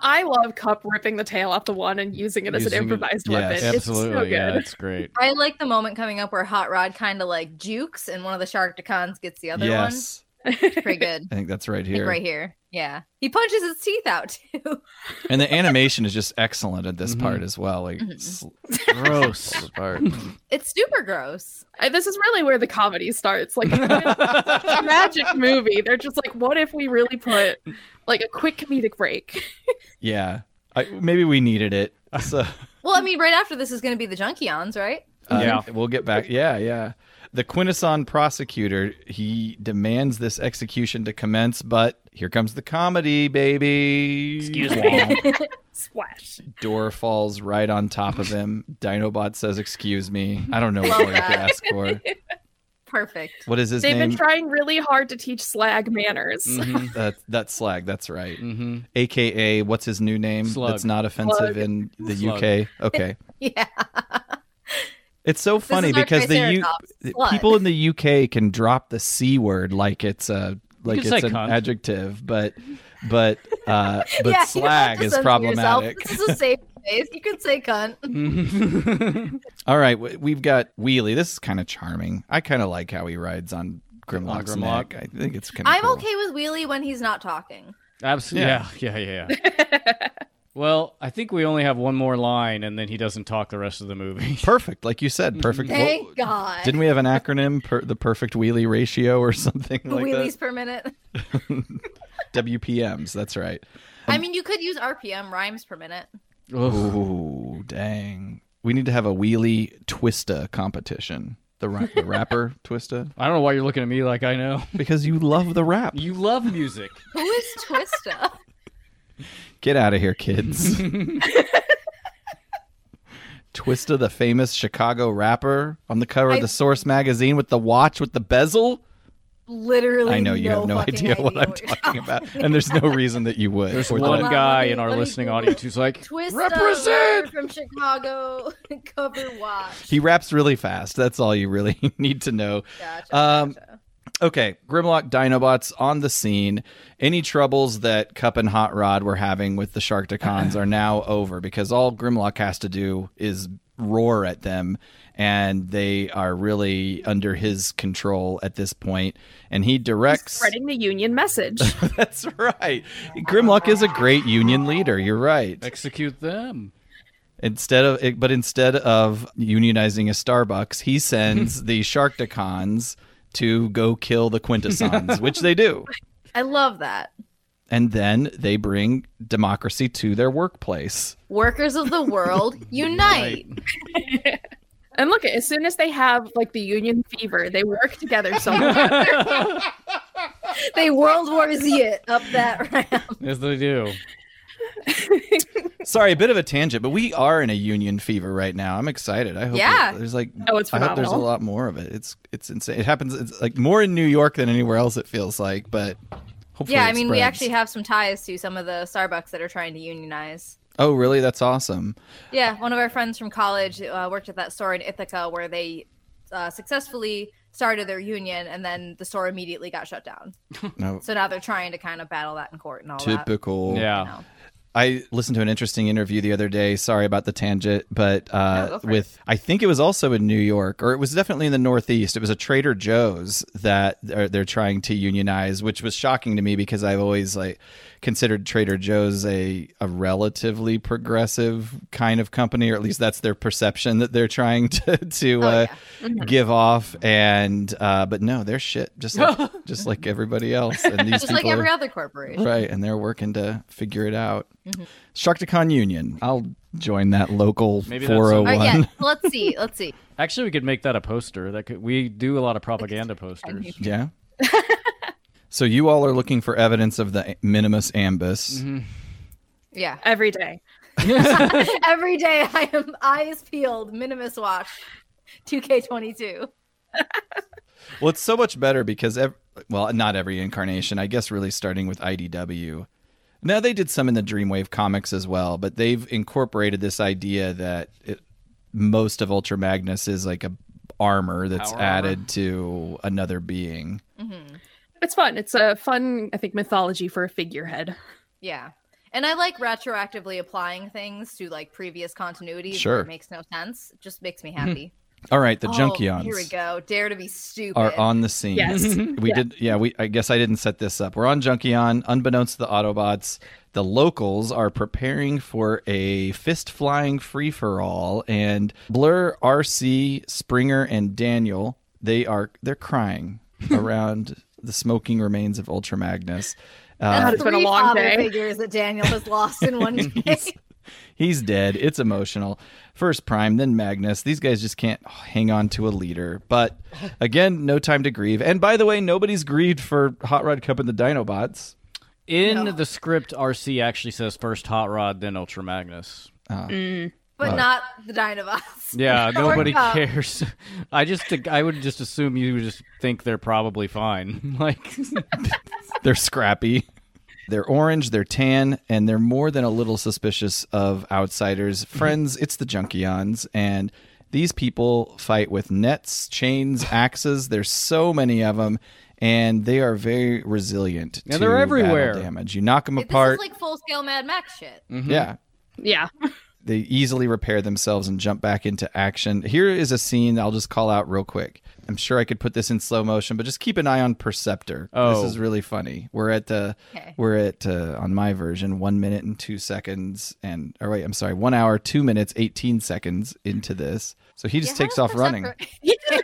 [SPEAKER 6] I love Cup ripping the tail off the one and using it as an
[SPEAKER 4] Using it-
[SPEAKER 6] improvised
[SPEAKER 4] yes,
[SPEAKER 2] Absolutely,
[SPEAKER 6] weapon. It's so good.
[SPEAKER 2] yeah, it's great.
[SPEAKER 5] I like the moment coming up where Hot Rod kind of like jukes, and one of the Sharktacons gets the other
[SPEAKER 4] yes.
[SPEAKER 5] one. It's pretty good.
[SPEAKER 4] I think that's right
[SPEAKER 5] Like
[SPEAKER 4] here.
[SPEAKER 5] right here. Yeah. He punches his teeth out too.
[SPEAKER 4] And the animation is just excellent at this
[SPEAKER 2] Mhm.
[SPEAKER 4] part as well. Like
[SPEAKER 5] Mhm.
[SPEAKER 4] sl-
[SPEAKER 2] Gross.
[SPEAKER 7] Part.
[SPEAKER 5] It's super gross.
[SPEAKER 6] I- this is really where the comedy starts. Like it's a magic movie. They're just like, what if we really put like a quick comedic break?
[SPEAKER 4] yeah, I, maybe we needed it. So
[SPEAKER 5] Well, I mean, right after this is going to be the Junkions, right?
[SPEAKER 4] uh,
[SPEAKER 2] Yeah.
[SPEAKER 4] we'll get back. Yeah, yeah. The Quintesson prosecutor he demands this execution to commence, but here comes the comedy, baby.
[SPEAKER 1] Excuse me.
[SPEAKER 6] Splash.
[SPEAKER 4] Door falls right on top of him. Dinobot says, "Excuse me." I don't know what
[SPEAKER 5] Love
[SPEAKER 4] more you could
[SPEAKER 5] that.
[SPEAKER 4] ask for.
[SPEAKER 5] Perfect.
[SPEAKER 4] What is his
[SPEAKER 6] They've
[SPEAKER 4] name?
[SPEAKER 6] been trying really hard to teach slag manners.
[SPEAKER 2] hmm
[SPEAKER 4] that, that's Slag. That's right.
[SPEAKER 2] hmm
[SPEAKER 4] AKA, what's his new name?
[SPEAKER 2] Slug.
[SPEAKER 4] That's not offensive
[SPEAKER 6] Slug.
[SPEAKER 4] in the
[SPEAKER 2] Slug.
[SPEAKER 4] UK. Okay.
[SPEAKER 5] Yeah.
[SPEAKER 4] It's so funny
[SPEAKER 5] this is our
[SPEAKER 4] because the U-
[SPEAKER 5] Triceratops.
[SPEAKER 4] the
[SPEAKER 5] Slut.
[SPEAKER 4] people in the UK can drop the c word like it's a like
[SPEAKER 2] can
[SPEAKER 4] it's
[SPEAKER 2] say
[SPEAKER 4] an
[SPEAKER 2] cunt.
[SPEAKER 4] adjective, but but uh, but
[SPEAKER 5] Yeah, you don't have
[SPEAKER 4] slag
[SPEAKER 5] to
[SPEAKER 4] is
[SPEAKER 5] censor
[SPEAKER 4] problematic.
[SPEAKER 5] Yourself. This is a safe space. You can say cunt.
[SPEAKER 2] Mm-hmm.
[SPEAKER 4] All right, w- we've got Wheelie. This is kind of charming. I kind of like how he rides on Grimlock's
[SPEAKER 2] Grimlock.
[SPEAKER 4] neck. I think it's kind of.
[SPEAKER 5] I'm okay with Wheelie when he's not talking.
[SPEAKER 2] Absolutely. Yeah.
[SPEAKER 4] Yeah.
[SPEAKER 2] Yeah. Yeah. well, I think we only have one more line, and then he doesn't talk the rest of the movie.
[SPEAKER 4] Perfect, like you said, perfect. Well,
[SPEAKER 5] Thank God.
[SPEAKER 4] didn't we have an acronym, per- the perfect wheelie ratio or something like
[SPEAKER 5] Wheelies per minute.
[SPEAKER 4] that? WPMs. That's right.
[SPEAKER 5] I mean, you could use RPM rhymes per minute.
[SPEAKER 2] Ugh.
[SPEAKER 4] Ooh, dang. We need to have a wheelie twista competition. The, ra- the rapper twista?
[SPEAKER 2] I don't know why you're looking at me like I know.
[SPEAKER 4] Because you love the rap.
[SPEAKER 2] You love music.
[SPEAKER 5] Who is Twista?
[SPEAKER 4] Get out of here, kids. twista, the famous Chicago rapper on the cover
[SPEAKER 5] I-
[SPEAKER 4] of the Source magazine with the watch with the bezel.
[SPEAKER 5] Literally,
[SPEAKER 4] I know you have no
[SPEAKER 5] fucking
[SPEAKER 4] idea what I'm
[SPEAKER 5] you're
[SPEAKER 4] talking about. And there's no reason that you would.
[SPEAKER 2] There's
[SPEAKER 4] Or
[SPEAKER 2] one
[SPEAKER 4] that-
[SPEAKER 2] guy
[SPEAKER 5] Let me-
[SPEAKER 2] in our
[SPEAKER 5] let me
[SPEAKER 2] listening
[SPEAKER 5] Google.
[SPEAKER 2] audience who's like,
[SPEAKER 5] Twista
[SPEAKER 2] represent.
[SPEAKER 5] rapper from Chicago cover watch.
[SPEAKER 4] He raps really fast. That's all you really need to know.
[SPEAKER 5] Gotcha,
[SPEAKER 4] Um,
[SPEAKER 5] gotcha.
[SPEAKER 4] Okay, Grimlock Dinobots on the scene. Any troubles that Cup and Hot Rod were having with the Sharktacons are now over because all Grimlock has to do is roar at them, and they are really under his control at this point. And he directs.
[SPEAKER 6] Spreading the union message.
[SPEAKER 4] That's right. Grimlock is a great union leader. You're right.
[SPEAKER 2] execute them.
[SPEAKER 4] Instead of, but instead of unionizing a Starbucks, he sends the Sharktacons to go kill the Quintessons, which they do.
[SPEAKER 5] I love that.
[SPEAKER 4] and then they bring democracy to their workplace.
[SPEAKER 5] Workers of the world, unite!
[SPEAKER 6] And look, as soon as they have like the union fever, they work together so much.
[SPEAKER 5] They World War Z it up that ramp.
[SPEAKER 2] Yes, they do.
[SPEAKER 4] Sorry, a bit of a tangent, but we are in a union fever right now. I'm excited. I hope
[SPEAKER 5] Yeah.
[SPEAKER 4] it- there's like
[SPEAKER 6] Oh, it's
[SPEAKER 4] I hope there's a
[SPEAKER 6] phenomenal.
[SPEAKER 4] lot more of it. It's it's insane. It happens it's like more in New York than anywhere else it feels like, but hopefully
[SPEAKER 5] Yeah,
[SPEAKER 4] it
[SPEAKER 5] I mean, we
[SPEAKER 4] spreads.
[SPEAKER 5] actually have some ties to some of the Starbucks that are trying to unionize.
[SPEAKER 4] Oh, really? That's awesome.
[SPEAKER 5] Yeah, one of our friends from college uh, worked at that store in Ithaca where they uh, successfully started their union, and then the store immediately got shut down.
[SPEAKER 4] No,
[SPEAKER 5] So now they're trying to kind of battle that in court and all that.
[SPEAKER 4] typical.
[SPEAKER 5] you
[SPEAKER 2] Yeah.
[SPEAKER 5] know.
[SPEAKER 4] I listened to an interesting interview the other day. Sorry about the tangent, but
[SPEAKER 6] No, go
[SPEAKER 4] uh,
[SPEAKER 6] for it.
[SPEAKER 4] with I think it was also in New York, or it was definitely in the Northeast. It was a Trader Joe's that are, they're trying to unionize, which was shocking to me because I've always like considered Trader Joe's a a relatively progressive kind of company, or at least that's their perception that they're trying to to
[SPEAKER 5] Oh,
[SPEAKER 4] uh,
[SPEAKER 5] yeah.
[SPEAKER 4] give off. And uh, but no, they're shit, just like, just like everybody else. And these
[SPEAKER 5] Just
[SPEAKER 4] people
[SPEAKER 5] like every
[SPEAKER 4] are-
[SPEAKER 5] other corporation.
[SPEAKER 4] Right, and they're working to figure it out. Sharktacon Union. I'll join that local
[SPEAKER 2] Maybe that's-
[SPEAKER 5] All right,
[SPEAKER 4] 401.
[SPEAKER 5] Uh, yeah, let's see. Let's see.
[SPEAKER 2] Actually, we could make that a poster. That could, we do a lot of propaganda posters.
[SPEAKER 4] yeah. so you all are looking for evidence of the minimus ambus.
[SPEAKER 2] Mm-hmm.
[SPEAKER 5] Yeah.
[SPEAKER 6] every day.
[SPEAKER 5] Every day I am eyes peeled, minimus watch, 2K22.
[SPEAKER 4] Well, it's so much better because ev- well, not every incarnation, I guess really starting with IDW. Now they did some in the Dreamwave comics as well, but they've incorporated this idea that it, most of Ultra Magnus is like a armor that's
[SPEAKER 2] Power armor.
[SPEAKER 4] added to another being.
[SPEAKER 6] It's fun. It's a fun, I think, mythology for a figurehead.
[SPEAKER 5] Yeah. And I like retroactively applying things to like previous continuities. where
[SPEAKER 4] Sure.
[SPEAKER 5] It makes no sense. It just makes me happy.
[SPEAKER 4] All right, the
[SPEAKER 5] Oh,
[SPEAKER 4] Junkions.
[SPEAKER 5] Here we go. Dare to be stupid.
[SPEAKER 4] are on the scene.
[SPEAKER 6] Yes.
[SPEAKER 4] We did yeah, we I guess I didn't set this up. We're on Junkion, unbeknownst to the Autobots. The locals are preparing for a fist flying free for all and Blur, RC, Springer, and Daniel, they are they're crying around the smoking remains of Ultra Magnus.
[SPEAKER 5] That's
[SPEAKER 6] God, it's been a
[SPEAKER 5] three
[SPEAKER 6] long
[SPEAKER 5] father
[SPEAKER 6] day.
[SPEAKER 5] figures that Daniel has lost in one day.
[SPEAKER 4] He's dead. It's emotional. First Prime, then Magnus. These guys just can't hang on to a leader. But again, no time to grieve. And by the way, nobody's grieved for Hot Rod Cup and the Dinobots.
[SPEAKER 2] In the script, RC actually says first Hot Rod, then Ultra Magnus.
[SPEAKER 5] but not the Dinobots.
[SPEAKER 2] Yeah,
[SPEAKER 5] Or
[SPEAKER 2] nobody
[SPEAKER 5] Cup.
[SPEAKER 2] cares. I just think I would just assume you just think they're probably fine. Like,
[SPEAKER 4] They're scrappy. They're orange, they're tan, and they're more than a little suspicious of outsiders. Friends, it's the Junkions. And these people fight with nets, chains, axes. There's so many of them. And they are very resilient.
[SPEAKER 2] Yeah,
[SPEAKER 4] to
[SPEAKER 2] they're
[SPEAKER 4] battle
[SPEAKER 2] everywhere.
[SPEAKER 4] Damage. You knock them
[SPEAKER 5] This
[SPEAKER 4] apart.
[SPEAKER 5] is like full scale Mad Max shit.
[SPEAKER 4] yeah,
[SPEAKER 6] Yeah.
[SPEAKER 4] they easily repair themselves and jump back into action. Here is a scene that I'll just call out real quick. I'm sure I could put this in slow motion, but just keep an eye on Perceptor.
[SPEAKER 2] Oh.
[SPEAKER 4] This is really funny. We're at the
[SPEAKER 5] Okay.
[SPEAKER 4] we're at uh, on my version one minute and two seconds and or wait I'm sorry one hour two minutes eighteen seconds into this. So he just
[SPEAKER 5] Yeah, how
[SPEAKER 4] takes
[SPEAKER 5] does
[SPEAKER 4] off running
[SPEAKER 5] Perceptor-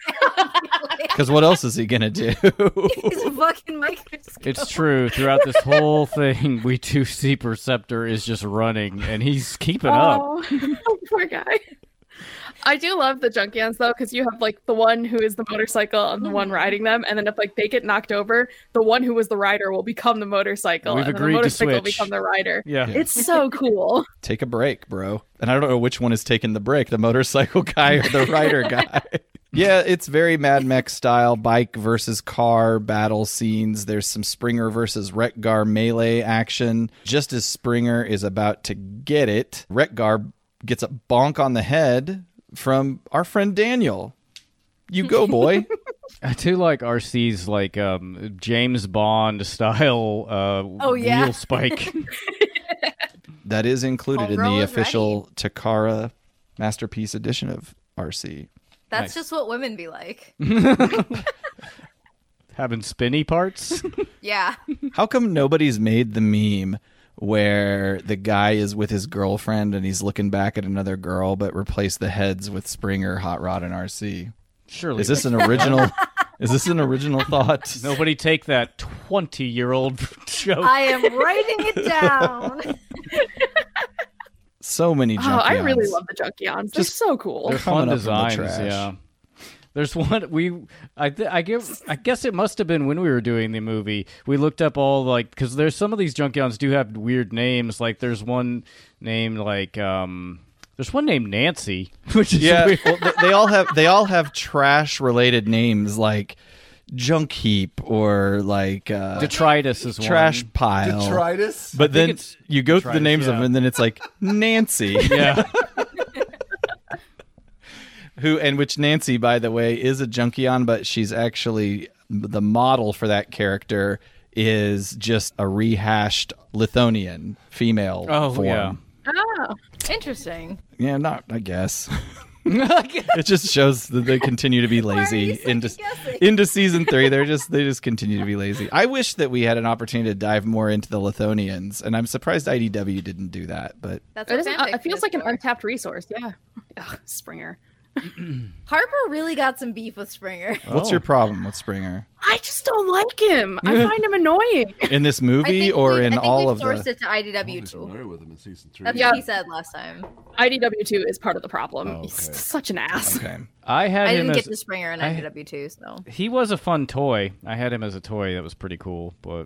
[SPEAKER 4] because what else is he gonna do?
[SPEAKER 5] He's a fucking microscope.
[SPEAKER 2] it's true. Throughout this whole thing, we do see Perceptor is just running, and he's keeping up.
[SPEAKER 6] Oh, poor guy. I do love the junkions though, because you have like the one who is the motorcycle and the one riding them, and then if like they get knocked over, the one who was the rider will become the motorcycle,
[SPEAKER 2] We've
[SPEAKER 6] and then
[SPEAKER 2] agreed to
[SPEAKER 6] the motorcycle will
[SPEAKER 2] switch.
[SPEAKER 6] become the rider.
[SPEAKER 2] Yeah.
[SPEAKER 6] It's so cool.
[SPEAKER 4] Take a break, bro. And I don't know which one is taking the break, the motorcycle guy or the rider guy. Yeah, it's very Mad Max style bike versus car battle scenes. There's some Springer versus Retgar melee action. Just as Springer is about to get it, Retgar gets a bonk on the head from our friend Daniel. You go, boy.
[SPEAKER 2] I do like RC's like um, James Bond style uh,
[SPEAKER 5] Oh, yeah.
[SPEAKER 2] wheel spike.
[SPEAKER 4] that is included in
[SPEAKER 5] Homegrown
[SPEAKER 4] the
[SPEAKER 5] ready.
[SPEAKER 4] official Takara Masterpiece Edition of RC.
[SPEAKER 5] That's
[SPEAKER 2] Nice.
[SPEAKER 5] just what women be like.
[SPEAKER 2] Having spinny parts.
[SPEAKER 5] Yeah.
[SPEAKER 4] How come nobody's made the meme where the guy is with his girlfriend and he's looking back at another girl, but replace the heads with Springer, Hot Rod, and RC?
[SPEAKER 2] Surely
[SPEAKER 4] Is this an original? is this an original thought?
[SPEAKER 2] Nobody take that 20 year old joke.
[SPEAKER 5] I am writing it down.
[SPEAKER 4] So many.
[SPEAKER 6] Oh, I
[SPEAKER 4] Junkions.
[SPEAKER 6] really love the junkions. They're so cool.
[SPEAKER 2] They're
[SPEAKER 4] coming
[SPEAKER 2] fun
[SPEAKER 4] up in the
[SPEAKER 2] designs,
[SPEAKER 4] trash.
[SPEAKER 2] yeah. There's one we I th- I give I guess it must have been when we were doing the movie. We looked up all like because there's some of these junkions do have weird names. Like there's one named like um there's one named Nancy, which is
[SPEAKER 4] Yeah,
[SPEAKER 2] weird.
[SPEAKER 4] well, th- they all have they all have trash related names like junk heap or like uh,
[SPEAKER 2] Detritus is
[SPEAKER 4] trash
[SPEAKER 2] one.
[SPEAKER 4] pile.
[SPEAKER 7] Detritus.
[SPEAKER 4] But then
[SPEAKER 2] it's
[SPEAKER 4] you go through the
[SPEAKER 2] detritus,
[SPEAKER 4] names of
[SPEAKER 2] yeah.
[SPEAKER 4] them, and then it's like Nancy.
[SPEAKER 2] Yeah.
[SPEAKER 4] who and which Nancy, by the way, is a junkion, but she's actually the model for that character is just a rehashed Lithonian female.
[SPEAKER 2] Oh,
[SPEAKER 4] form.
[SPEAKER 2] yeah.
[SPEAKER 6] Oh,
[SPEAKER 5] Interesting.
[SPEAKER 4] yeah, not I guess. it just shows that they continue to be lazy into
[SPEAKER 5] second-guessing?
[SPEAKER 4] into season three. They're just they just continue to be lazy. I wish that we had an opportunity to dive more into the Lithonians, and I'm surprised IDW didn't do that. But
[SPEAKER 5] That's
[SPEAKER 6] it,
[SPEAKER 5] what
[SPEAKER 6] is, uh,
[SPEAKER 5] fanfic
[SPEAKER 6] it feels
[SPEAKER 5] is
[SPEAKER 6] like an
[SPEAKER 5] for.
[SPEAKER 6] untapped resource. Yeah. Ugh, Springer.
[SPEAKER 5] Harper really got some beef with Springer.
[SPEAKER 4] what's
[SPEAKER 2] Oh.
[SPEAKER 4] your problem with Springer
[SPEAKER 6] I just don't like him. I find him annoying.
[SPEAKER 4] in this
[SPEAKER 5] I
[SPEAKER 4] movie
[SPEAKER 5] think
[SPEAKER 4] or
[SPEAKER 5] we've-
[SPEAKER 4] in
[SPEAKER 5] I think
[SPEAKER 4] all
[SPEAKER 5] we've
[SPEAKER 4] of
[SPEAKER 5] sourced
[SPEAKER 4] the?
[SPEAKER 5] it to IDW too.
[SPEAKER 7] familiar with him in season three.
[SPEAKER 5] That's what he said last time.
[SPEAKER 6] IDW2 is part of the problem.
[SPEAKER 7] Oh,
[SPEAKER 6] He's
[SPEAKER 7] okay.
[SPEAKER 6] such an ass.
[SPEAKER 4] Okay.
[SPEAKER 2] I had
[SPEAKER 5] I
[SPEAKER 2] him
[SPEAKER 5] didn't
[SPEAKER 2] as
[SPEAKER 5] get to Springer in
[SPEAKER 2] I-
[SPEAKER 5] IDW too, so
[SPEAKER 2] he was a fun toy. I had him as a toy that was pretty cool, but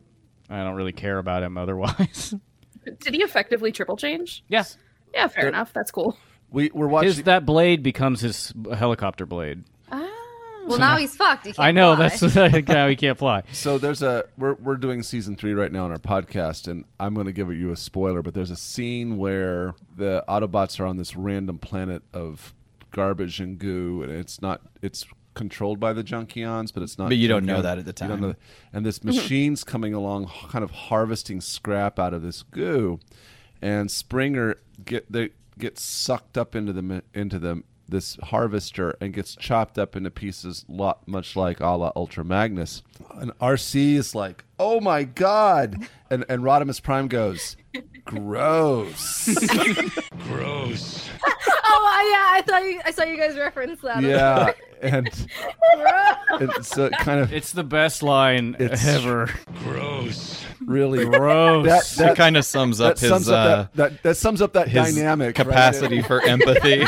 [SPEAKER 2] I don't really care about him otherwise.
[SPEAKER 6] Did he effectively triple change?
[SPEAKER 2] yes.
[SPEAKER 6] Yeah, fair enough. That's cool.
[SPEAKER 7] We we're watching.
[SPEAKER 2] His that blade becomes his helicopter blade.
[SPEAKER 6] Oh.
[SPEAKER 5] well now he's fucked. He can't
[SPEAKER 2] I know
[SPEAKER 5] fly.
[SPEAKER 2] that's how he can't fly.
[SPEAKER 7] so there's a we're we're doing season three right now on our podcast, and I'm going to give you a spoiler, but there's a scene where the Autobots are on this random planet of garbage and goo, and it's not it's controlled by the Junkions, but it's not.
[SPEAKER 4] But you don't know
[SPEAKER 7] Junkion-
[SPEAKER 4] that at the
[SPEAKER 7] you don't
[SPEAKER 4] time.
[SPEAKER 7] know that. and this machine's coming along, h- kind of harvesting scrap out of this goo, and Springer get they gets sucked up into the ma- into the this harvester and gets chopped up into pieces, lot much like a la Ultra Magnus. And RC is like, "Oh my god!" and and Rodimus Prime goes, "Gross."
[SPEAKER 5] Oh I- yeah, I thought you, I saw you guys reference that.
[SPEAKER 7] yeah, and, and so it kind of
[SPEAKER 2] It's the best line
[SPEAKER 7] It's-
[SPEAKER 2] ever.
[SPEAKER 7] really
[SPEAKER 2] Gross.
[SPEAKER 7] That-
[SPEAKER 4] that kind of sums
[SPEAKER 7] that
[SPEAKER 4] up his
[SPEAKER 7] sums
[SPEAKER 4] uh,
[SPEAKER 7] up that, that that sums up that
[SPEAKER 4] his
[SPEAKER 7] dynamic right
[SPEAKER 4] capacity
[SPEAKER 7] there.
[SPEAKER 4] for empathy.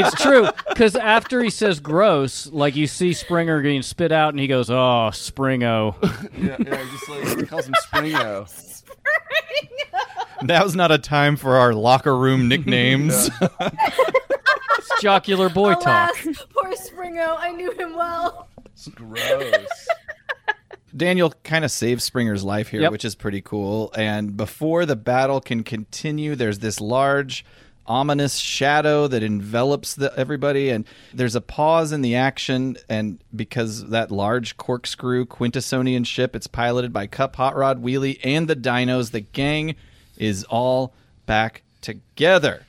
[SPEAKER 2] it's true because after he says gross, like you see Springer getting spit out, and he goes, "Oh, Springo."
[SPEAKER 7] yeah, yeah, just like he calls him Springo.
[SPEAKER 4] Now's not a time for our locker room nicknames.
[SPEAKER 2] It's jocular boy
[SPEAKER 5] Alas,
[SPEAKER 2] talk.
[SPEAKER 5] poor Springo, I knew him well.
[SPEAKER 7] It's gross.
[SPEAKER 4] Daniel kind of saves Springer's life here,
[SPEAKER 2] Yep.
[SPEAKER 4] which is pretty cool. And before the battle can continue, there's this large, ominous shadow that envelops the, everybody, and there's a pause in the action. And because that large corkscrew Quintessonian ship, it's piloted by Cup, Hot Rod, Wheelie, and the Dinos. The gang is all back together.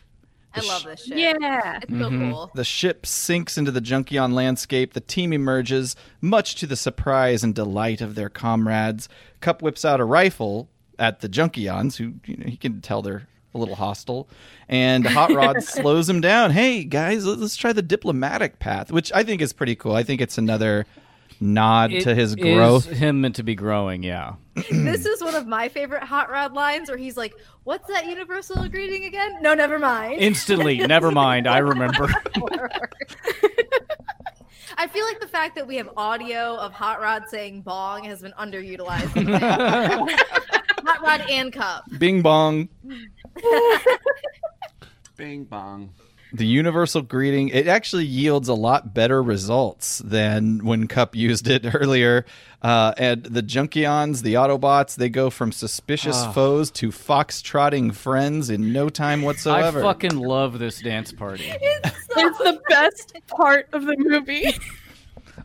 [SPEAKER 5] I love this shit.
[SPEAKER 6] Yeah.
[SPEAKER 5] It's so cool.
[SPEAKER 4] The ship sinks into the Junkion landscape. The team emerges, much to the surprise and delight of their comrades. Cup whips out a rifle at the Junkions, who you know, he can tell they're a little hostile. And Hot Rod slows him down. Hey, guys, let- let's try the diplomatic path, which I think is pretty cool. I think it's another nod
[SPEAKER 2] It
[SPEAKER 4] to his
[SPEAKER 2] is
[SPEAKER 4] growth.
[SPEAKER 2] him meant to be growing. Yeah.
[SPEAKER 5] this is one of my favorite hot rod lines where he's like, What's that universal greeting again? No, never mind.
[SPEAKER 2] Instantly. Never mind. I remember.
[SPEAKER 5] I feel like the fact that we have audio of Hot Rod saying bong has been underutilized. in the thing. Hot Rod and Cup.
[SPEAKER 4] Bing bong.
[SPEAKER 7] Bing bong.
[SPEAKER 4] The universal greeting, it actually yields a lot better results than when Cup used it earlier. Uh, and the Junkions, the Autobots, they go from suspicious foes to foxtrotting friends in no time
[SPEAKER 2] Ah. I
[SPEAKER 4] whatsoever.
[SPEAKER 2] fucking love this dance party.
[SPEAKER 6] It's the best part of the movie.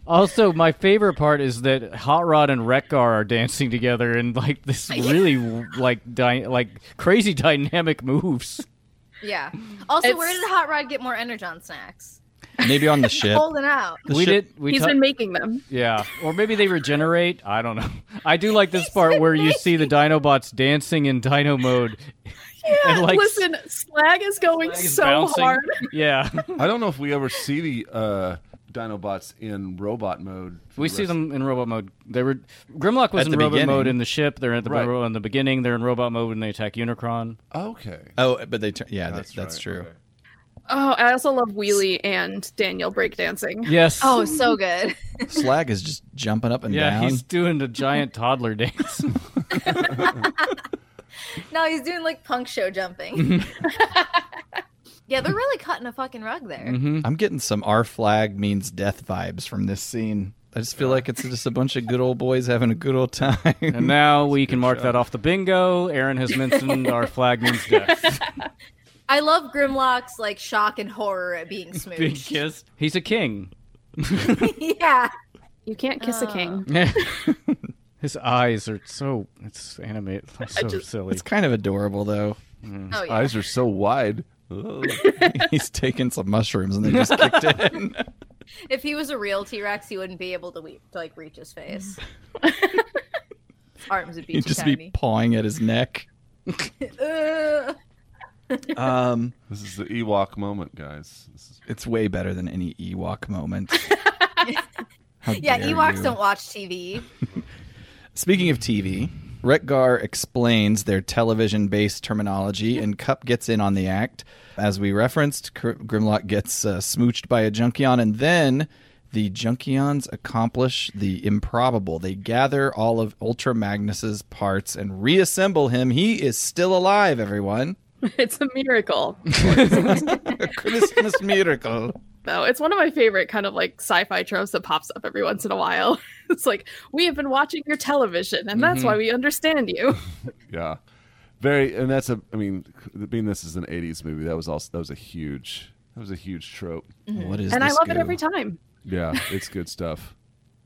[SPEAKER 2] Also, my favorite part is that Hot Rod and Rekgar are dancing together in like this really like dy- like crazy dynamic moves.
[SPEAKER 5] Yeah. Also,
[SPEAKER 6] It's-
[SPEAKER 5] where did Hot Rod get more Energon snacks?
[SPEAKER 4] Maybe on the ship.
[SPEAKER 5] Holding out.
[SPEAKER 4] The
[SPEAKER 2] we
[SPEAKER 4] ship-
[SPEAKER 2] did. We
[SPEAKER 6] He's
[SPEAKER 2] ta-
[SPEAKER 6] been making them.
[SPEAKER 2] Yeah, or maybe they regenerate. I don't know. I do like this part where you see the Dinobots dancing in Dino mode. and like
[SPEAKER 6] Listen, Slag is going
[SPEAKER 2] Slag is
[SPEAKER 6] so
[SPEAKER 2] bouncing.
[SPEAKER 6] hard.
[SPEAKER 2] Yeah,
[SPEAKER 7] I don't know if we ever see the uh, Dinobots in robot mode. for
[SPEAKER 2] we
[SPEAKER 7] the
[SPEAKER 2] see
[SPEAKER 7] rest-
[SPEAKER 2] them in robot mode. They were Grimlock was
[SPEAKER 4] At
[SPEAKER 2] in
[SPEAKER 4] the
[SPEAKER 2] robot
[SPEAKER 4] beginning.
[SPEAKER 2] mode in the ship. They're at the
[SPEAKER 7] Right.
[SPEAKER 2] in the beginning. They're in robot mode when they attack Unicron.
[SPEAKER 7] Okay.
[SPEAKER 4] Oh, but they, tur- yeah, that- that's,
[SPEAKER 7] right,
[SPEAKER 4] true.
[SPEAKER 7] okay.
[SPEAKER 6] Oh, I also love Wheelie and Daniel breakdancing.
[SPEAKER 2] Yes.
[SPEAKER 5] Oh, so good.
[SPEAKER 4] Slag is just jumping up and
[SPEAKER 2] yeah.
[SPEAKER 4] down.
[SPEAKER 2] He's doing the giant toddler dance.
[SPEAKER 5] No, he's doing like punk show jumping.
[SPEAKER 4] Mm-hmm.
[SPEAKER 5] yeah, they're really cutting a fucking rug there.
[SPEAKER 4] I'm getting some R flag means death vibes from this scene. I just feel like it's just a bunch of good old boys having a good old time.
[SPEAKER 2] And now we can mark that off the bingo. Aaron has mentioned our flag means death.
[SPEAKER 5] I love Grimlock's like shock and horror at being
[SPEAKER 1] Big
[SPEAKER 5] smooched.
[SPEAKER 1] kiss.
[SPEAKER 2] He's a king.
[SPEAKER 5] yeah.
[SPEAKER 6] You can't kiss a king.
[SPEAKER 2] His eyes are so it's animated, so silly.
[SPEAKER 4] it's kind of adorable though.
[SPEAKER 5] Oh yeah.
[SPEAKER 7] Eyes are so wide. Ugh.
[SPEAKER 4] He's taking some mushrooms and they just kicked it in.
[SPEAKER 5] If he was a real T Rex, he wouldn't be able to, we- to like reach his face. Arms would be
[SPEAKER 4] He'd
[SPEAKER 5] too
[SPEAKER 4] just be
[SPEAKER 5] tiny.
[SPEAKER 4] pawing at his neck.
[SPEAKER 5] Ugh.
[SPEAKER 4] Um,
[SPEAKER 7] This is the Ewok moment, guys. This is
[SPEAKER 4] it's way better than any Ewok moment. How
[SPEAKER 5] yeah,
[SPEAKER 4] dare
[SPEAKER 5] Ewoks
[SPEAKER 4] you.
[SPEAKER 5] don't watch TV.
[SPEAKER 4] Speaking of TV, Retgar explains their television based terminology, and Cup gets in on the act. As we referenced, Gr- Grimlock gets uh, smooched by a Junkion, and then the Junkions accomplish the improbable. They gather all of Ultra Magnus's parts and reassemble him. He is still alive, everyone.
[SPEAKER 6] It's a miracle.
[SPEAKER 4] A Christmas miracle.
[SPEAKER 6] though. It's one of my favorite kind of like sci-fi tropes that pops up every once in a while. It's like we have been watching your television, and that's
[SPEAKER 4] Mm-hmm.
[SPEAKER 6] why we understand you.
[SPEAKER 7] yeah, very. And that's a. I mean, being this is an '80s movie, that was also that was a huge that was a huge trope.
[SPEAKER 4] What is
[SPEAKER 6] and I
[SPEAKER 4] this
[SPEAKER 6] love it
[SPEAKER 4] goo?
[SPEAKER 6] every time.
[SPEAKER 7] Yeah, it's good stuff.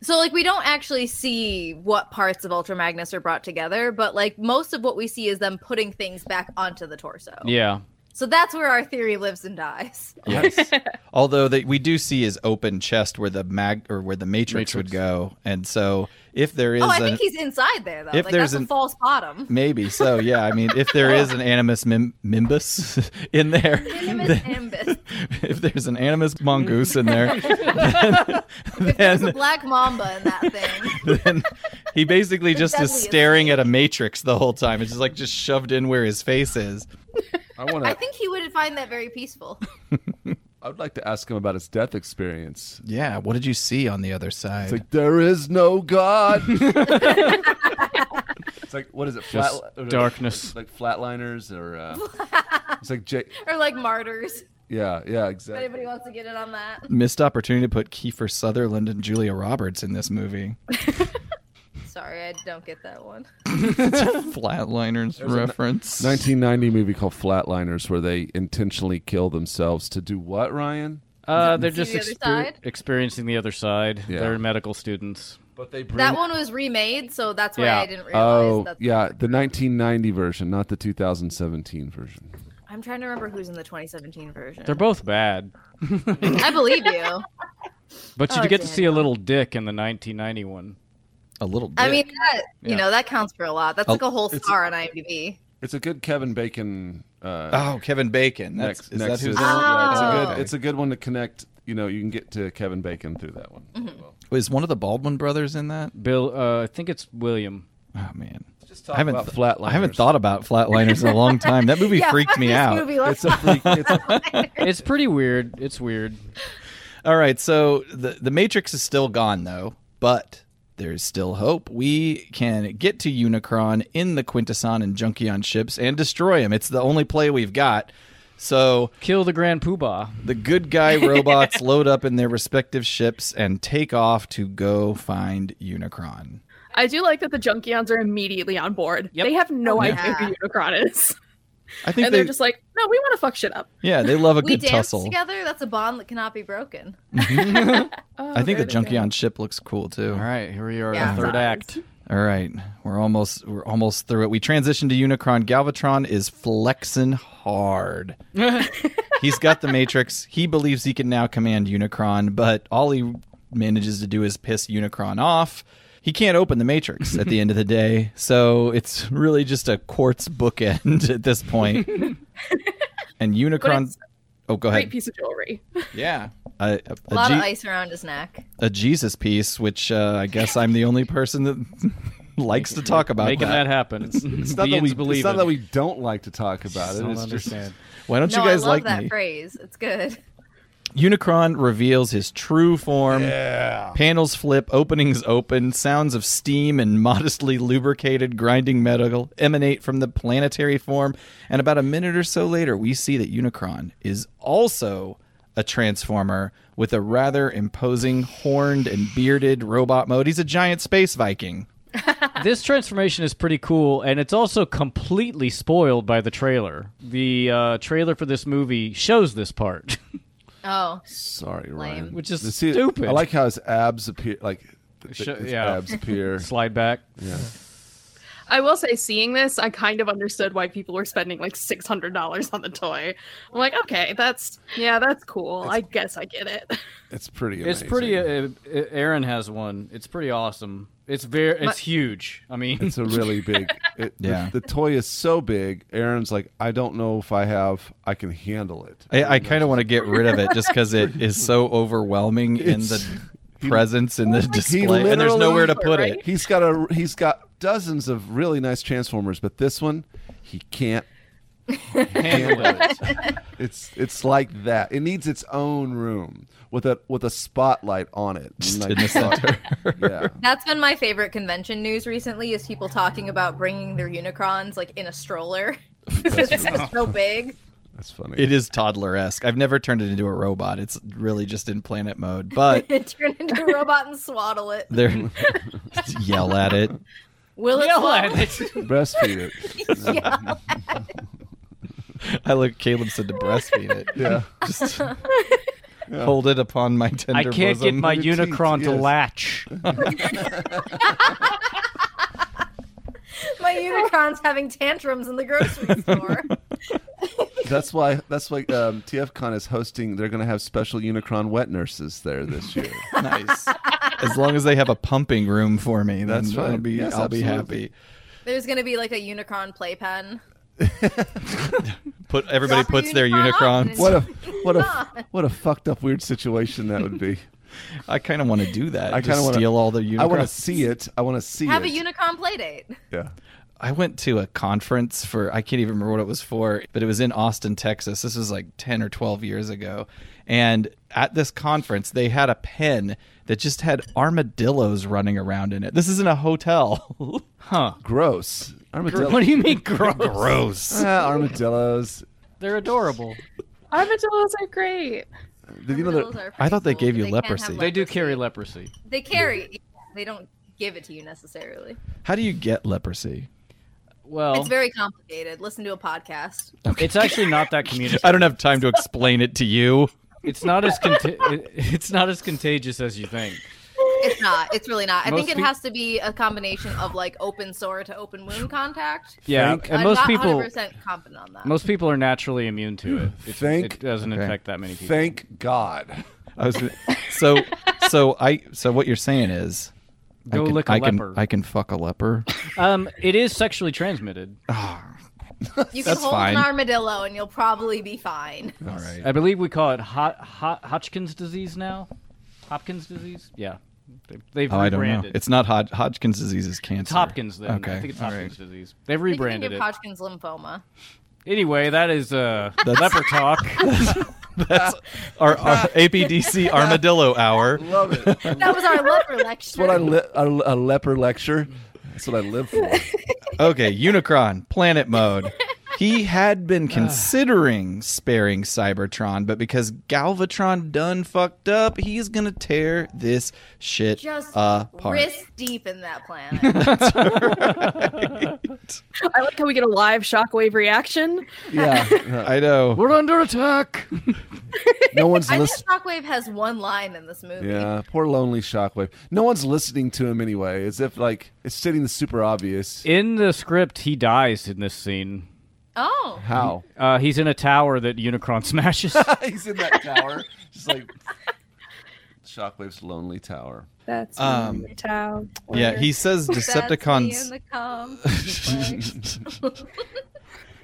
[SPEAKER 5] So like we don't actually see what parts of Ultra Magnus are brought together, but like most of what we see is them putting things back onto the torso.
[SPEAKER 2] yeah,
[SPEAKER 5] So that's where our theory lives and dies.
[SPEAKER 4] Yes. Although that we do see his open chest where the mag or where the matrix, would go, and so if there is
[SPEAKER 5] Oh, I
[SPEAKER 4] a-
[SPEAKER 5] think he's inside there though.
[SPEAKER 4] if
[SPEAKER 5] like
[SPEAKER 4] there's
[SPEAKER 5] that's a
[SPEAKER 4] an-
[SPEAKER 5] false bottom.
[SPEAKER 4] Maybe so. Yeah, I mean, if there is an animus mim- mimbus in there,
[SPEAKER 5] Animus
[SPEAKER 4] then-
[SPEAKER 5] ambus.
[SPEAKER 4] if there's an animus mongoose in there,
[SPEAKER 5] If there's a
[SPEAKER 4] then-
[SPEAKER 5] black mamba in that thing.
[SPEAKER 4] then he basically just is
[SPEAKER 5] deadliest
[SPEAKER 4] staring at a matrix the whole time. It's just like just shoved in where his face is.
[SPEAKER 7] I want
[SPEAKER 5] I
[SPEAKER 7] to.
[SPEAKER 5] think he would find that very peaceful.
[SPEAKER 7] I would like to ask him about his death experience.
[SPEAKER 4] Yeah, what did you see on the other side?
[SPEAKER 7] It's like there is no god. it's like what is it?
[SPEAKER 2] Just
[SPEAKER 7] or-
[SPEAKER 2] darkness.
[SPEAKER 7] Like, flatliners or. Uh, it's like J-
[SPEAKER 5] or like martyrs.
[SPEAKER 7] yeah, yeah,
[SPEAKER 5] If
[SPEAKER 7] exactly.
[SPEAKER 5] anybody wants to get in on that.
[SPEAKER 4] Missed opportunity to put Kiefer Sutherland and Julia Roberts in this movie.
[SPEAKER 5] Sorry, I don't get that one.
[SPEAKER 4] Flatliners reference.
[SPEAKER 7] 1990 movie called Flatliners, where they intentionally kill themselves to do what, Ryan?
[SPEAKER 2] uh, they're
[SPEAKER 5] See
[SPEAKER 2] just
[SPEAKER 5] the other
[SPEAKER 2] exper-
[SPEAKER 5] side?
[SPEAKER 2] experiencing the other side.
[SPEAKER 7] Yeah.
[SPEAKER 2] They're medical students.
[SPEAKER 7] But they bring.
[SPEAKER 5] That one was remade, so that's why
[SPEAKER 2] Yeah.
[SPEAKER 5] I didn't realize.
[SPEAKER 7] Oh,
[SPEAKER 5] that's
[SPEAKER 7] yeah, the 1990 version, not the 2017 version.
[SPEAKER 5] I'm trying to remember who's in the 2017 version.
[SPEAKER 2] They're both bad,
[SPEAKER 5] I believe you.
[SPEAKER 2] but you
[SPEAKER 5] Oh,
[SPEAKER 2] get to see a
[SPEAKER 5] Daniel.
[SPEAKER 2] little dick in the 1991.
[SPEAKER 4] a little. Dick.
[SPEAKER 5] I mean, that
[SPEAKER 2] Yeah.
[SPEAKER 5] you know that counts for a lot. That's
[SPEAKER 4] Oh,
[SPEAKER 5] like a whole
[SPEAKER 7] it's-
[SPEAKER 5] star on IMDb.
[SPEAKER 7] It's a good Kevin Bacon. Uh,
[SPEAKER 4] oh, Kevin Bacon. That's
[SPEAKER 7] next,
[SPEAKER 4] is
[SPEAKER 7] next
[SPEAKER 4] that who's?
[SPEAKER 7] is- yeah, it's a
[SPEAKER 5] Oh.
[SPEAKER 7] good. It's a good one to connect. You know, you can get to Kevin Bacon through that one.
[SPEAKER 5] Mm-hmm.
[SPEAKER 7] Well,
[SPEAKER 4] is one of the Baldwin brothers in that?
[SPEAKER 2] Bill, uh, I think it's William.
[SPEAKER 4] Oh man.
[SPEAKER 7] just talk
[SPEAKER 4] I haven't
[SPEAKER 7] about
[SPEAKER 4] th-
[SPEAKER 7] flatliners.
[SPEAKER 4] I haven't thought about flatliners in a long time. That movie
[SPEAKER 5] yeah,
[SPEAKER 4] freaked
[SPEAKER 5] fuck
[SPEAKER 4] me
[SPEAKER 5] this
[SPEAKER 4] out.
[SPEAKER 5] Movie, let's
[SPEAKER 7] It's a freak. It's a,
[SPEAKER 2] It's pretty weird. It's weird.
[SPEAKER 4] All right, so the the Matrix is still gone though, but there's still hope. We can get to Unicron in the Quintesson and Junkion ships and destroy him. It's the only play we've got. So
[SPEAKER 2] Kill the Grand Poobah.
[SPEAKER 4] the good guy robots load up in their respective ships and take off to go find Unicron.
[SPEAKER 6] I do like that the Junkions are immediately on board.
[SPEAKER 2] Yep.
[SPEAKER 6] They have no
[SPEAKER 5] Yeah.
[SPEAKER 6] idea who Unicron is,
[SPEAKER 4] I think
[SPEAKER 6] and they're
[SPEAKER 4] they
[SPEAKER 6] just like, "No, we want to fuck shit up."
[SPEAKER 4] yeah they love a
[SPEAKER 5] we
[SPEAKER 4] good
[SPEAKER 5] dance
[SPEAKER 4] tussle.
[SPEAKER 5] together. That's a bond that cannot be broken.
[SPEAKER 6] Oh,
[SPEAKER 4] I think the
[SPEAKER 6] there they go.
[SPEAKER 4] Junkion ship looks cool too.
[SPEAKER 2] All right, here we are,
[SPEAKER 5] Yeah.
[SPEAKER 2] the third act.
[SPEAKER 4] All right, we're almost we're almost through it. We transition to Unicron. Galvatron is flexing hard. He's got the Matrix. He believes he can now command Unicron, but all he manages to do is piss Unicron off. He can't open the Matrix at the end of the day, so it's really just a quartz bookend at this point. and Unicron,
[SPEAKER 6] it's
[SPEAKER 4] oh, go
[SPEAKER 6] Great
[SPEAKER 4] ahead.
[SPEAKER 6] piece of jewelry.
[SPEAKER 4] Yeah, a, a-
[SPEAKER 5] A lot
[SPEAKER 4] a
[SPEAKER 5] of
[SPEAKER 4] G-
[SPEAKER 5] ice around his neck.
[SPEAKER 4] a Jesus piece, which uh, I guess I'm the only person that likes to talk about.
[SPEAKER 2] Making that happen.
[SPEAKER 7] it's not that we. It's
[SPEAKER 2] believe
[SPEAKER 7] not that we don't like to talk about it.
[SPEAKER 2] don't
[SPEAKER 7] it's
[SPEAKER 2] understand.
[SPEAKER 4] Why don't
[SPEAKER 5] No,
[SPEAKER 4] you guys
[SPEAKER 5] I love
[SPEAKER 4] like
[SPEAKER 5] that
[SPEAKER 4] me?
[SPEAKER 5] phrase. It's good.
[SPEAKER 4] Unicron reveals his true form. Panels flip, openings open, sounds of steam and modestly lubricated grinding metal emanate from the planetary form. And about a minute or so later, we see that Unicron is also a transformer with a rather imposing horned and bearded robot mode. He's a giant space Viking.
[SPEAKER 5] Ah.
[SPEAKER 2] this transformation is pretty cool, and it's also completely spoiled by the trailer. The uh, trailer for this movie shows this part.
[SPEAKER 5] Oh,
[SPEAKER 7] Sorry, Ryan.
[SPEAKER 2] Which is
[SPEAKER 7] You
[SPEAKER 2] stupid.
[SPEAKER 7] I like how his abs appear. Like th-
[SPEAKER 2] Sure,
[SPEAKER 7] his
[SPEAKER 2] yeah.
[SPEAKER 7] abs appear.
[SPEAKER 2] Slide back.
[SPEAKER 6] I will say, seeing this, I kind of understood why people were spending like six hundred dollars on the toy. I'm like, okay, that's yeah, that's cool. I guess I get it.
[SPEAKER 7] It's pretty.
[SPEAKER 2] It's
[SPEAKER 7] amazing.
[SPEAKER 2] pretty. Uh, uh, Aaron has one. It's pretty awesome. It's very. It's huge. I mean,
[SPEAKER 7] It's a really big. It,
[SPEAKER 4] Yeah.
[SPEAKER 7] The, the toy is so big. Aaron's like, I don't know if I have. I can handle it.
[SPEAKER 4] I, I kind of want to get rid of it just because it is so overwhelming in
[SPEAKER 7] It's-
[SPEAKER 4] the presence in the display, and there's
[SPEAKER 7] literally-
[SPEAKER 4] nowhere to put it.
[SPEAKER 7] He's got a. He's got dozens of really nice transformers, but this one, he can't handle it. It's it's like that. It needs its own room with a with a spotlight on it.
[SPEAKER 4] Just
[SPEAKER 7] Like,
[SPEAKER 4] in the center.
[SPEAKER 7] Yeah.
[SPEAKER 5] that's been my favorite convention news recently is people talking about bringing their Unicrons like in a stroller. Because it's so big.
[SPEAKER 7] That's funny.
[SPEAKER 4] It is toddler esque. I've never turned it into a robot. It's really just in planet mode, but
[SPEAKER 5] Turn into a robot and swaddle it.
[SPEAKER 4] they're yell at it.
[SPEAKER 5] Will it
[SPEAKER 2] yell
[SPEAKER 5] swaddle?
[SPEAKER 2] at it.
[SPEAKER 7] Breastfeed it.
[SPEAKER 5] yeah.
[SPEAKER 4] I look. Caleb said to breastfeed it.
[SPEAKER 7] Yeah.
[SPEAKER 4] Just hold it upon my tender.
[SPEAKER 2] I can't get
[SPEAKER 4] bosom.
[SPEAKER 2] my
[SPEAKER 7] Your teeth,
[SPEAKER 2] Unicron to
[SPEAKER 7] yes.
[SPEAKER 2] latch.
[SPEAKER 5] My Unicron's having tantrums in the grocery store.
[SPEAKER 7] That's why. That's why um, TFCon is hosting. They're going to have special Unicron wet nurses there this year.
[SPEAKER 4] nice. As long as they have a pumping room for me, that's
[SPEAKER 7] That's
[SPEAKER 4] then I'll
[SPEAKER 7] right.
[SPEAKER 4] be
[SPEAKER 7] Mm, uh, Yes,
[SPEAKER 4] I'll be
[SPEAKER 7] absolutely.
[SPEAKER 4] happy.
[SPEAKER 5] There's gonna be like a Unicron playpen.
[SPEAKER 4] Put everybody
[SPEAKER 5] Drop a
[SPEAKER 4] puts their
[SPEAKER 5] unicorn.
[SPEAKER 4] unicrons.
[SPEAKER 7] What a what a what a fucked up weird situation that would be.
[SPEAKER 4] I kind of want to do that.
[SPEAKER 7] I
[SPEAKER 4] I
[SPEAKER 7] kind
[SPEAKER 4] kind
[SPEAKER 7] of
[SPEAKER 4] of
[SPEAKER 7] wanna-
[SPEAKER 4] steal all the unicrons.
[SPEAKER 7] I want to see it. I want to see
[SPEAKER 5] Have
[SPEAKER 7] it.
[SPEAKER 5] a Unicron playdate.
[SPEAKER 7] yeah.
[SPEAKER 4] I went to a conference for I can't even remember what it was for, but it was in Austin, Texas. This was like 10 or 12 years ago. And at this conference, they had a pen that just had armadillos running around in it. This isn't a hotel.
[SPEAKER 7] Gross. Armadillo.
[SPEAKER 2] What do you mean gross?
[SPEAKER 4] Gross.
[SPEAKER 7] Ah, armadillos.
[SPEAKER 2] They're adorable.
[SPEAKER 6] Armadillos are great.
[SPEAKER 7] Did you know
[SPEAKER 5] Armadillos
[SPEAKER 7] that?
[SPEAKER 5] are
[SPEAKER 4] I thought they
[SPEAKER 5] pretty cool,
[SPEAKER 4] gave
[SPEAKER 5] but
[SPEAKER 4] you
[SPEAKER 5] they can have
[SPEAKER 4] leprosy.
[SPEAKER 2] They do carry leprosy.
[SPEAKER 5] They carry. They don't give it to you necessarily.
[SPEAKER 4] How do you get leprosy?
[SPEAKER 2] Well,
[SPEAKER 5] It's very complicated. Listen to a podcast.
[SPEAKER 2] it's actually not that communicative.
[SPEAKER 4] I don't have time to explain it to you.
[SPEAKER 2] It's not as conti- it- it's not as contagious as you think.
[SPEAKER 5] It's not. It's really not. I
[SPEAKER 2] Most
[SPEAKER 5] think it
[SPEAKER 2] peop-
[SPEAKER 5] has to be a combination of like open sore to open wound contact.
[SPEAKER 2] Yeah,
[SPEAKER 7] Thank-
[SPEAKER 2] and
[SPEAKER 5] I'm
[SPEAKER 2] most
[SPEAKER 5] not
[SPEAKER 2] people
[SPEAKER 5] 100% confident on that.
[SPEAKER 2] most people are naturally immune to it. It's,
[SPEAKER 7] Thank-
[SPEAKER 2] it doesn't
[SPEAKER 4] Okay.
[SPEAKER 2] affect that many people.
[SPEAKER 7] Thank God.
[SPEAKER 4] I was so so I so what you're saying is
[SPEAKER 2] Go
[SPEAKER 4] I can,
[SPEAKER 2] lick a
[SPEAKER 4] I can,
[SPEAKER 2] leper.
[SPEAKER 4] I can fuck a leper.
[SPEAKER 2] um, it is sexually transmitted.
[SPEAKER 5] you can
[SPEAKER 4] that's
[SPEAKER 5] hold
[SPEAKER 4] fine.
[SPEAKER 5] an armadillo and you'll probably be fine.
[SPEAKER 4] All right.
[SPEAKER 2] I believe we call it hot, hot, Hodgkin's disease now. Hopkins disease? Yeah, They- they've
[SPEAKER 4] Oh, I don't know.
[SPEAKER 2] rebranded.
[SPEAKER 4] It's not Hod- Hodgkin's disease is cancer.
[SPEAKER 2] It's Hopkins then.
[SPEAKER 4] Okay.
[SPEAKER 2] I think it's
[SPEAKER 4] All right.
[SPEAKER 2] Hopkins disease. They've
[SPEAKER 5] They can
[SPEAKER 2] rebranded
[SPEAKER 5] give
[SPEAKER 2] it.
[SPEAKER 5] Hodgkin's lymphoma.
[SPEAKER 2] Anyway, that is uh, leper talk.
[SPEAKER 4] That's our, our APDC Armadillo Hour.
[SPEAKER 7] Love it. That's
[SPEAKER 5] That was our leper lecture.
[SPEAKER 7] what I li- a, a leper lecture. That's what I live for.
[SPEAKER 4] Okay, Unicron, planet mode. He had been considering sparing Cybertron, but because Galvatron done fucked up, he's gonna tear this shit
[SPEAKER 5] Just
[SPEAKER 4] apart.
[SPEAKER 5] wrist deep in that planet.
[SPEAKER 6] I like how we get a live shockwave reaction.
[SPEAKER 7] Yeah. yeah.
[SPEAKER 4] I know.
[SPEAKER 2] We're under attack.
[SPEAKER 7] No one's
[SPEAKER 5] I
[SPEAKER 7] listening.
[SPEAKER 5] think Shockwave has one line in this movie.
[SPEAKER 7] Yeah, poor lonely Shockwave. No one's listening to him anyway. As if like it's stating the super obvious.
[SPEAKER 2] In the script, he dies in this scene.
[SPEAKER 5] Oh,
[SPEAKER 7] How
[SPEAKER 2] Uh, he's in a tower that Unicron smashes.
[SPEAKER 7] he's in that tower, just like Shockwave's lonely tower.
[SPEAKER 6] That's
[SPEAKER 4] Um,
[SPEAKER 6] my town.
[SPEAKER 4] Yeah, he says
[SPEAKER 5] Decepticons.
[SPEAKER 4] Decepticons.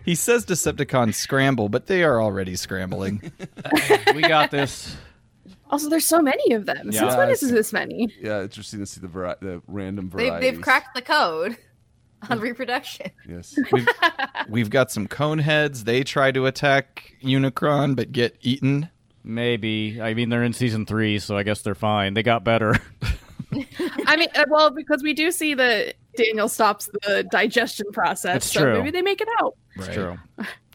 [SPEAKER 4] He says Decepticons scramble, but they are already scrambling.
[SPEAKER 2] we got this.
[SPEAKER 6] Also, there's so many of them.
[SPEAKER 2] Yeah.
[SPEAKER 6] Since when is this many?
[SPEAKER 7] Yeah, interesting to see the vari- the random
[SPEAKER 5] They've,
[SPEAKER 7] varieties.
[SPEAKER 5] they've cracked the code on reproduction.
[SPEAKER 7] Yes.
[SPEAKER 4] We've, we've got some coneheads. They try to attack Unicron, but get eaten.
[SPEAKER 2] Maybe. I mean, they're in season three, so I guess they're fine. They got better.
[SPEAKER 6] I mean, uh, well, because we do see that Daniel stops the digestion process.
[SPEAKER 2] That's
[SPEAKER 6] so
[SPEAKER 2] true.
[SPEAKER 6] maybe they make it out.
[SPEAKER 2] It's true.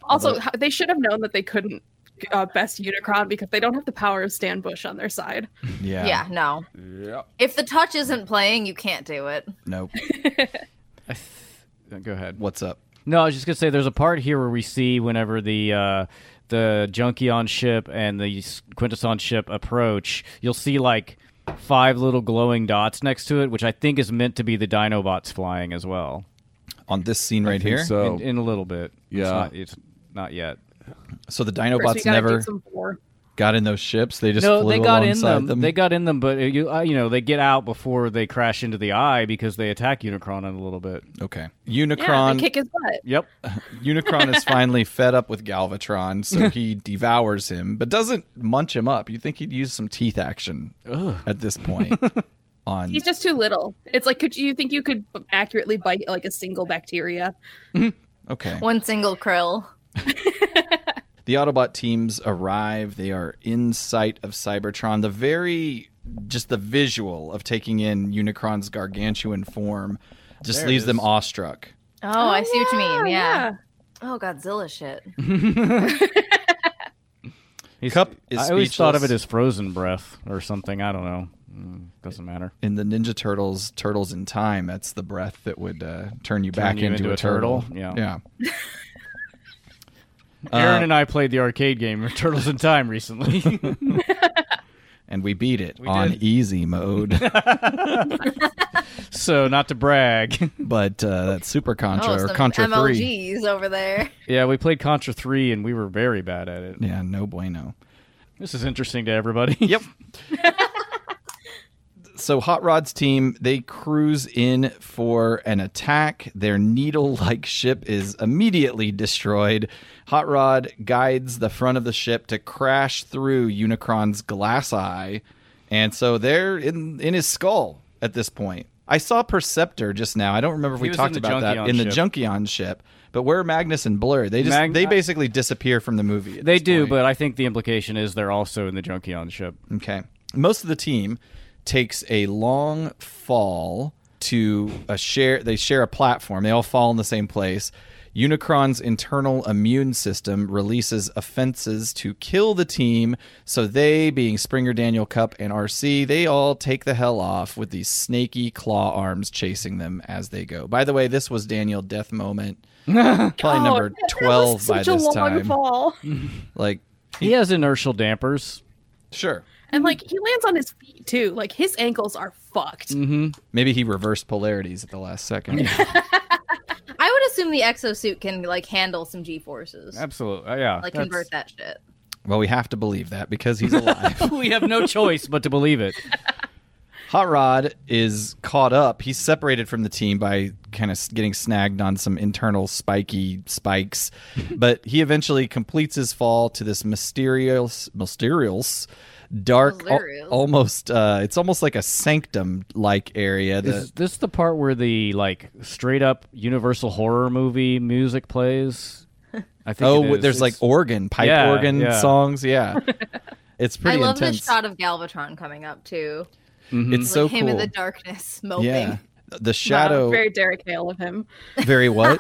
[SPEAKER 6] Also, how- they should have known that they couldn't uh, best Unicron because they don't have the power of Stan Bush on their side.
[SPEAKER 4] Yeah.
[SPEAKER 5] Yeah. no.
[SPEAKER 7] Yeah.
[SPEAKER 5] If the touch isn't playing, you can't do it.
[SPEAKER 4] Nope.
[SPEAKER 2] Go ahead.
[SPEAKER 4] What's up?
[SPEAKER 2] No, I was just gonna say there's a part here where we see whenever the uh, the Junkion ship and the S- Quintesson ship approach, you'll see like five little glowing dots next to it, which I think is meant to be the Dinobots flying as well.
[SPEAKER 4] On this scene right
[SPEAKER 7] think
[SPEAKER 4] here. So.
[SPEAKER 7] so.
[SPEAKER 2] In, in a little bit.
[SPEAKER 7] Yeah.
[SPEAKER 2] it's not, it's not yet.
[SPEAKER 4] the
[SPEAKER 6] First, we
[SPEAKER 4] Dinobots
[SPEAKER 6] gotta do
[SPEAKER 4] never
[SPEAKER 6] some war.
[SPEAKER 4] got in those ships. They just
[SPEAKER 2] no,
[SPEAKER 4] flew
[SPEAKER 2] they got in
[SPEAKER 4] alongside
[SPEAKER 2] them. They got in them, but uh, you uh, you know they get out before they crash into the eye because they attack Unicron in a little bit.
[SPEAKER 4] okay.
[SPEAKER 6] Yeah,
[SPEAKER 4] Unicron.
[SPEAKER 6] they kick his butt.
[SPEAKER 2] Yep.
[SPEAKER 4] Unicron is finally fed up with Galvatron, so he devours him, but doesn't munch him up. You'd think he'd use some teeth action at this point. on
[SPEAKER 6] He's just too little. It's like, could you you think you could accurately bite like a single bacteria?
[SPEAKER 4] okay.
[SPEAKER 5] One single krill.
[SPEAKER 4] The Autobot teams arrive. They are in sight of Cybertron. The very just the visual of taking in Unicron's gargantuan form just
[SPEAKER 2] There it
[SPEAKER 4] leaves them
[SPEAKER 2] is.
[SPEAKER 4] awestruck.
[SPEAKER 5] Oh, I see what you mean. Yeah. Oh, Godzilla shit.
[SPEAKER 2] He's-
[SPEAKER 4] Cup is
[SPEAKER 2] I always thought of it
[SPEAKER 4] speechless.
[SPEAKER 2] as frozen breath or something. I don't know. Mm, doesn't matter.
[SPEAKER 4] In the Ninja Turtles, Turtles in Time, that's the breath that would uh, turn you
[SPEAKER 2] Turn
[SPEAKER 4] back
[SPEAKER 2] you
[SPEAKER 4] into,
[SPEAKER 2] into
[SPEAKER 4] a,
[SPEAKER 2] a turtle?
[SPEAKER 4] Yeah.
[SPEAKER 2] Yeah.
[SPEAKER 4] Yeah.
[SPEAKER 2] Aaron
[SPEAKER 4] Uh,
[SPEAKER 2] and I played the arcade game Turtles in Time recently.
[SPEAKER 4] and we beat it
[SPEAKER 2] We
[SPEAKER 4] on
[SPEAKER 2] did.
[SPEAKER 4] easy mode.
[SPEAKER 2] so not to brag.
[SPEAKER 4] but uh, that's Super Contra
[SPEAKER 5] oh,
[SPEAKER 4] or
[SPEAKER 5] some
[SPEAKER 4] Contra Three.
[SPEAKER 5] MLGs over there.
[SPEAKER 2] yeah, we played Contra 3 and we were very bad at it.
[SPEAKER 4] Yeah, no bueno.
[SPEAKER 2] This is interesting to everybody.
[SPEAKER 4] Yep. so Hot Rod's team they cruise in for an attack. Their needle-like ship is immediately destroyed. Hot Rod guides the front of the ship to crash through Unicron's glass eye, and so they're in in his skull at this point. I saw Perceptor just now. I don't remember if we
[SPEAKER 2] was
[SPEAKER 4] talked
[SPEAKER 2] in the
[SPEAKER 4] about that
[SPEAKER 2] Junkion
[SPEAKER 4] in the
[SPEAKER 2] ship.
[SPEAKER 4] Junkion ship, but where Magnus and Blur, they just
[SPEAKER 2] Mag-
[SPEAKER 4] they basically disappear from the movie. at
[SPEAKER 2] They
[SPEAKER 4] this
[SPEAKER 2] do,
[SPEAKER 4] point.
[SPEAKER 2] but I think the implication is they're also in the Junkion ship.
[SPEAKER 4] Okay. Most of the team takes a long fall to a share they share a platform. They all fall in the same place. Unicron's internal immune system releases offenses to kill the team, so they, being Springer, Daniel Cup, and RC, they all take the hell off with these snaky claw arms chasing them as they go. By the way, this was Daniel death moment, probably number
[SPEAKER 6] Oh, that was
[SPEAKER 4] twelve by
[SPEAKER 6] such a
[SPEAKER 4] this
[SPEAKER 6] long
[SPEAKER 4] time.
[SPEAKER 6] fall.
[SPEAKER 4] Like,
[SPEAKER 2] He has inertial dampers.
[SPEAKER 4] sure,
[SPEAKER 6] And like he lands on his feet too. Like his ankles are fucked.
[SPEAKER 4] Mm-hmm. maybe he reversed polarities at the last second.
[SPEAKER 5] I would assume the exosuit can like handle some G forces.
[SPEAKER 2] Absolutely. uh, yeah.
[SPEAKER 5] Like
[SPEAKER 2] that's-
[SPEAKER 5] convert that shit.
[SPEAKER 4] Well, we have to believe that because he's alive.
[SPEAKER 2] we have no choice but to believe it.
[SPEAKER 4] Hot Rod is caught up. He's separated from the team by kind of getting snagged on some internal spiky spikes, but he eventually completes his fall to this mysterious, mysterious, dark, al-
[SPEAKER 5] Delirious.
[SPEAKER 4] almost. Uh, it's almost like a sanctum-like area. That,
[SPEAKER 2] Is this the part where the like straight up Universal horror movie music plays? I think.
[SPEAKER 4] oh,
[SPEAKER 2] it
[SPEAKER 4] w-
[SPEAKER 2] is.
[SPEAKER 4] there's like
[SPEAKER 2] It's-
[SPEAKER 4] organ, pipe
[SPEAKER 2] Yeah,
[SPEAKER 4] organ
[SPEAKER 2] yeah.
[SPEAKER 4] songs. Yeah, it's
[SPEAKER 5] I
[SPEAKER 4] pretty
[SPEAKER 5] love
[SPEAKER 4] intense.
[SPEAKER 5] the shot of Galvatron coming up too.
[SPEAKER 2] Mhm.
[SPEAKER 4] It's
[SPEAKER 5] Like
[SPEAKER 4] so
[SPEAKER 5] him
[SPEAKER 4] cool.
[SPEAKER 5] in the darkness moping.
[SPEAKER 4] yeah, the
[SPEAKER 6] Wow,
[SPEAKER 4] shadow.
[SPEAKER 6] very Derek Hale of him.
[SPEAKER 4] very what?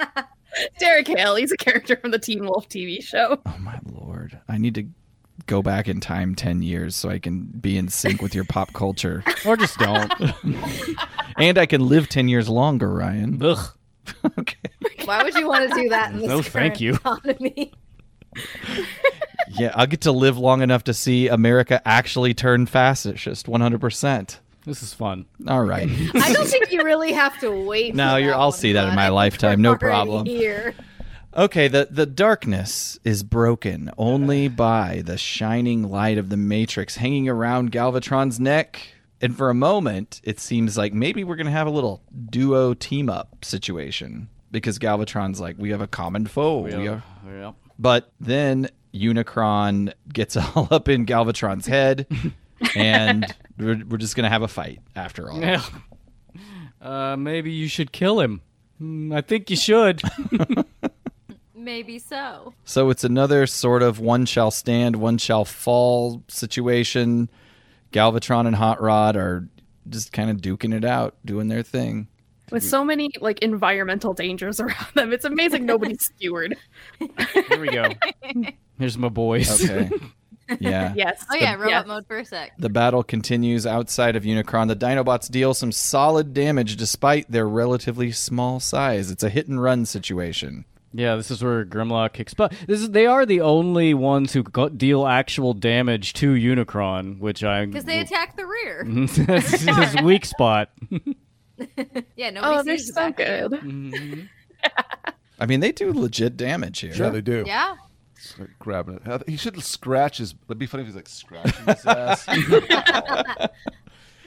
[SPEAKER 6] Derek Hale, he's a character from the Teen Wolf TV show.
[SPEAKER 4] Oh my lord. I need to go back in time 10 years so I can be in sync with your pop culture.
[SPEAKER 2] or just don't.
[SPEAKER 4] And I can live 10 years longer, Ryan.
[SPEAKER 2] Ugh.
[SPEAKER 4] okay.
[SPEAKER 5] Why would you want to do that in this
[SPEAKER 2] No, thank
[SPEAKER 5] current
[SPEAKER 2] you.
[SPEAKER 5] economy?
[SPEAKER 4] Yeah, I'll get to live long enough to see America actually turn fascist 100%.
[SPEAKER 2] This is fun.
[SPEAKER 4] All right.
[SPEAKER 5] I don't think you really have to wait.
[SPEAKER 4] No,
[SPEAKER 5] for
[SPEAKER 4] you're-
[SPEAKER 5] that
[SPEAKER 4] I'll
[SPEAKER 5] one,
[SPEAKER 4] see that in
[SPEAKER 5] but
[SPEAKER 4] my
[SPEAKER 5] I think
[SPEAKER 4] lifetime, no
[SPEAKER 5] we're already
[SPEAKER 4] problem.
[SPEAKER 5] Here.
[SPEAKER 4] Okay, the, the darkness is broken only by the shining light of the Matrix hanging around Galvatron's neck. And for a moment, it seems like maybe we're going to have a little duo team up situation because Galvatron's like, we have a common foe. We are. But then Unicron gets all up in Galvatron's head, and we're, we're just going to have a fight after all.
[SPEAKER 2] Yeah. Uh, maybe you should kill him. Hmm, I think you should.
[SPEAKER 5] Maybe so.
[SPEAKER 4] So it's another sort of one shall stand, one shall fall situation. Galvatron and Hot Rod are just kind of duking it out, doing their thing.
[SPEAKER 6] With so many like environmental dangers around them, it's amazing nobody's skewered.
[SPEAKER 2] Here we go. Here's my boys.
[SPEAKER 4] Okay. Yeah.
[SPEAKER 6] Yes.
[SPEAKER 5] Oh yeah, robot
[SPEAKER 6] Yes.
[SPEAKER 5] mode for a sec.
[SPEAKER 2] Mm-hmm.
[SPEAKER 4] The battle continues outside of Unicron. The Dinobots deal some solid damage despite their relatively small size. It's a hit and run situation.
[SPEAKER 2] yeah, this is where Grimlock kicks butt. This is they are the only ones who go- deal actual damage to Unicron, which I
[SPEAKER 5] Because they attack the rear.
[SPEAKER 2] Mm-hmm. that's his weak spot.
[SPEAKER 5] Yeah, nobody
[SPEAKER 6] Oh, they're
[SPEAKER 5] sees
[SPEAKER 6] so
[SPEAKER 5] that.
[SPEAKER 6] good.
[SPEAKER 4] Mm-hmm. I mean, they do legit damage here.
[SPEAKER 7] Yeah, they do.
[SPEAKER 5] Yeah.
[SPEAKER 7] It's like uh, grabbing it. He should scratch his. It'd be funny if he's like scratching his ass.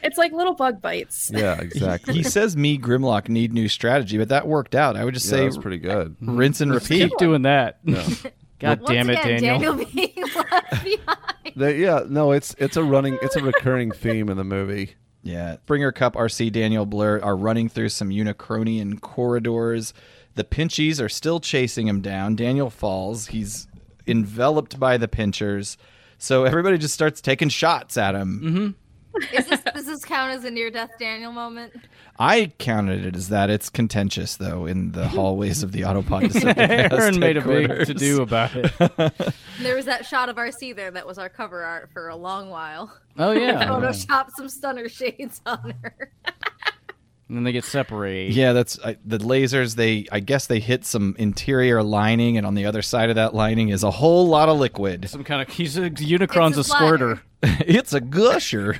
[SPEAKER 6] It's like little bug bites.
[SPEAKER 7] yeah, exactly.
[SPEAKER 4] He says me Grimlock need new strategy, but that worked out. I would just
[SPEAKER 7] yeah,
[SPEAKER 4] say
[SPEAKER 7] that's pretty Mm-hmm. good.
[SPEAKER 4] rinse and repeat.
[SPEAKER 2] Keep doing that. God
[SPEAKER 5] Once
[SPEAKER 2] damn it,
[SPEAKER 5] again,
[SPEAKER 2] Daniel.
[SPEAKER 5] being left behind.
[SPEAKER 7] They, yeah, no, it's it's a running, it's a recurring theme in the movie.
[SPEAKER 4] Yeah. Bringer Cup, RC, Daniel Blur are running through some Unicronian corridors. The Pinchies are still chasing him down. Daniel falls. He's enveloped by the Pinchers. So everybody just starts taking shots at him.
[SPEAKER 2] Mm-hmm.
[SPEAKER 5] Is this does this count as a near death Daniel moment?
[SPEAKER 4] I counted it as that. It's contentious, though, in the hallways of the Autopod Decepticons
[SPEAKER 2] Aaron made a big
[SPEAKER 4] headquarters.
[SPEAKER 2] to do about it.
[SPEAKER 5] There was that shot of RC there that was our cover art for a long while.
[SPEAKER 2] Oh yeah.
[SPEAKER 5] Photoshop some stunner shades on her.
[SPEAKER 2] and then they get separated.
[SPEAKER 4] Yeah, that's I, the lasers. They, I guess, they hit some interior lining, and on the other side of that lining is a whole lot of liquid.
[SPEAKER 2] Some kind of he's a Unicron's a
[SPEAKER 5] It's a slider.
[SPEAKER 2] squirter.
[SPEAKER 4] it's a gusher.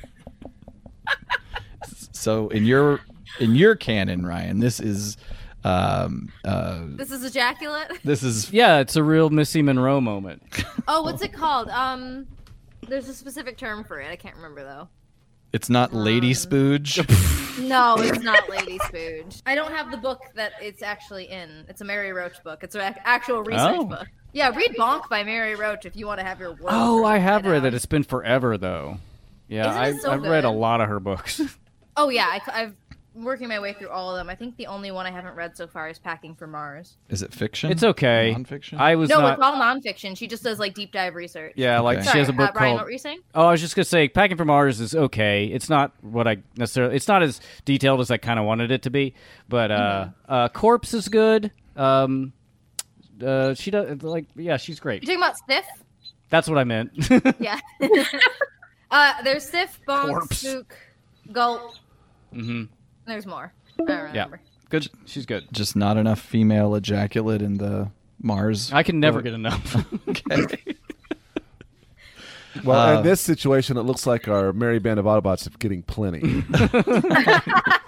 [SPEAKER 4] so in your in your canon, Ryan, this is um uh
[SPEAKER 5] This is ejaculate.
[SPEAKER 4] this is
[SPEAKER 2] Yeah, it's a real Missy Monroe moment.
[SPEAKER 5] Oh, what's it called? Um, there's a specific term for it. I can't remember though.
[SPEAKER 4] it's not lady spooge.
[SPEAKER 5] No, it's not Lady Spooge. I don't have the book that it's actually in. It's a Mary Roach book. It's an ac- actual research
[SPEAKER 2] Oh.
[SPEAKER 5] book. Yeah, read Bonk by Mary Roach if you want to have your world.
[SPEAKER 2] Oh, I have read
[SPEAKER 5] that.
[SPEAKER 2] it. It's been forever though. Yeah,
[SPEAKER 5] Isn't it
[SPEAKER 2] I,
[SPEAKER 5] so
[SPEAKER 2] I've read a
[SPEAKER 5] good?
[SPEAKER 2] lot of her books.
[SPEAKER 5] Oh yeah, I, have working my way through all of them. I think the only one I haven't read so far is Packing for Mars.
[SPEAKER 4] is it fiction?
[SPEAKER 2] It's okay.
[SPEAKER 4] Nonfiction.
[SPEAKER 2] I was
[SPEAKER 5] no,
[SPEAKER 2] not.
[SPEAKER 5] it's all nonfiction. She just does like deep dive research.
[SPEAKER 2] yeah, like
[SPEAKER 4] Okay.
[SPEAKER 2] she
[SPEAKER 5] Sorry,
[SPEAKER 2] has a book
[SPEAKER 5] uh, Brian,
[SPEAKER 2] called.
[SPEAKER 5] what were you saying?
[SPEAKER 2] Oh, I was just gonna say, Packing from Mars is okay. It's not what I necessarily. It's not as detailed as I kind of wanted it to be. But uh,
[SPEAKER 5] Mm-hmm.
[SPEAKER 2] uh, Corpse is good. Um, uh, she does like yeah, she's great.
[SPEAKER 5] You're talking about Stiff?
[SPEAKER 2] That's what I meant.
[SPEAKER 5] Yeah. uh, there's Stiff, Bonk,
[SPEAKER 2] Corpse.
[SPEAKER 5] Spook, Gulp.
[SPEAKER 2] hmm
[SPEAKER 5] There's more. I don't remember.
[SPEAKER 2] Good. She's good.
[SPEAKER 4] Just not enough female ejaculate in the Mars.
[SPEAKER 2] I can never get enough.
[SPEAKER 7] Well,
[SPEAKER 4] Uh,
[SPEAKER 7] in this situation, it looks like our merry band of Autobots is getting plenty.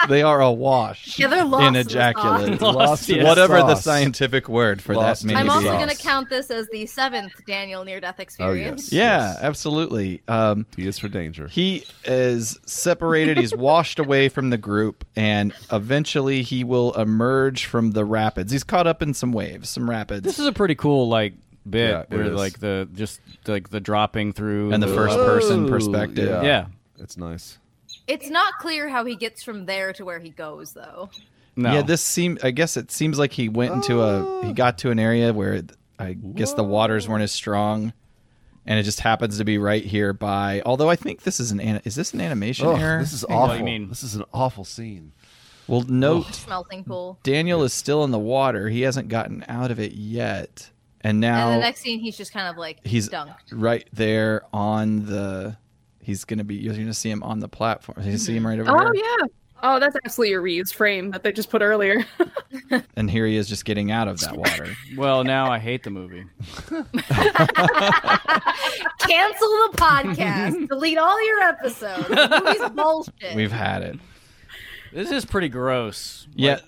[SPEAKER 4] they are awash
[SPEAKER 5] Yeah, they're lost.
[SPEAKER 4] in ejaculate.
[SPEAKER 7] Lost in
[SPEAKER 2] yes.
[SPEAKER 4] Whatever the
[SPEAKER 7] sauce.
[SPEAKER 4] scientific word for
[SPEAKER 7] Lost
[SPEAKER 4] that
[SPEAKER 7] in
[SPEAKER 4] may
[SPEAKER 7] the
[SPEAKER 5] I'm
[SPEAKER 4] be.
[SPEAKER 5] also
[SPEAKER 7] sauce.
[SPEAKER 5] going to count this as the seventh Daniel near death experience.
[SPEAKER 4] Yeah,
[SPEAKER 7] Yes.
[SPEAKER 4] absolutely. Um
[SPEAKER 7] He is for danger.
[SPEAKER 4] He is separated. He's washed away from the group, and eventually he will emerge from the rapids. He's caught up in some waves, some
[SPEAKER 2] This
[SPEAKER 4] rapids,
[SPEAKER 2] is a pretty cool like bit
[SPEAKER 7] Yeah, it
[SPEAKER 2] where
[SPEAKER 7] is.
[SPEAKER 2] like the just like the dropping through
[SPEAKER 4] and the first
[SPEAKER 7] Whoa.
[SPEAKER 4] person perspective.
[SPEAKER 7] Oh, Yeah.
[SPEAKER 2] yeah
[SPEAKER 7] It's nice.
[SPEAKER 5] It's not clear how he gets from there to where he goes, though.
[SPEAKER 2] no
[SPEAKER 4] Yeah, this seem. I guess it seems like he went into a.
[SPEAKER 7] Ah.
[SPEAKER 4] He got to an area where th- I guess the waters weren't as strong, and it just happens to be right here by. Although I think this is an. an- Is this an animation
[SPEAKER 7] Oh,
[SPEAKER 4] error?
[SPEAKER 7] this is
[SPEAKER 2] what do
[SPEAKER 7] awful.
[SPEAKER 2] you mean?
[SPEAKER 7] This is an awful scene.
[SPEAKER 4] Well, note
[SPEAKER 5] Smelting pool.
[SPEAKER 4] Daniel is still in the water. He hasn't gotten out of it yet, and now
[SPEAKER 5] And the next scene, he's just kind of like
[SPEAKER 4] he's
[SPEAKER 5] dunked.
[SPEAKER 4] right there on the he's gonna be you're gonna see him on the platform you see him right over
[SPEAKER 6] Oh
[SPEAKER 4] there
[SPEAKER 6] yeah. Oh, that's absolutely a Reeves frame that they just put earlier.
[SPEAKER 4] and here he is just getting out of that water
[SPEAKER 2] well now i hate the movie
[SPEAKER 5] Cancel the podcast. Delete all your episodes. The movie's bullshit.
[SPEAKER 4] we've had it
[SPEAKER 2] this is pretty gross
[SPEAKER 4] yeah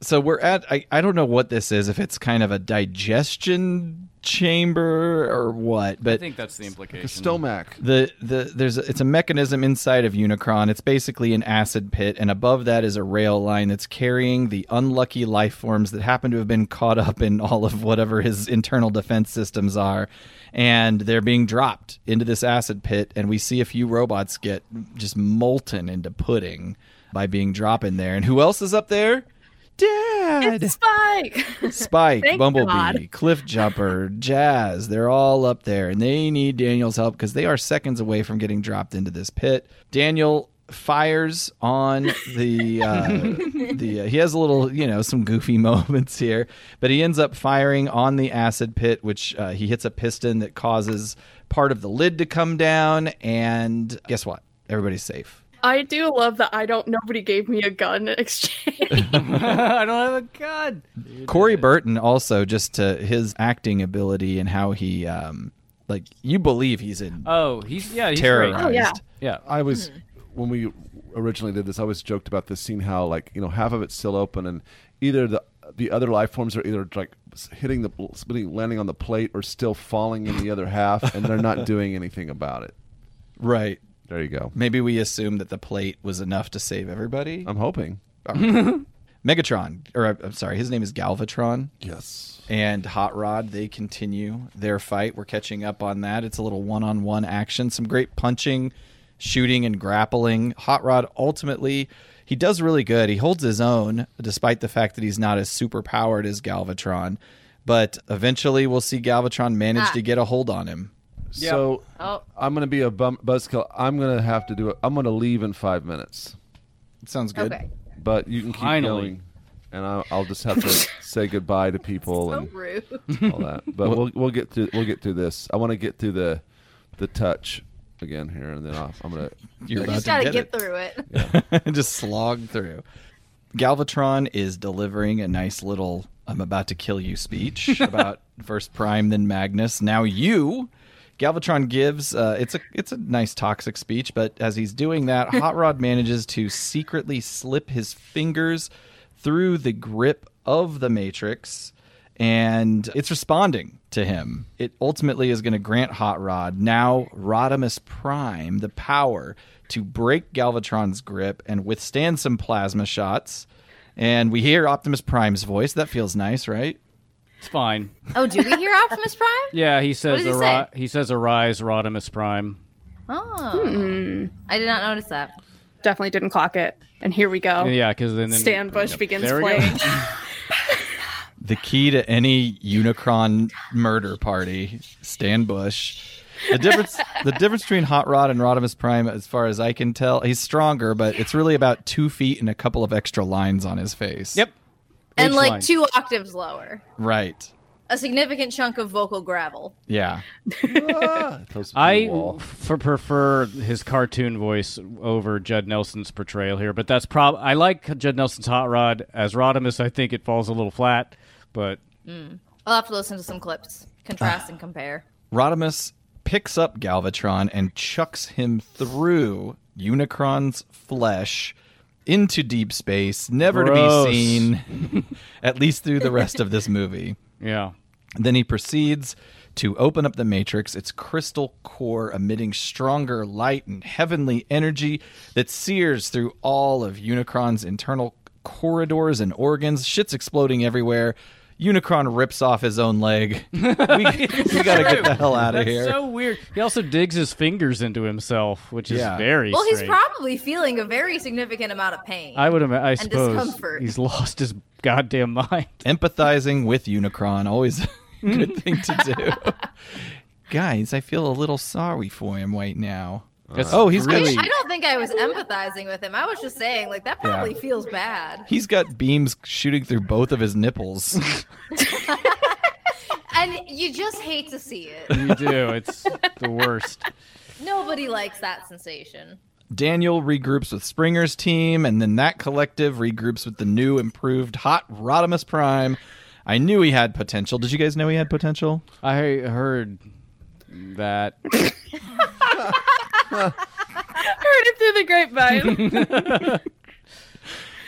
[SPEAKER 4] so we're at I, I don't know what this is if it's kind of a digestion chamber or what
[SPEAKER 2] i
[SPEAKER 4] but
[SPEAKER 2] think that's the implication
[SPEAKER 7] The Stomac.
[SPEAKER 4] the the there's a, it's a mechanism inside of Unicron. It's basically an acid pit, and above that is a rail line that's carrying the unlucky life forms that happen to have been caught up in all of whatever his internal defense systems are, and they're being dropped into this acid pit. And we see a few robots get just molten into pudding by being dropped in there. And who else is up there? Dad,
[SPEAKER 6] It's Spike.
[SPEAKER 4] Spike,
[SPEAKER 6] Thank
[SPEAKER 4] Bumblebee,
[SPEAKER 6] God.
[SPEAKER 4] Cliff Jumper, Jazz, they're all up there and they need Daniel's help because they are seconds away from getting dropped into this pit. Daniel fires on the uh, the uh, he has a little you know some goofy moments here, but he ends up firing on the acid pit, which uh, he hits a piston that causes part of the lid to come down, and guess what? Everybody's safe.
[SPEAKER 6] I do love that I don't nobody gave me a gun in exchange.
[SPEAKER 2] I don't have a gun.
[SPEAKER 4] Corey Burton also just to his acting ability and how he um like you believe he's in
[SPEAKER 2] Oh, he's yeah, he's
[SPEAKER 4] terrorized.
[SPEAKER 2] great.
[SPEAKER 6] Oh, yeah.
[SPEAKER 2] yeah.
[SPEAKER 7] I was when we originally did this. I always joked about this scene how like you know half of it's still open and either the the other life forms are either like hitting the spinning, landing on the plate or still falling in the other half, and they're not doing anything about it.
[SPEAKER 4] Right.
[SPEAKER 7] There you go.
[SPEAKER 4] Maybe we assume that the plate was enough to save everybody.
[SPEAKER 2] Oh.
[SPEAKER 7] I'm hoping.
[SPEAKER 4] Megatron, or uh, I'm sorry, his name is Galvatron,
[SPEAKER 7] Yes.
[SPEAKER 4] and Hot Rod. They continue their fight. We're catching up on that. It's a little one-on-one action. Some great punching, shooting, and grappling. Hot Rod ultimately, he does really good. He holds his own, despite the fact that he's not as super powered as Galvatron. But eventually, we'll see Galvatron manage
[SPEAKER 5] Ah.
[SPEAKER 4] to get a hold on him.
[SPEAKER 7] So
[SPEAKER 5] Oh,
[SPEAKER 7] I'm gonna be a bum- buzzkill. I'm gonna have to do it. I'm gonna leave in five minutes,
[SPEAKER 4] Sounds good.
[SPEAKER 5] okay.
[SPEAKER 7] but you can keep
[SPEAKER 2] Finally.
[SPEAKER 7] going, and I'll, I'll just have to say goodbye to people
[SPEAKER 5] So
[SPEAKER 7] and
[SPEAKER 5] rude.
[SPEAKER 7] all that. But we'll we'll get through we'll get through this. I want to get through the the touch again here, and then i I'm gonna.
[SPEAKER 4] You're
[SPEAKER 5] We
[SPEAKER 4] about
[SPEAKER 5] just
[SPEAKER 4] to
[SPEAKER 5] gotta
[SPEAKER 4] get,
[SPEAKER 5] get,
[SPEAKER 4] it.
[SPEAKER 5] through it.
[SPEAKER 4] just slog through. Galvatron is delivering a nice little "I'm about to kill you" speech about first Prime, then Magnus, now you. Galvatron gives uh, it's a it's a nice toxic speech, but as he's doing that, Hot Rod manages to secretly slip his fingers through the grip of the Matrix, and it's responding to him. It ultimately is going to grant Hot Rod, now Rodimus Prime, the power to break Galvatron's grip and withstand some plasma shots. And we hear Optimus Prime's voice. That feels nice, right?
[SPEAKER 2] It's fine.
[SPEAKER 5] Oh, do we hear Optimus Prime?
[SPEAKER 2] Yeah, he says
[SPEAKER 5] does he
[SPEAKER 2] "Ari- he says arise Rodimus Prime.
[SPEAKER 5] Oh, I did not notice that.
[SPEAKER 6] Definitely didn't clock it. And here we
[SPEAKER 5] Oh.
[SPEAKER 6] go.
[SPEAKER 2] And Yeah, cuz then, then
[SPEAKER 6] Stan Bush begins
[SPEAKER 2] There we go.
[SPEAKER 6] playing.
[SPEAKER 4] The key to any Unicron murder party, Stan Bush. The difference the difference between Hot Rod and Rodimus Prime, as far as I can tell, he's stronger, but it's really about two feet and a couple of extra lines on his face.
[SPEAKER 2] Yep.
[SPEAKER 5] and
[SPEAKER 2] H
[SPEAKER 5] like
[SPEAKER 2] line.
[SPEAKER 5] two octaves lower.
[SPEAKER 4] Right.
[SPEAKER 5] A significant chunk of vocal gravel.
[SPEAKER 4] Yeah.
[SPEAKER 7] Ah, it goes through the
[SPEAKER 2] I
[SPEAKER 7] wall.
[SPEAKER 2] f- prefer his cartoon voice over Judd Nelson's portrayal here, but that's prob I like Judd Nelson's Hot Rod as Rodimus. I think it falls a little flat, but
[SPEAKER 5] I'll have to listen to some clips, contrast
[SPEAKER 4] Ah.
[SPEAKER 5] and compare.
[SPEAKER 4] Rodimus picks up Galvatron and chucks him through Unicron's flesh into deep space, never
[SPEAKER 2] Gross.
[SPEAKER 4] to be seen, at least through the rest of this movie.
[SPEAKER 2] yeah.
[SPEAKER 4] Then he proceeds to open up the matrix, its crystal core emitting stronger light and heavenly energy that sears through all of Unicron's internal corridors and organs. Shit's exploding everywhere. Unicron rips off his own leg. We, we gotta get the hell out of
[SPEAKER 2] That's
[SPEAKER 4] here.
[SPEAKER 2] so weird. He also digs his fingers into himself, which is
[SPEAKER 4] Yeah.
[SPEAKER 2] very
[SPEAKER 5] Well, he's
[SPEAKER 2] strange.
[SPEAKER 5] probably feeling a very significant amount of pain.
[SPEAKER 2] I would imagine. I suppose
[SPEAKER 5] discomfort.
[SPEAKER 2] he's lost his goddamn mind.
[SPEAKER 4] empathizing with Unicron always a
[SPEAKER 2] Mm.
[SPEAKER 4] good thing to do. Guys, I feel a little sorry for him right now.
[SPEAKER 2] That's
[SPEAKER 4] oh, he's
[SPEAKER 5] I,
[SPEAKER 4] got
[SPEAKER 5] mean, I don't think I was empathizing with him. I was just saying, like, that probably feels bad.
[SPEAKER 4] he's got beams shooting through both of his nipples.
[SPEAKER 5] And you just hate to see it.
[SPEAKER 2] You do. It's the worst.
[SPEAKER 5] Nobody likes that sensation.
[SPEAKER 4] Daniel regroups with Springer's team, and then that collective regroups with the new, improved, hot Rodimus Prime. I knew he had potential. Did you guys know he had potential?
[SPEAKER 2] I heard that.
[SPEAKER 6] Heard it through the grapevine.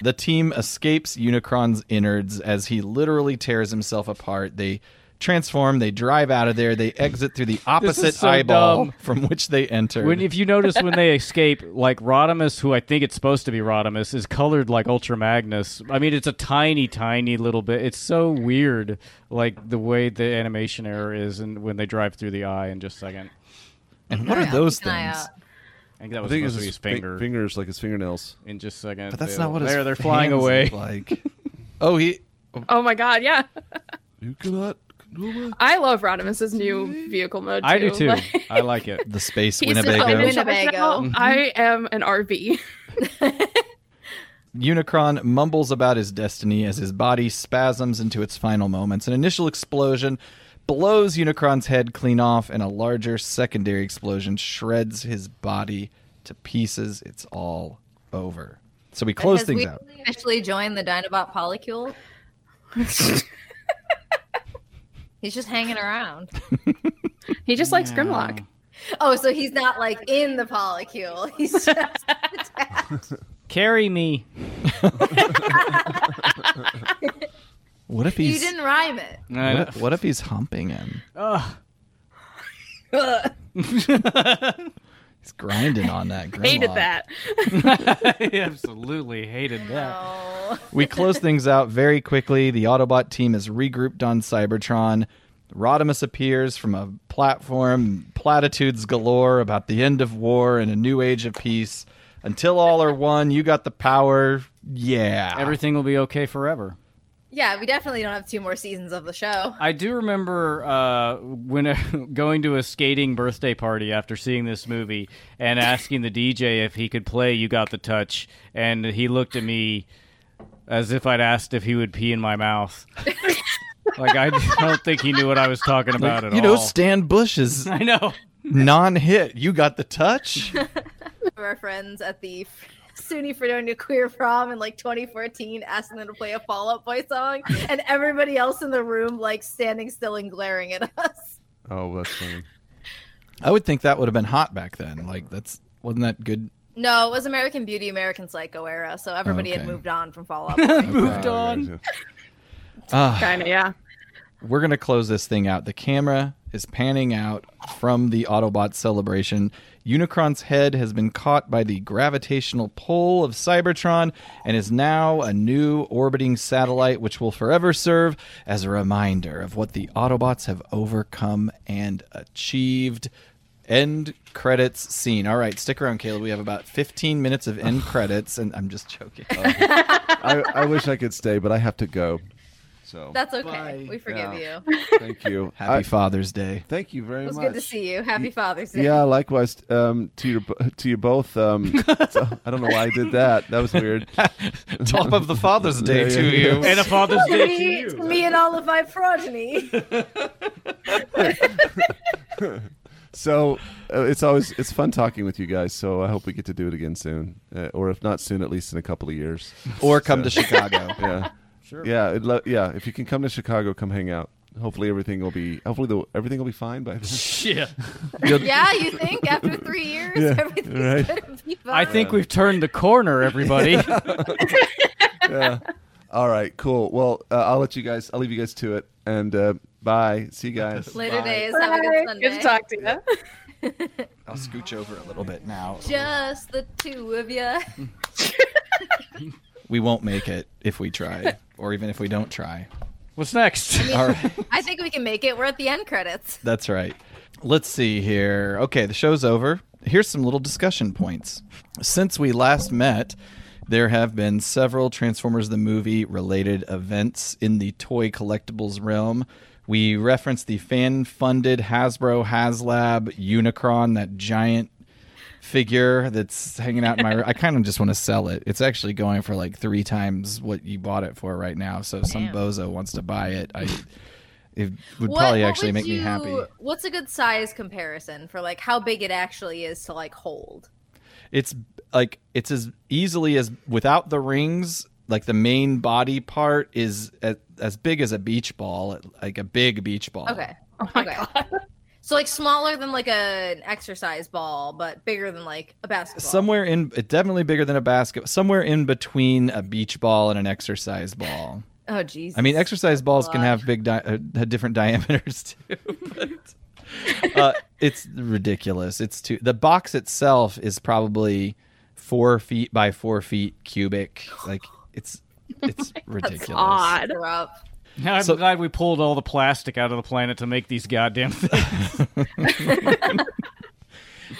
[SPEAKER 4] The team escapes Unicron's innards as he literally tears himself apart. They transform, they drive out of there, they exit through the opposite
[SPEAKER 2] so
[SPEAKER 4] eyeball
[SPEAKER 2] dumb.
[SPEAKER 4] from which they entered.
[SPEAKER 2] When if you notice when they escape, like Rodimus, who I think it's supposed to be Rodimus, is colored like Ultra Magnus. I mean, it's a tiny, tiny little bit. It's so weird, like the way the animation error is, and when they drive through the eye in just a second.
[SPEAKER 4] and what are
[SPEAKER 5] Yeah,
[SPEAKER 4] those
[SPEAKER 5] keep an eye
[SPEAKER 4] things?
[SPEAKER 5] out.
[SPEAKER 2] I think that
[SPEAKER 7] I
[SPEAKER 2] was
[SPEAKER 7] think it's
[SPEAKER 2] supposed to be
[SPEAKER 7] his
[SPEAKER 2] his
[SPEAKER 7] fi-
[SPEAKER 2] finger.
[SPEAKER 7] fingers like his fingernails.
[SPEAKER 2] In just a second,
[SPEAKER 4] But that's
[SPEAKER 2] They-
[SPEAKER 4] not what
[SPEAKER 2] there.
[SPEAKER 4] his
[SPEAKER 2] They're flying
[SPEAKER 4] fans
[SPEAKER 2] away.
[SPEAKER 4] look Like, oh, he
[SPEAKER 6] oh my god, yeah.
[SPEAKER 7] You cannot
[SPEAKER 6] I love Rodimus's new vehicle mode. Too.
[SPEAKER 2] I do too.
[SPEAKER 6] Like,
[SPEAKER 2] I like it.
[SPEAKER 4] The space
[SPEAKER 6] he's just
[SPEAKER 4] Winnebago.
[SPEAKER 6] like,
[SPEAKER 5] Winnebago. Mm-hmm.
[SPEAKER 6] "Now I am an RV.
[SPEAKER 4] Unicron mumbles about his destiny as his body spasms into its final moments. An initial explosion blows Unicron's head clean off, and a larger secondary explosion shreds his body to pieces. It's all over. So we close
[SPEAKER 5] Has
[SPEAKER 4] things
[SPEAKER 5] we
[SPEAKER 4] out.
[SPEAKER 5] officially joined the Dinobot Polycule? he's just hanging around.
[SPEAKER 6] He just likes Grimlock.
[SPEAKER 5] Oh, so he's not like in the Polycule. He's just attached.
[SPEAKER 2] Carry me.
[SPEAKER 4] What if
[SPEAKER 5] you
[SPEAKER 4] he's
[SPEAKER 5] didn't rhyme it.
[SPEAKER 2] I
[SPEAKER 4] what, what if he's humping him? He's grinding on that.
[SPEAKER 6] Hated
[SPEAKER 4] Grimlock.
[SPEAKER 6] that.
[SPEAKER 2] absolutely hated that.
[SPEAKER 5] Oh.
[SPEAKER 4] We close things out very quickly. The Autobot team is regrouped on Cybertron. Rodimus appears from a platform, platitudes galore about the end of war and a new age of peace. Until all are one, you got the power. Yeah.
[SPEAKER 2] Everything will be okay forever.
[SPEAKER 5] Yeah, we definitely don't have two more seasons of the show.
[SPEAKER 2] I do remember uh, when going to a skating birthday party after seeing this movie and asking the DJ if he could play "You Got the Touch," and he looked at me as if I'd asked if he would pee in my mouth. like I don't think he knew what I was talking about at
[SPEAKER 4] you know,
[SPEAKER 2] all.
[SPEAKER 4] Stan Bush is
[SPEAKER 2] I know.
[SPEAKER 4] non hit. You got the touch.
[SPEAKER 5] of our friends at the SUNY Fredonia Queer Prom in like 2014 asking them to play a Fall Out Boy song, and everybody else in the room like standing still and glaring at us.
[SPEAKER 7] Oh, that's funny.
[SPEAKER 4] I would think that would have been hot back then. Like, that's wasn't that good?
[SPEAKER 5] No, it was American Beauty, American Psycho era, so everybody had
[SPEAKER 4] Okay.
[SPEAKER 5] moved on from Fall Out Boy.
[SPEAKER 2] Moved
[SPEAKER 7] Oh,
[SPEAKER 2] on.
[SPEAKER 7] yeah,
[SPEAKER 4] Ah.
[SPEAKER 6] Kind of, yeah.
[SPEAKER 4] we're going to close this thing out. The camera is panning out from the Autobot celebration. Unicron's head has been caught by the gravitational pull of Cybertron and is now a new orbiting satellite, which will forever serve as a reminder of what the Autobots have overcome and achieved. End credits scene. All right, stick around, Caleb. We have about 15 minutes of end credits, and I'm just joking.
[SPEAKER 7] yeah. I, I wish I could stay, but I have to go. So
[SPEAKER 5] That's okay. We forgive
[SPEAKER 7] Yeah.
[SPEAKER 5] you.
[SPEAKER 7] thank you.
[SPEAKER 4] Happy
[SPEAKER 7] I-
[SPEAKER 4] Father's Day.
[SPEAKER 7] thank you very
[SPEAKER 5] It was
[SPEAKER 7] much.
[SPEAKER 5] good to see you. Happy Father's Day.
[SPEAKER 7] Yeah, likewise um, to your bo- to you both. Um, so- I don't know why I did that. That was weird.
[SPEAKER 4] Top of the Father's Day
[SPEAKER 7] Yeah,
[SPEAKER 4] to
[SPEAKER 7] yeah, yeah.
[SPEAKER 4] you.
[SPEAKER 2] And a Father's
[SPEAKER 5] To
[SPEAKER 2] Day to
[SPEAKER 5] me, to
[SPEAKER 2] you.
[SPEAKER 5] me and all of my progeny.
[SPEAKER 7] So uh, it's always it's fun talking with you guys. So I hope we get to do it again soon, uh, or if not soon, at least in a couple of years.
[SPEAKER 4] Or come to Chicago.
[SPEAKER 7] Yeah, sure. Yeah, it lo- yeah. If you can come to Chicago, come hang out. Hopefully everything will be hopefully the, everything will be fine by then.
[SPEAKER 2] Shit.
[SPEAKER 5] yeah, you think after three years everything's
[SPEAKER 7] right.
[SPEAKER 5] gonna be fine?
[SPEAKER 2] I think we've turned the corner, everybody.
[SPEAKER 7] All right, cool. Well, uh, I'll let you guys. I'll leave you guys to it, and uh, bye. See you guys.
[SPEAKER 5] later
[SPEAKER 4] Bye.
[SPEAKER 5] days. Have a good Sunday.
[SPEAKER 6] Good to talk to you.
[SPEAKER 4] I'll scooch over a little bit now.
[SPEAKER 5] Just the two of you.
[SPEAKER 4] We won't make it if we try, or even if we don't try.
[SPEAKER 2] What's next?
[SPEAKER 4] All right,
[SPEAKER 5] I think we can make it. We're at the end credits.
[SPEAKER 4] that's right. Let's see here. Okay, the show's over. Here's some little discussion points. Since we last met, there have been several Transformers the movie related events in the toy collectibles realm. We referenced the fan funded Hasbro HasLab Unicron, that giant figure that's hanging out in my room. I kind of just want to sell it. It's actually going for like three times what you bought it for right now. So if some
[SPEAKER 5] Damn.
[SPEAKER 4] bozo wants to buy it, I it would probably actually
[SPEAKER 5] would
[SPEAKER 4] make me
[SPEAKER 5] you-
[SPEAKER 4] happy.
[SPEAKER 5] What's a good size comparison for like how big it actually is to like hold?
[SPEAKER 4] It's like it's as easily as without the rings. Like the main body part is as, as big as a beach ball, like a big beach ball.
[SPEAKER 2] Oh.
[SPEAKER 5] Okay. okay. So like smaller than like a, an exercise ball, but bigger than like a basketball.
[SPEAKER 4] Somewhere in, definitely bigger than a basket. Somewhere in between a beach ball and an exercise ball.
[SPEAKER 5] oh jeez.
[SPEAKER 4] I mean, exercise balls can
[SPEAKER 5] God.
[SPEAKER 4] have big, di- uh, have different diameters too. But, uh, it's ridiculous. It's too. The box itself is probably four feet by four feet cubic. Like it's it's ridiculous.
[SPEAKER 6] Odd.
[SPEAKER 5] We're up.
[SPEAKER 2] Now I'm
[SPEAKER 4] So-
[SPEAKER 2] glad we pulled all the plastic out of the planet to make these goddamn things.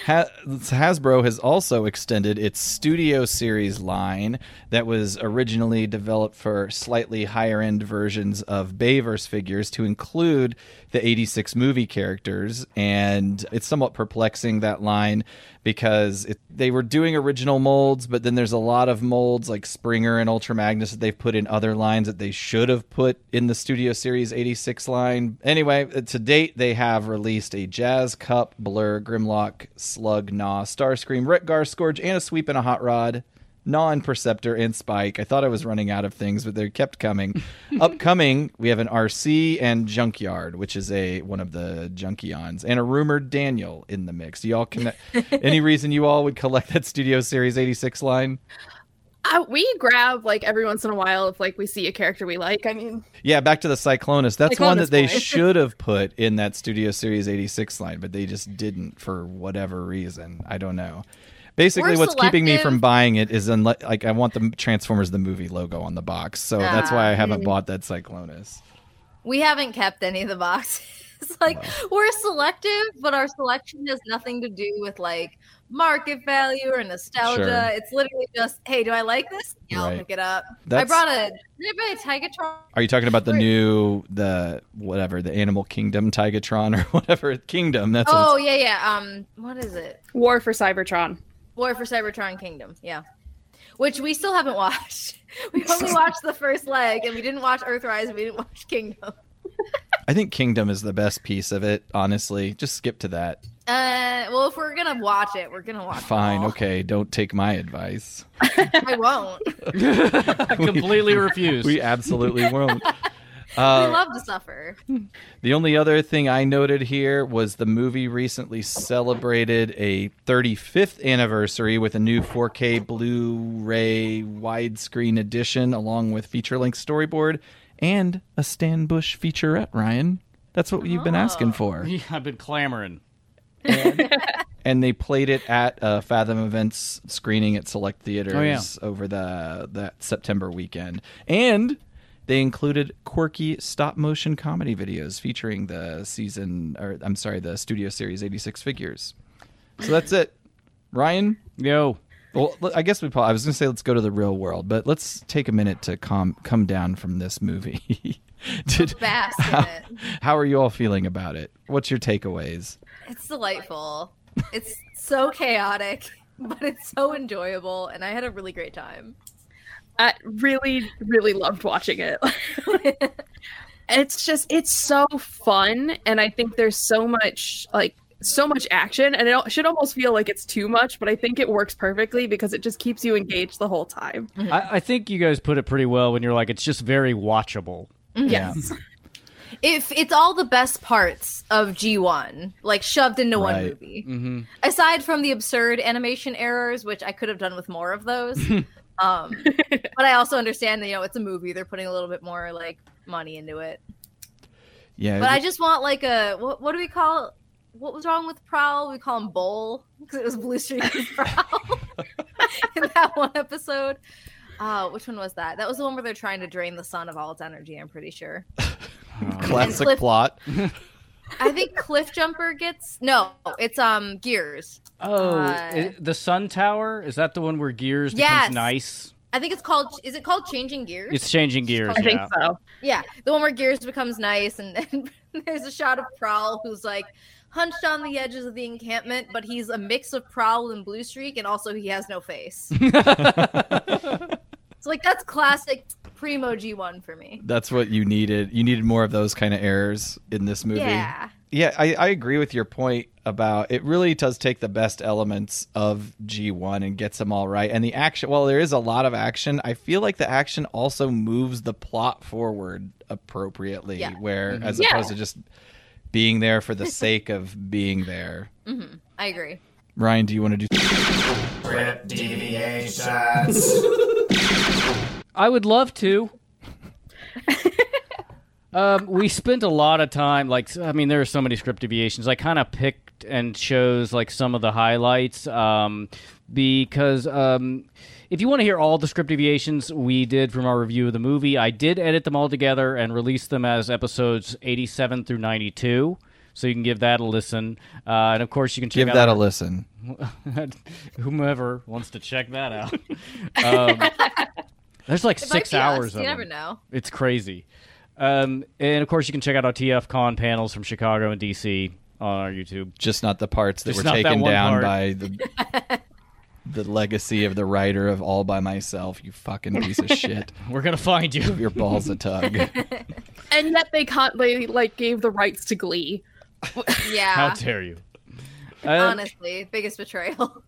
[SPEAKER 4] Ha- Hasbro has also extended its Studio Series line that was originally developed for slightly higher end versions of Bayverse figures to include the 86 movie characters. And it's somewhat perplexing that line because it, they were doing original molds, but then there's a lot of molds like Springer and Ultra Magnus that they've put in other lines that they should have put in the Studio Series 86 line. Anyway, uh, to date, they have released a Jazz Cup, Blur, Grimlock, Slug, Gnaw, Starscream, Retgar, Scourge, and a Sweep and a Hot Rod. Non Perceptor and Spike. I thought I was running out of things, but they kept coming. Upcoming, we have an RC and Junkyard, which is a one of the Junkions, and a rumored Daniel in the mix. Do y'all connect? any reason you all would collect that Studio Series 86 line?
[SPEAKER 6] Uh, we grab like every once in a while if like we see a character we like. I mean,
[SPEAKER 4] Yeah, back to the Cyclonus. That's one that
[SPEAKER 6] Cyclonus
[SPEAKER 4] they
[SPEAKER 6] boy.
[SPEAKER 4] should have put in that Studio Series 86 line, but they just didn't for whatever reason. I don't know. Basically,
[SPEAKER 5] We're
[SPEAKER 4] what's keeping me
[SPEAKER 5] selective.
[SPEAKER 4] from buying it is unless, like, I want the Transformers the movie logo on the box, so
[SPEAKER 5] Ah,
[SPEAKER 4] that's why I haven't bought that Cyclonus.
[SPEAKER 5] We haven't kept any of the boxes. like we're selective, but our selection has nothing to do with like market value or nostalgia.
[SPEAKER 4] Sure.
[SPEAKER 5] It's literally just, hey, do I like this? Yeah,
[SPEAKER 4] Right.
[SPEAKER 5] I'll pick it up. I
[SPEAKER 4] That's-
[SPEAKER 5] brought a did I buy a Tigatron?
[SPEAKER 4] Are you talking about the new the whatever the Animal Kingdom Tigatron or whatever Kingdom? That's what
[SPEAKER 5] Oh
[SPEAKER 4] it's-
[SPEAKER 5] yeah, yeah. Um, what is it?
[SPEAKER 6] War for Cybertron.
[SPEAKER 5] War for Cybertron Kingdom. Yeah. Which we still haven't watched. We only watched the first leg and we didn't watch Earthrise and we didn't watch Kingdom.
[SPEAKER 4] I think Kingdom is the best piece of it. Honestly, just skip to that.
[SPEAKER 5] Uh, well, if we're gonna watch it, we're gonna watch. it
[SPEAKER 4] Fine,
[SPEAKER 5] all.
[SPEAKER 4] okay. Don't take my advice.
[SPEAKER 5] I won't.
[SPEAKER 2] I completely refuse.
[SPEAKER 4] We absolutely won't. Uh,
[SPEAKER 5] we love to suffer.
[SPEAKER 4] The only other thing I noted here was the movie recently celebrated a 35th anniversary with a new 4K Blu ray widescreen edition, along with feature length storyboard and a Stan Bush featurette, Ryan. That's what you've been asking for.
[SPEAKER 2] Yeah, I've been clamoring.
[SPEAKER 4] And they played it at uh, Fathom Events screening at select theaters
[SPEAKER 2] Oh, yeah.
[SPEAKER 4] over the that September weekend. And they included quirky stop motion comedy videos featuring the season or I'm sorry, the Studio Series 86 figures. So that's it. Ryan,
[SPEAKER 2] Yo.
[SPEAKER 4] well, l- I guess we. pa- I was going to say let's go to the real world, but let's take a minute to calm come down from this movie. Did,
[SPEAKER 5] Bask in
[SPEAKER 4] how,
[SPEAKER 5] it.
[SPEAKER 4] how are you all feeling about it? What's your takeaways?
[SPEAKER 5] It's delightful. It's so chaotic, but it's so enjoyable, and I had a really great time.
[SPEAKER 6] I really, really loved watching it. it's just, it's so fun, and I think there's so much like so much action, and it al- should almost feel like it's too much, but I think it works perfectly because it just keeps you engaged the whole time.
[SPEAKER 2] I, I think you guys put it pretty well when you're like, it's just very watchable.
[SPEAKER 6] Yes.
[SPEAKER 5] If it's all the best parts of G1, like shoved into one
[SPEAKER 4] Right.
[SPEAKER 5] movie, aside from the absurd animation errors, which I could have done with more of those. um, but I also understand that you know it's a movie; they're putting a little bit more like money into it.
[SPEAKER 4] Yeah,
[SPEAKER 5] But I just want like a what, what do we call? What was wrong with Prowl? We call him Bowl because it was Blue Streaker's Prowl in that one episode. Uh, which one was that? That was the one where they're trying to drain the sun of all its energy. I'm pretty sure.
[SPEAKER 4] classic
[SPEAKER 5] Cliff-
[SPEAKER 4] plot.
[SPEAKER 5] I think Cliff Jumper gets no. It's um Gears.
[SPEAKER 2] Oh,
[SPEAKER 5] Uh,
[SPEAKER 2] i- the Sun Tower? Is that the one where gears
[SPEAKER 5] Yes.
[SPEAKER 2] becomes nice?
[SPEAKER 5] I think it's called. Is it called Changing Gears?
[SPEAKER 2] It's changing gears.
[SPEAKER 6] I think
[SPEAKER 2] yeah.
[SPEAKER 6] so.
[SPEAKER 5] Yeah, the one where Gears becomes nice, and, and there's a shot of Prowl who's like hunched on the edges of the encampment, but he's a mix of Prowl and Blue Streak, and also he has no face. it's like that's classic primo G1 for me.
[SPEAKER 4] That's what you needed. You needed more of those kind of errors in this movie.
[SPEAKER 5] Yeah,
[SPEAKER 4] Yeah, I, I agree with your point about it really does take the best elements of G1 and gets them all right. And the action, while there is a lot of action, I feel like the action also moves the plot forward appropriately,
[SPEAKER 5] Yeah.
[SPEAKER 4] where as
[SPEAKER 6] Yeah.
[SPEAKER 4] opposed to just being there for the sake of being there.
[SPEAKER 5] I agree.
[SPEAKER 4] Ryan, do you want to do
[SPEAKER 8] Rip deviations.
[SPEAKER 2] I would love to. um, we spent a lot of time, like, I mean, there are so many script deviations. I kind of picked and chose, like, some of the highlights um, because um, if you want to hear all the script deviations we did from our review of the movie, I did edit them all together and release them as episodes 87 through 92. So you can give that a listen. Uh, and of course, you can check
[SPEAKER 4] Give
[SPEAKER 2] out
[SPEAKER 4] that a
[SPEAKER 2] our-
[SPEAKER 4] listen.
[SPEAKER 2] whomever wants to check that out. Um, there's like
[SPEAKER 5] It might
[SPEAKER 2] six
[SPEAKER 5] be us,
[SPEAKER 2] hours of
[SPEAKER 5] You
[SPEAKER 2] them.
[SPEAKER 5] never know.
[SPEAKER 2] It's crazy. Um, and of course, you can check out our TF Con panels from Chicago and DC on our YouTube.
[SPEAKER 4] Just not the parts that
[SPEAKER 2] Just
[SPEAKER 4] were
[SPEAKER 2] not that
[SPEAKER 4] taken
[SPEAKER 2] one
[SPEAKER 4] down
[SPEAKER 2] part.
[SPEAKER 4] by the the legacy of the writer of All by Myself. You fucking piece of shit.
[SPEAKER 2] We're gonna find you.
[SPEAKER 4] Your balls a tug.
[SPEAKER 6] and yet they can't. They like gave the rights to Glee.
[SPEAKER 2] How
[SPEAKER 5] Yeah.
[SPEAKER 2] dare you? Uh,
[SPEAKER 5] Honestly, biggest betrayal.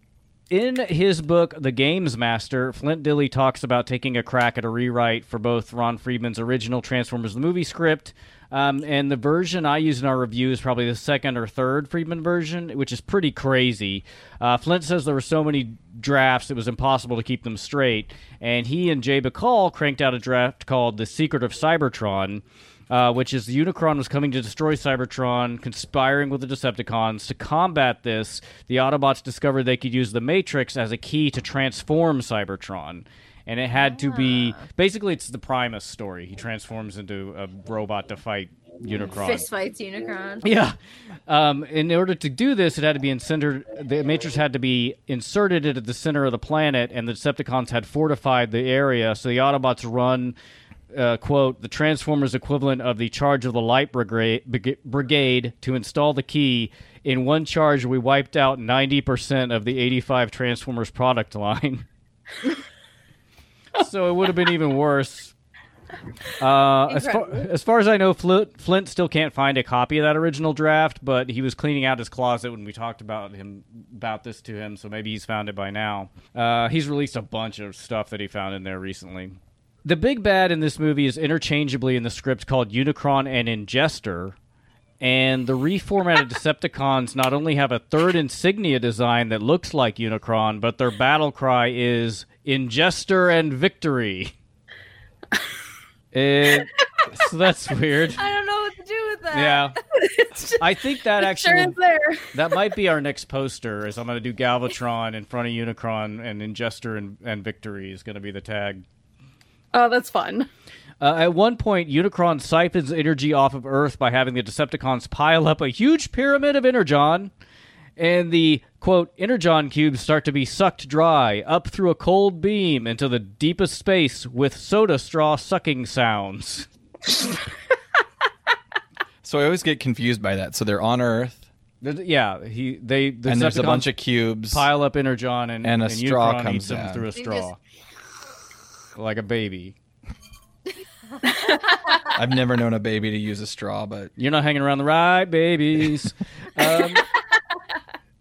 [SPEAKER 2] in his book, The Games Master, Flint Dilly talks about taking a crack at a rewrite for both Ron Friedman's original Transformers the movie script, um, and the version I used in our review is probably the second or third Friedman version, which is pretty crazy. Uh, Flint says there were so many drafts it was impossible to keep them straight, and he and Jay Bacall cranked out a draft called The Secret of Cybertron uh, which is Unicron was coming to destroy Cybertron, conspiring with the Decepticons. To combat this, the Autobots discovered they could use the Matrix as a key to transform Cybertron. And it had to be basically it's the Primus story. He transforms into a robot to fight Unicron.
[SPEAKER 5] Fist fights Unicron.
[SPEAKER 2] Yeah. Um, in order to do this, it had to be centered. The Matrix had to be inserted into the center of the planet, and the Decepticons had fortified the area. So the Autobots run, uh, quote, the Transformers equivalent of the charge of the Light Brigade, Brig- brigade to install the key. In one charge, we wiped out 90% of the 85 Transformers product line. so it would have been even worse. Uh, as, far, as far as I know, Flint, Flint still can't find a copy of that original draft, but he was cleaning out his closet when we talked about him about this to him, so maybe he's found it by now. Uh, he's released a bunch of stuff that he found in there recently. The big bad in this movie is interchangeably in the script called Unicron and Ingester, and the reformatted Decepticons not only have a third insignia design that looks like Unicron, but their battle cry is Ingester and Victory. Eh, so that's weird.
[SPEAKER 5] I don't know what to do with that.
[SPEAKER 2] Yeah. I think that
[SPEAKER 6] Sure
[SPEAKER 2] actually
[SPEAKER 6] is there.
[SPEAKER 2] that might be our next poster is I'm gonna do Galvatron in front of Unicron and Ingester and, and Victory is gonna be the tag.
[SPEAKER 6] Oh, that's fun.
[SPEAKER 2] Uh, at one point, Unicron siphons energy off of Earth by having the Decepticons pile up a huge pyramid of Energon, and the quote Energon cubes start to be sucked dry up through a cold beam into the deepest space with soda straw sucking sounds.
[SPEAKER 4] So I always get confused by that. So they're on Earth,
[SPEAKER 2] There's- yeah, he they the
[SPEAKER 4] and there's a
[SPEAKER 2] Decepticons
[SPEAKER 4] bunch of cubes.
[SPEAKER 2] pile up Energon and
[SPEAKER 4] and a straw
[SPEAKER 2] Unicron
[SPEAKER 4] comes
[SPEAKER 2] eats them
[SPEAKER 4] down.
[SPEAKER 2] through a
[SPEAKER 5] They
[SPEAKER 2] straw like a baby.
[SPEAKER 4] I've never known a baby to use a straw, but
[SPEAKER 2] You're not hanging around the right babies. um,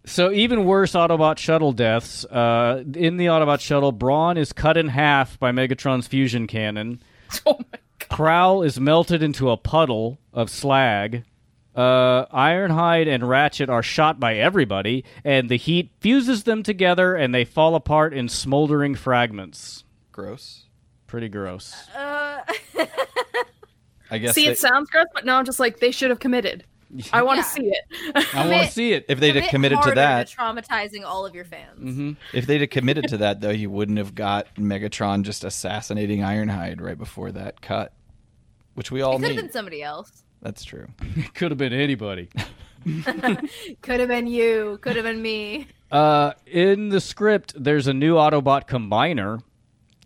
[SPEAKER 2] so even worse Autobot shuttle deaths. Uh, in the Autobot shuttle, Brawn is cut in half by Megatron's fusion cannon.
[SPEAKER 6] Oh my
[SPEAKER 2] Prowl is melted into a puddle of slag. Uh, Ironhide and Ratchet are shot by everybody, and the heat fuses them together, and they fall apart in smoldering fragments.
[SPEAKER 4] gross.
[SPEAKER 2] Pretty gross.
[SPEAKER 4] I guess
[SPEAKER 6] see,
[SPEAKER 4] they-
[SPEAKER 6] it sounds gross, but now I'm just like they should have committed. I want to see it.
[SPEAKER 2] I want to
[SPEAKER 5] Commit-
[SPEAKER 2] see it.
[SPEAKER 4] if they'd
[SPEAKER 5] A
[SPEAKER 4] have
[SPEAKER 5] bit
[SPEAKER 4] committed to
[SPEAKER 5] harder
[SPEAKER 4] that,
[SPEAKER 5] traumatizing all of your fans.
[SPEAKER 2] Mm-hmm.
[SPEAKER 4] if they'd have committed to that, though, you wouldn't have got Megatron just assassinating Ironhide right before that cut, which we all
[SPEAKER 5] It could have
[SPEAKER 4] need.
[SPEAKER 5] been somebody else.
[SPEAKER 4] That's true.
[SPEAKER 2] Could have been anybody.
[SPEAKER 5] Could have been you. Could have been me.
[SPEAKER 2] Uh, in the script, there's a new Autobot combiner,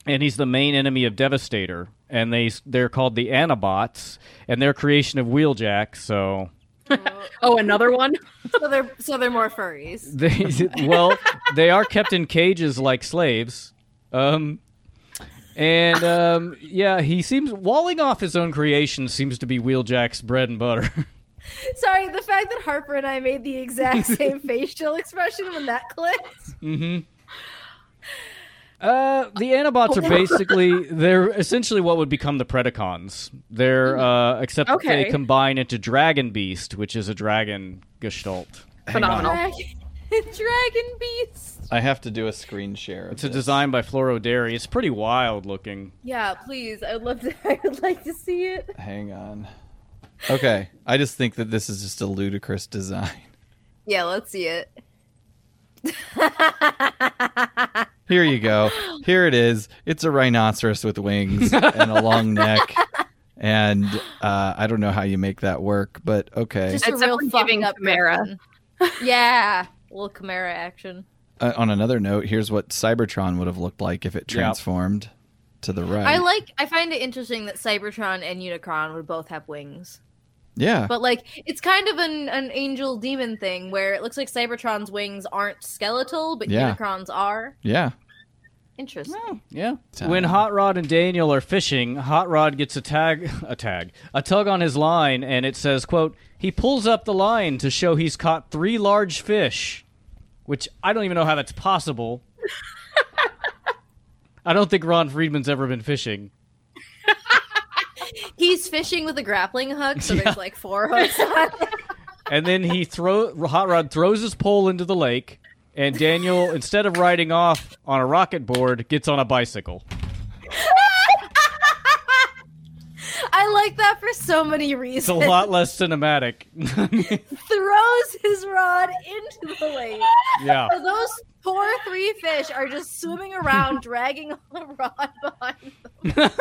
[SPEAKER 2] and he's the main enemy of Devastator, and they they're called the Anabots, and their creation of Wheeljack. So
[SPEAKER 6] oh, another one.
[SPEAKER 5] So they're so they're more furries.
[SPEAKER 2] they well they are kept in cages like slaves, um, and um, yeah, he seems walling off his own creation seems to be Wheeljack's bread and butter.
[SPEAKER 5] Sorry, the fact that Harper and I made the exact same facial expression when that clicked.
[SPEAKER 2] Uh, the Anabots are basically they're essentially what would become the Predacons. They're uh, except that they
[SPEAKER 6] Okay.
[SPEAKER 2] combine into Dragon Beast, which is a dragon gestalt.
[SPEAKER 6] Phenomenal.
[SPEAKER 5] Dragon, Dragon Beast.
[SPEAKER 4] I have to do a screen share. Of
[SPEAKER 2] It's a
[SPEAKER 4] this.
[SPEAKER 2] design by Floro Dairy. It's pretty wild looking.
[SPEAKER 5] Yeah, please. I would love to. I would like to see it.
[SPEAKER 4] Hang on. Okay, I just think that this is just a ludicrous design.
[SPEAKER 5] Yeah, let's see it.
[SPEAKER 4] Here you go. Here it is. It's a rhinoceros with wings and a long neck and uh, I don't know how you make that work, but okay.
[SPEAKER 5] Just
[SPEAKER 6] Except
[SPEAKER 5] a real
[SPEAKER 6] when
[SPEAKER 5] fucking
[SPEAKER 6] giving
[SPEAKER 5] up
[SPEAKER 6] Chimera.
[SPEAKER 5] person. yeah, little Chimera action.
[SPEAKER 4] Uh, on another note, here's what Cybertron would have looked like if it transformed to the right.
[SPEAKER 5] I like. I find it interesting that Cybertron and Unicron would both have wings,
[SPEAKER 4] yeah,
[SPEAKER 5] but like it's kind of an an angel demon thing where it looks like Cybertron's wings aren't skeletal, but
[SPEAKER 4] Yeah.
[SPEAKER 5] Unicron's are.
[SPEAKER 4] yeah.
[SPEAKER 5] Interesting.
[SPEAKER 2] Yeah.
[SPEAKER 4] Time.
[SPEAKER 2] When Hot Rod and Daniel are fishing, Hot Rod gets a tag, a tag, a tug on his line, and it says, "quote He pulls up the line to show he's caught three large fish," which I don't even know how that's possible. I don't think Ron Friedman's ever been fishing.
[SPEAKER 5] He's fishing with a grappling hook, so there's like four hooks on. it.
[SPEAKER 2] And then he throw Hot Rod throws his pole into the lake, and Daniel, instead of riding off on a rocket board, gets on a bicycle.
[SPEAKER 5] I like that for so many reasons.
[SPEAKER 2] It's a lot less cinematic.
[SPEAKER 5] Throws his rod into the lake.
[SPEAKER 2] yeah.
[SPEAKER 5] So those poor three fish are just swimming around, dragging a rod behind.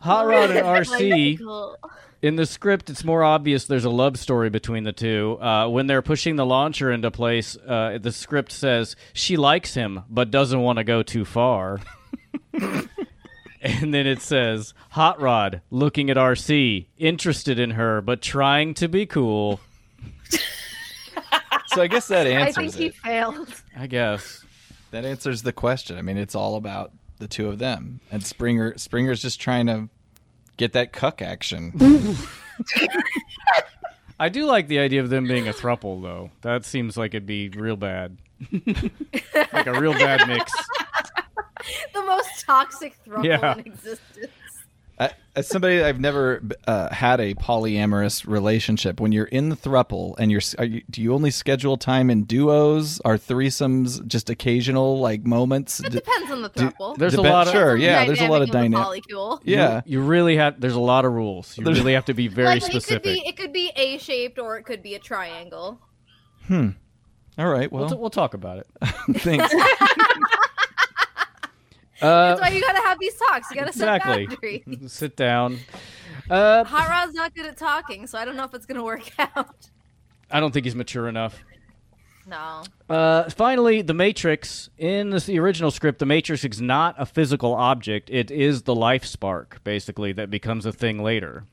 [SPEAKER 2] Hot Rod and RC.
[SPEAKER 5] Michael.
[SPEAKER 2] In the script, it's more obvious there's a love story between the two. Uh, when they're pushing the launcher into place, uh, the script says she likes him but doesn't want to go too far. and then it says Hot Rod looking at RC, interested in her but trying to be cool.
[SPEAKER 4] So I guess that
[SPEAKER 5] I
[SPEAKER 4] answers
[SPEAKER 5] think he
[SPEAKER 4] it.
[SPEAKER 5] failed.
[SPEAKER 2] I guess.
[SPEAKER 4] That answers the question. I mean, it's all about the two of them, and Springer. Springer's just trying to get that cuck action.
[SPEAKER 2] I do like the idea of them being a thruple, though. That seems like it'd be real bad. like a real bad mix.
[SPEAKER 5] The most toxic throuple
[SPEAKER 2] Yeah.
[SPEAKER 5] in existence.
[SPEAKER 4] I, Uh, as somebody I've never uh, had a polyamorous relationship, when you're in the thruple and you're, are you, do you only schedule time in duos? Are threesomes just occasional like moments?
[SPEAKER 5] It
[SPEAKER 4] D-
[SPEAKER 5] depends on the
[SPEAKER 4] do-
[SPEAKER 5] throuple.
[SPEAKER 2] There's a
[SPEAKER 4] Depend-
[SPEAKER 2] lot of-
[SPEAKER 4] sure, yeah. There's a lot of
[SPEAKER 5] dynamic.
[SPEAKER 4] dynamic.
[SPEAKER 5] of the Polycule.
[SPEAKER 4] Yeah,
[SPEAKER 2] You, you really have, there's a lot of rules. You
[SPEAKER 4] There's-
[SPEAKER 2] really have to be very
[SPEAKER 5] like
[SPEAKER 2] specific.
[SPEAKER 5] it could be it could be A shaped or it could be a triangle.
[SPEAKER 4] All right.
[SPEAKER 2] We'll, t-
[SPEAKER 4] Well,
[SPEAKER 2] we'll talk about it.
[SPEAKER 4] thanks.
[SPEAKER 2] Uh,
[SPEAKER 5] That's why you gotta have these talks. You gotta
[SPEAKER 2] exactly.
[SPEAKER 5] set boundaries.
[SPEAKER 2] Sit down. Uh,
[SPEAKER 5] Hot Rod's not good at talking, so I don't know if it's gonna work out.
[SPEAKER 2] I don't think he's mature enough.
[SPEAKER 5] No.
[SPEAKER 2] Uh, finally, the Matrix. In this, the original script, the Matrix is not a physical object. It is the life spark, basically, that becomes a thing later.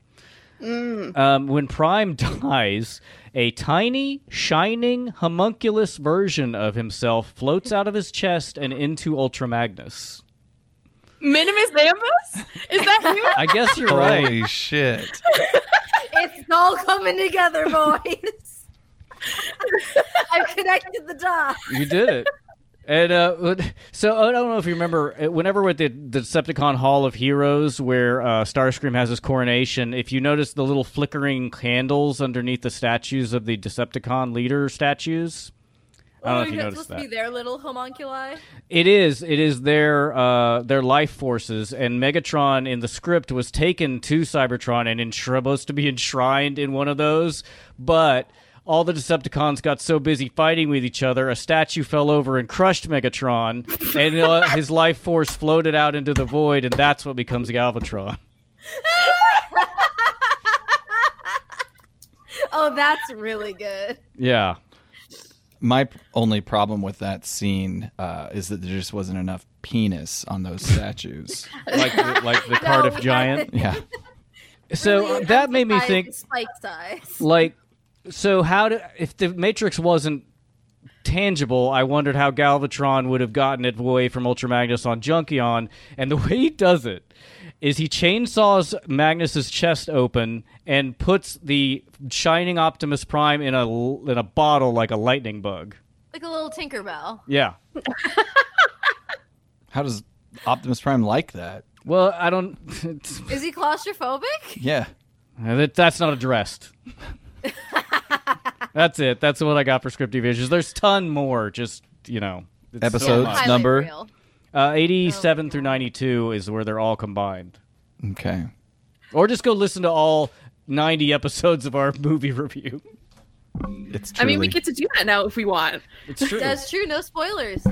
[SPEAKER 6] Mm.
[SPEAKER 2] Um, when Prime dies, a tiny, shining, homunculus version of himself floats out of his chest and into Ultra Magnus.
[SPEAKER 6] Minimus Ambus? Is that you?
[SPEAKER 2] I guess you're right.
[SPEAKER 4] Holy shit!
[SPEAKER 5] It's all coming together, boys. I've connected the dots.
[SPEAKER 2] You did it. And uh, what- so I don't know if you remember, uh, whenever with the the Decepticon Hall of Heroes, where uh, Starscream has his coronation, if you notice the little flickering candles underneath the statues of the Decepticon leader statues, I don't know if you
[SPEAKER 5] that's
[SPEAKER 2] noticed
[SPEAKER 5] supposed
[SPEAKER 2] that.
[SPEAKER 5] to be their little homunculi.
[SPEAKER 2] It is. It is their uh, their life forces, and Megatron in the script was taken to Cybertron and ensh- supposed to be enshrined in one of those, but. All the Decepticons got so busy fighting with each other, a statue fell over and crushed Megatron, and uh, his life force floated out into the void, and that's what becomes Galvatron.
[SPEAKER 5] Oh, that's really good.
[SPEAKER 2] Yeah.
[SPEAKER 4] My p- only problem with that scene uh, is that there just wasn't enough penis on those statues.
[SPEAKER 2] Like the, like the
[SPEAKER 5] No,
[SPEAKER 2] Cardiff
[SPEAKER 5] we
[SPEAKER 2] Giant.
[SPEAKER 5] haven't.
[SPEAKER 4] yeah.
[SPEAKER 2] So
[SPEAKER 5] Really
[SPEAKER 2] Uh, that made me
[SPEAKER 5] emphasized
[SPEAKER 2] think
[SPEAKER 5] the spike size.
[SPEAKER 2] like so how did if the matrix wasn't tangible i wondered how galvatron would have gotten it away from ultra magnus on junkion and the way he does it is he chainsaws magnus's chest open and puts the shining optimus prime in a l- in a bottle like a lightning bug
[SPEAKER 5] Like a little Tinkerbell.
[SPEAKER 2] yeah
[SPEAKER 4] How does Optimus Prime like that?
[SPEAKER 2] well i don't it's-
[SPEAKER 5] Is he claustrophobic?
[SPEAKER 4] Yeah.
[SPEAKER 2] that, that's not addressed that's it that's what i got for scripty visions there's ton more just you know it's so
[SPEAKER 4] Episodes?
[SPEAKER 2] much.
[SPEAKER 5] Highlight
[SPEAKER 4] number.
[SPEAKER 5] reel.
[SPEAKER 2] Uh, 87 through 92 is where they're all combined.
[SPEAKER 4] Okay.
[SPEAKER 2] Or just go listen to all 90 episodes of our movie review.
[SPEAKER 4] It's
[SPEAKER 6] I
[SPEAKER 4] truly.
[SPEAKER 6] mean, we get to do that now if we want.
[SPEAKER 2] It's true.
[SPEAKER 5] That's true. No spoilers.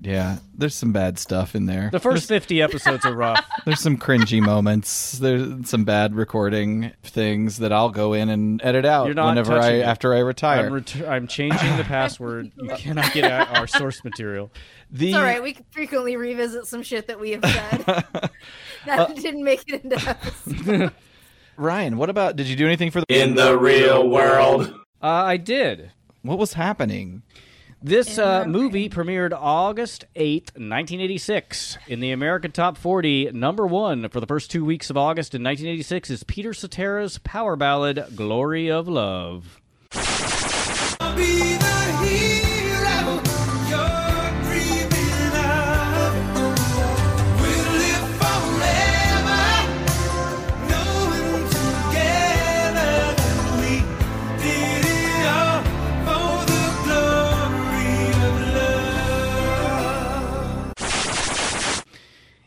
[SPEAKER 4] Yeah, there's some bad stuff in there.
[SPEAKER 2] The first 50 episodes are rough.
[SPEAKER 4] There's some cringy moments. There's some bad recording things that I'll go in and edit out
[SPEAKER 2] You're not
[SPEAKER 4] whenever I
[SPEAKER 2] touching it.
[SPEAKER 4] after I retire.
[SPEAKER 2] I'm, ret- I'm changing the password. You cannot get at our source material.
[SPEAKER 4] the
[SPEAKER 5] It's all right. We can frequently revisit some shit that we have said that didn't make it into episode.
[SPEAKER 4] Uh, Ryan, what about? Did you do anything for the?
[SPEAKER 8] In the real world.
[SPEAKER 2] Uh, I did.
[SPEAKER 4] What was happening?
[SPEAKER 2] This uh, movie premiered August 8th, 1986. In the American Top 40, number one for the first two weeks of August in 1986 is Peter Cetera's power ballad, Glory of Love.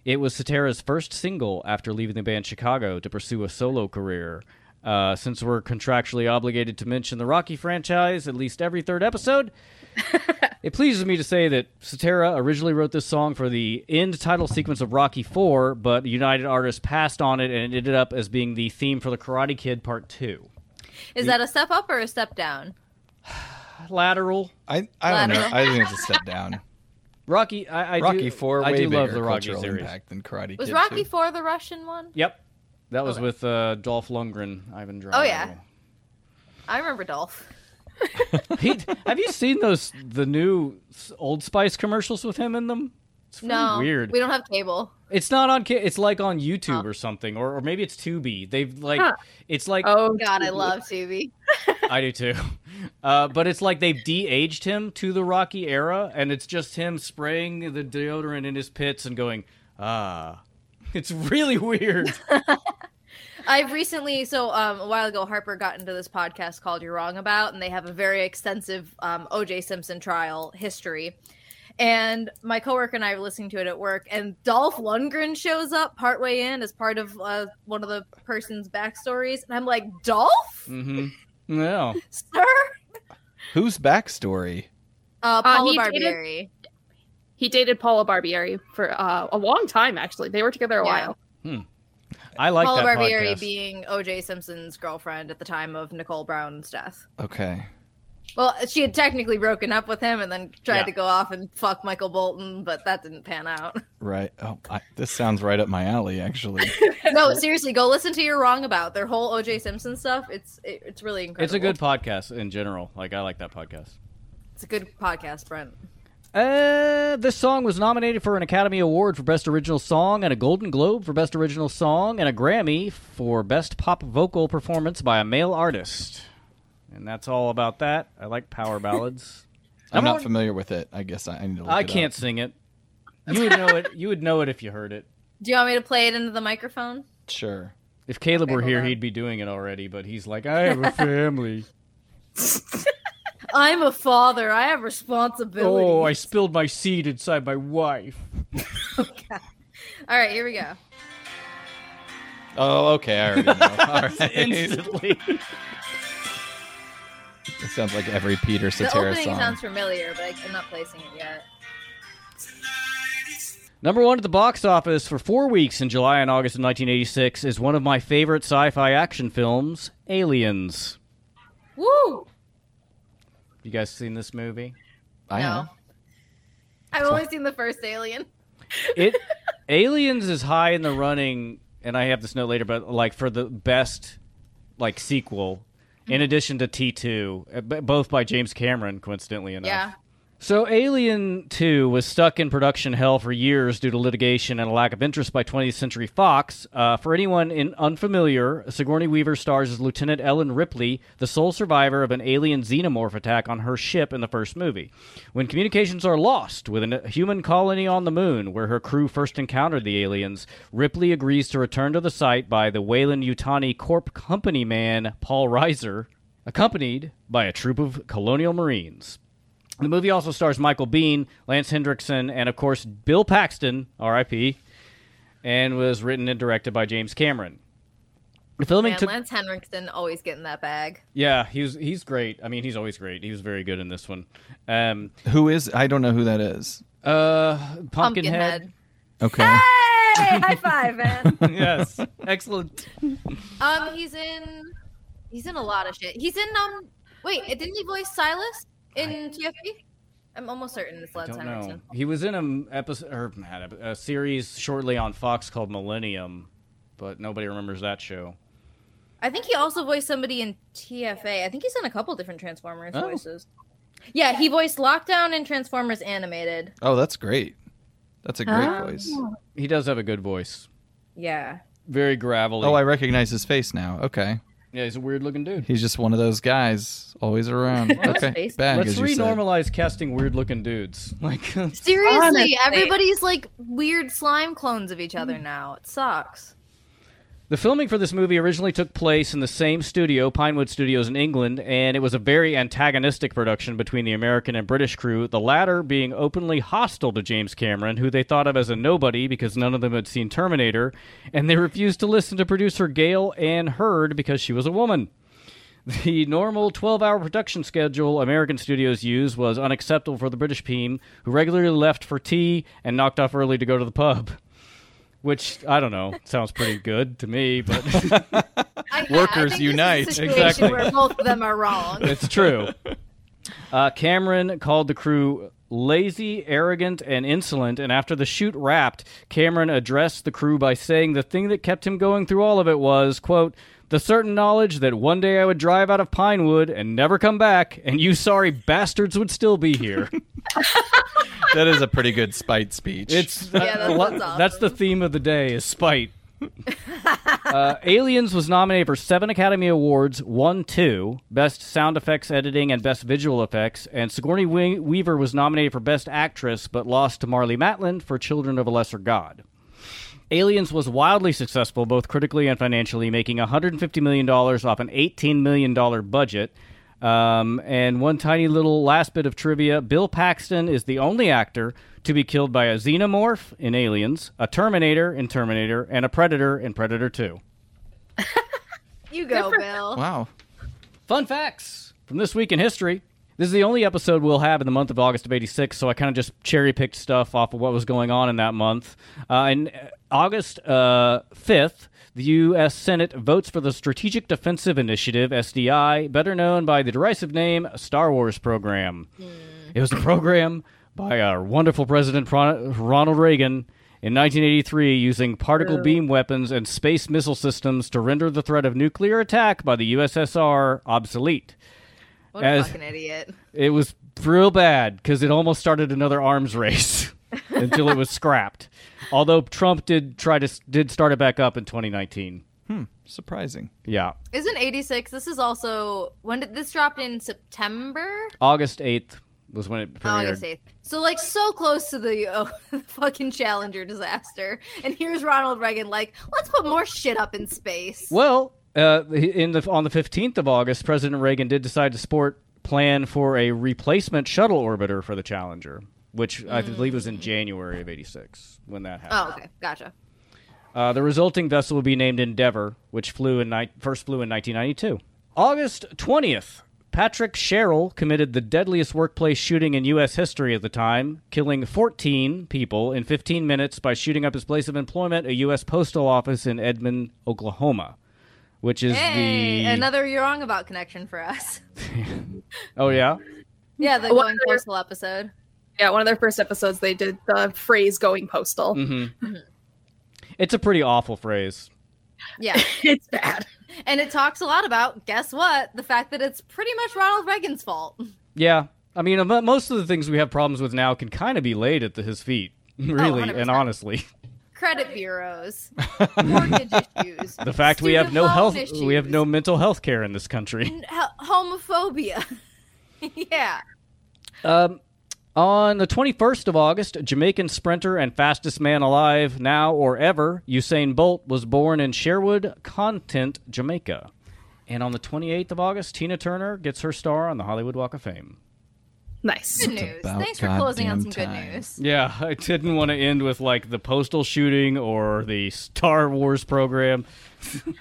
[SPEAKER 2] It was Cetera's first single after leaving the band Chicago to pursue a solo career. Uh, since we're contractually obligated to mention the Rocky franchise at least every third episode, it pleases me to say that Cetera originally wrote this song for the end title sequence of Rocky IV, but United Artists passed on it and it ended up as being the theme for The Karate Kid Part 2.
[SPEAKER 5] Is that a step up or a step down?
[SPEAKER 2] Lateral.
[SPEAKER 4] I I don't know.
[SPEAKER 5] Lateral.
[SPEAKER 4] I think it's a step down.
[SPEAKER 2] Rocky, I, I
[SPEAKER 4] Rocky
[SPEAKER 2] do,
[SPEAKER 4] Four.
[SPEAKER 2] I
[SPEAKER 4] way
[SPEAKER 2] do
[SPEAKER 4] bigger
[SPEAKER 2] love the Rocky
[SPEAKER 4] cultural
[SPEAKER 2] series.
[SPEAKER 4] impact than Karate
[SPEAKER 5] Was
[SPEAKER 4] Kid
[SPEAKER 5] Rocky
[SPEAKER 4] too.
[SPEAKER 5] Four the Russian one?
[SPEAKER 2] Yep. That was with uh, Dolph Lundgren, Ivan Drago.
[SPEAKER 5] Oh, yeah. I remember Dolph.
[SPEAKER 2] He, have you seen those the new s- Old Spice commercials with him in them? It's really
[SPEAKER 5] No,
[SPEAKER 2] weird.
[SPEAKER 5] We don't Oh. have cable.
[SPEAKER 2] It's not on. ca- It's like on YouTube or something, or, or maybe it's Tubi. They've like
[SPEAKER 6] Huh.
[SPEAKER 2] it's like
[SPEAKER 6] Oh
[SPEAKER 5] God, I love Tubi.
[SPEAKER 2] I do too, uh, but it's like they've de-aged him to the Rocky era, and it's just him spraying the deodorant in his pits and going ah. It's really weird.
[SPEAKER 5] I've recently, so um, a while ago, Harper got into this podcast called "You're Wrong About," and they have a very extensive um, O.J. Simpson trial history. And my coworker and I were listening to it at work, and Dolph Lundgren shows up partway in as part of uh, one of the person's backstories, and I'm like, "Dolph,
[SPEAKER 2] mm-hmm. No,
[SPEAKER 5] sir?"
[SPEAKER 4] Whose backstory?
[SPEAKER 5] Uh,
[SPEAKER 6] Uh,
[SPEAKER 5] Paula
[SPEAKER 6] he dated-
[SPEAKER 5] Barbieri.
[SPEAKER 6] He dated Paula Barbieri for uh, a long time, actually. They were together a
[SPEAKER 5] Yeah.
[SPEAKER 6] while.
[SPEAKER 2] I like
[SPEAKER 5] Paula
[SPEAKER 2] that
[SPEAKER 5] Barbieri
[SPEAKER 2] podcast.
[SPEAKER 5] being O.J. Simpson's girlfriend at the time of Nicole Brown's death.
[SPEAKER 4] Okay.
[SPEAKER 5] Well, she had technically broken up with him and then tried
[SPEAKER 2] Yeah.
[SPEAKER 5] to go off and fuck Michael Bolton, but that didn't pan out.
[SPEAKER 4] Right. Oh, I, this sounds right up my alley, actually.
[SPEAKER 5] no, seriously, go listen to "You're Wrong About" their whole O.J. Simpson stuff. It's it, it's really incredible.
[SPEAKER 2] it's a good podcast in general. Like I like that podcast.
[SPEAKER 5] it's a good podcast, Brent.
[SPEAKER 2] Uh, this song was nominated for an Academy Award for Best Original Song and a Golden Globe for Best Original Song and a Grammy for Best Pop Vocal Performance by a Male Artist. And that's all about that. I like power ballads.
[SPEAKER 4] I'm
[SPEAKER 2] Number
[SPEAKER 4] not
[SPEAKER 2] one-
[SPEAKER 4] familiar with it. I guess I, I need to. Look
[SPEAKER 2] I
[SPEAKER 4] it up.
[SPEAKER 2] can't sing it. You would know it. You would know it if you heard it.
[SPEAKER 5] Do you want me to play it into the microphone?
[SPEAKER 4] Sure.
[SPEAKER 2] If Caleb were
[SPEAKER 5] hold
[SPEAKER 2] here,
[SPEAKER 5] on.
[SPEAKER 2] he'd be doing it already. But he's like, I have a family.
[SPEAKER 5] I'm a father. I have responsibilities.
[SPEAKER 2] oh, I spilled my seed inside my wife.
[SPEAKER 5] All right, here we go.
[SPEAKER 4] Oh, okay. I already know. All right.
[SPEAKER 2] Instantly.
[SPEAKER 4] It sounds like every Peter
[SPEAKER 5] The
[SPEAKER 4] Cetera
[SPEAKER 5] opening
[SPEAKER 4] song.
[SPEAKER 5] sounds familiar, but I'm not placing it yet.
[SPEAKER 2] Number one at the box office for four weeks in July and August of 1986 is one of my favorite sci fi action films, Aliens.
[SPEAKER 5] Woo!
[SPEAKER 2] You guys seen this movie?
[SPEAKER 4] I
[SPEAKER 5] No, I've only seen the first Alien.
[SPEAKER 2] It Aliens is high in the running, and I have this note later, but like for the best like sequel, in addition to T2, uh, b- both by James Cameron, coincidentally enough.
[SPEAKER 5] Yeah.
[SPEAKER 2] So, Alien 2 was stuck in production hell for years due to litigation and a lack of interest by 20th Century Fox. Uh, for anyone in unfamiliar, Sigourney Weaver stars as Lieutenant Ellen Ripley, the sole survivor of an alien xenomorph attack on her ship in the first movie. When communications are lost with a human colony on the moon where her crew first encountered the aliens, Ripley agrees to return to the site by the Whalen Utani Corp company man, Paul Reiser, accompanied by a troop of colonial marines. The movie also stars Michael Bean, Lance Hendrickson, and of course Bill Paxton, R.I.P., and was written and directed by James Cameron. The filming
[SPEAKER 5] Man,
[SPEAKER 2] took
[SPEAKER 5] Lance Henriksen always getting that bag.
[SPEAKER 2] yeah, he was he's great. I mean, he's always great. He was very good in this one. Um,
[SPEAKER 4] Who is? I don't know who that is.
[SPEAKER 2] Uh, Pumpkinhead.
[SPEAKER 5] Pumpkinhead.
[SPEAKER 4] Okay.
[SPEAKER 5] Ah! Hey, high five, man.
[SPEAKER 2] yes, excellent.
[SPEAKER 5] Um, he's in. He's in a lot of shit. He's in um. Wait, didn't he voice Silas in TFP? I'm almost certain it's Led
[SPEAKER 2] Don't know.
[SPEAKER 5] Simonson.
[SPEAKER 2] He was in an episode or not epi- a series shortly on Fox called Millennium, but nobody remembers that show.
[SPEAKER 5] I think he also voiced somebody in TFA. I think he's in a couple different Transformers
[SPEAKER 2] Oh.
[SPEAKER 5] voices. Yeah, he voiced Lockdown in Transformers Animated.
[SPEAKER 4] Oh, that's great. That's a great
[SPEAKER 5] Ah.
[SPEAKER 4] voice.
[SPEAKER 2] He does have a good voice.
[SPEAKER 5] Yeah.
[SPEAKER 2] Very gravelly.
[SPEAKER 4] Oh, I recognize his face now. Okay.
[SPEAKER 2] yeah, he's a weird looking dude.
[SPEAKER 4] He's just one of those guys always around.
[SPEAKER 5] Let's
[SPEAKER 4] okay.
[SPEAKER 5] face it.
[SPEAKER 4] Bag,
[SPEAKER 2] Let's
[SPEAKER 4] as you said.
[SPEAKER 2] re-normalize casting weird looking dudes. Like
[SPEAKER 5] Seriously,
[SPEAKER 6] Honestly.
[SPEAKER 5] everybody's like weird slime clones of each other
[SPEAKER 2] Hmm.
[SPEAKER 5] now. It sucks.
[SPEAKER 2] The filming for this movie originally took place in the same studio, Pinewood Studios in England, and it was a very antagonistic production between the American and British crew, the latter being openly hostile to James Cameron, who they thought of as a nobody because none of them had seen Terminator, and they refused to listen to producer Gail Ann Hurd because she was a woman. The normal 12 hour production schedule American studios used was unacceptable for the British team, who regularly left for tea and knocked off early to go to the pub. Which, I don't know, sounds pretty good to me, but
[SPEAKER 5] I,
[SPEAKER 4] Workers
[SPEAKER 5] this is a
[SPEAKER 4] unite.
[SPEAKER 5] situation
[SPEAKER 2] Exactly.
[SPEAKER 5] Where both of them are wrong.
[SPEAKER 2] it's true. Uh, Cameron called the crew lazy, arrogant, and insolent. And after the shoot wrapped, Cameron addressed the crew by saying the thing that kept him going through all of it was, quote, the certain knowledge that one day I would drive out of Pinewood and never come back, and you sorry bastards would still be here.
[SPEAKER 4] That is a pretty good spite speech.
[SPEAKER 2] It's uh,
[SPEAKER 5] Yeah, that's-
[SPEAKER 2] lo-
[SPEAKER 5] that's awesome.
[SPEAKER 2] the theme of the day is spite. uh, Aliens was nominated for seven Academy Awards, one, two, best sound effects editing and best visual effects, and Sigourney We- Weaver was nominated for best actress but lost to Marley Matlin for Children of a Lesser God. Aliens was wildly successful both critically and financially, making $150 million off an $18 million budget. Um, and one tiny little last bit of trivia Bill Paxton is the only actor to be killed by a xenomorph in Aliens, a Terminator in Terminator, and a Predator in Predator 2.
[SPEAKER 5] You go, Bill.
[SPEAKER 4] wow.
[SPEAKER 2] Fun facts from this week in history. This is the only episode we'll have in the month of August of 86, so I kind of just cherry picked stuff off of what was going on in that month. Uh, in uh, August uh, 5th, the U.S. Senate votes for the Strategic Defensive Initiative, SDI, better known by the derisive name Star Wars Program. It was a program by our wonderful President Ron- Ronald Reagan in 1983 using particle beam weapons and space missile systems to render the threat of nuclear attack by the USSR obsolete.
[SPEAKER 5] What a
[SPEAKER 2] As-
[SPEAKER 5] fucking idiot.
[SPEAKER 2] It was real bad because it almost started another arms race until it was scrapped. Although Trump did try to did start it back up in 2019.
[SPEAKER 4] Surprising.
[SPEAKER 2] Yeah,
[SPEAKER 5] Isn't 86? This is also when did this dropped in September?
[SPEAKER 2] August 8th was when it premiered.
[SPEAKER 5] August 8th. So like so close to the oh, fucking Challenger disaster. And here's Ronald Reagan like, let's put more shit up in space.
[SPEAKER 2] Well, uh, in the on the fifteenth of August, President Reagan did decide to support plan for a replacement shuttle orbiter for the Challenger, which I believe was in January of '86 when that happened.
[SPEAKER 5] Oh, okay. Gotcha.
[SPEAKER 2] Uh, the resulting vessel will be named Endeavour, which flew in ni- first flew in 1992. August 20th, Patrick Sherrill committed the deadliest workplace shooting in U.S. history at the time, killing 14 people in 15 minutes by shooting up his place of employment, a U.S. postal office in Edmond, Oklahoma, which is
[SPEAKER 5] Hey,
[SPEAKER 2] the
[SPEAKER 5] another you're wrong about connection for us.
[SPEAKER 2] oh yeah
[SPEAKER 5] Yeah, the
[SPEAKER 6] What
[SPEAKER 5] going
[SPEAKER 6] other-
[SPEAKER 5] postal episode.
[SPEAKER 6] Yeah, one of their first episodes, they did the phrase "going postal."
[SPEAKER 4] Mm.
[SPEAKER 2] Mm-hmm. It's a pretty awful phrase.
[SPEAKER 5] Yeah.
[SPEAKER 6] It's bad.
[SPEAKER 5] And it talks a lot about, guess what? The fact that it's pretty much Ronald Reagan's fault.
[SPEAKER 2] Yeah. I mean, mo- most of the things we have problems with now can kind of be laid at the, his feet, really
[SPEAKER 5] 100%.
[SPEAKER 2] and honestly.
[SPEAKER 5] Credit bureaus, mortgage issues.
[SPEAKER 2] The fact we have
[SPEAKER 5] student
[SPEAKER 2] no
[SPEAKER 5] loan
[SPEAKER 2] health,
[SPEAKER 5] issues,
[SPEAKER 2] we have no mental health care in this country.
[SPEAKER 5] n- ho- homophobia. yeah.
[SPEAKER 2] Um, on the 21st of August, Jamaican sprinter and fastest man alive now or ever, Usain Bolt, was born in Sherwood, Content, Jamaica. And on the 28th of August, Tina Turner gets her star on the Hollywood Walk of Fame.
[SPEAKER 6] Nice.
[SPEAKER 5] Good news.
[SPEAKER 4] about
[SPEAKER 5] Thanks for closing on some
[SPEAKER 4] goddamn
[SPEAKER 5] good
[SPEAKER 4] time.
[SPEAKER 5] news.
[SPEAKER 2] Yeah, I didn't want to end with like the postal shooting or the Star Wars program.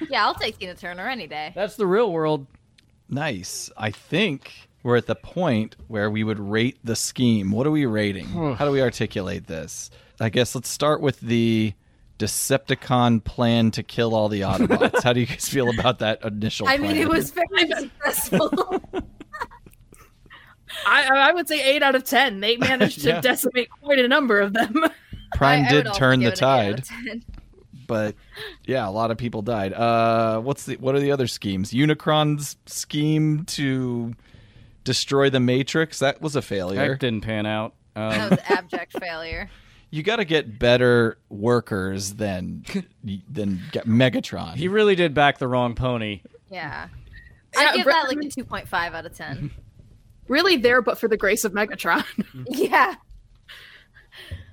[SPEAKER 5] Yeah, I'll take Tina Turner any day.
[SPEAKER 2] That's the real world.
[SPEAKER 4] Nice. I think we're at the point where we would rate the scheme. What are we rating? How do we articulate this? I guess let's start with the Decepticon plan to kill all the Autobots. How do you guys feel about that initial?
[SPEAKER 5] I mean,
[SPEAKER 4] plan?
[SPEAKER 5] it was very successful.
[SPEAKER 6] I, I would say eight out of ten. They managed to
[SPEAKER 4] Yeah.
[SPEAKER 6] decimate quite a number of them.
[SPEAKER 4] Prime
[SPEAKER 5] I- I would
[SPEAKER 4] did
[SPEAKER 5] also
[SPEAKER 4] turn the
[SPEAKER 5] give it an eight out
[SPEAKER 4] tide,
[SPEAKER 5] of 10.
[SPEAKER 4] but yeah, a lot of people died. Uh, what's the what are the other schemes? Unicron's scheme to destroy the Matrix that was a failure.
[SPEAKER 2] That didn't pan out. Um,
[SPEAKER 5] That was abject failure.
[SPEAKER 4] You got to get better workers than than get Megatron.
[SPEAKER 2] he really did back the wrong pony.
[SPEAKER 5] Yeah.
[SPEAKER 6] Yeah,
[SPEAKER 5] I'd give
[SPEAKER 6] Bre-
[SPEAKER 5] that like a 2.5 out of 10.
[SPEAKER 6] Really, there, but for the grace of Megatron.
[SPEAKER 5] yeah.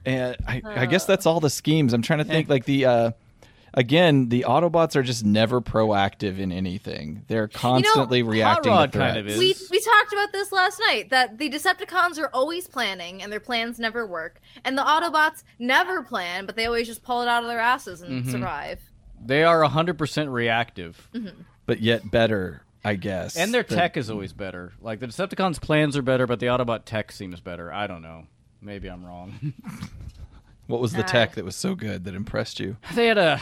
[SPEAKER 4] And I, I guess
[SPEAKER 2] Uh.
[SPEAKER 4] that's all the schemes. I'm trying to think like the uh again, the Autobots are just never proactive in anything. They're constantly reacting
[SPEAKER 2] Hot Rod
[SPEAKER 4] to
[SPEAKER 2] kind of
[SPEAKER 4] threats.
[SPEAKER 2] is.
[SPEAKER 5] We we talked about this last night that the Decepticons are always planning and their plans never work, and the Autobots never plan, but they always just pull it out of their asses and survive.
[SPEAKER 2] They are 100% reactive.
[SPEAKER 4] But yet better, I guess.
[SPEAKER 2] And their
[SPEAKER 4] But-
[SPEAKER 2] tech is always better. Like, the Decepticons' plans are better, but the Autobot tech seems better. I don't know. Maybe I'm wrong.
[SPEAKER 4] What was the
[SPEAKER 2] Ah.
[SPEAKER 4] tech that was so good that impressed you?
[SPEAKER 2] they had a.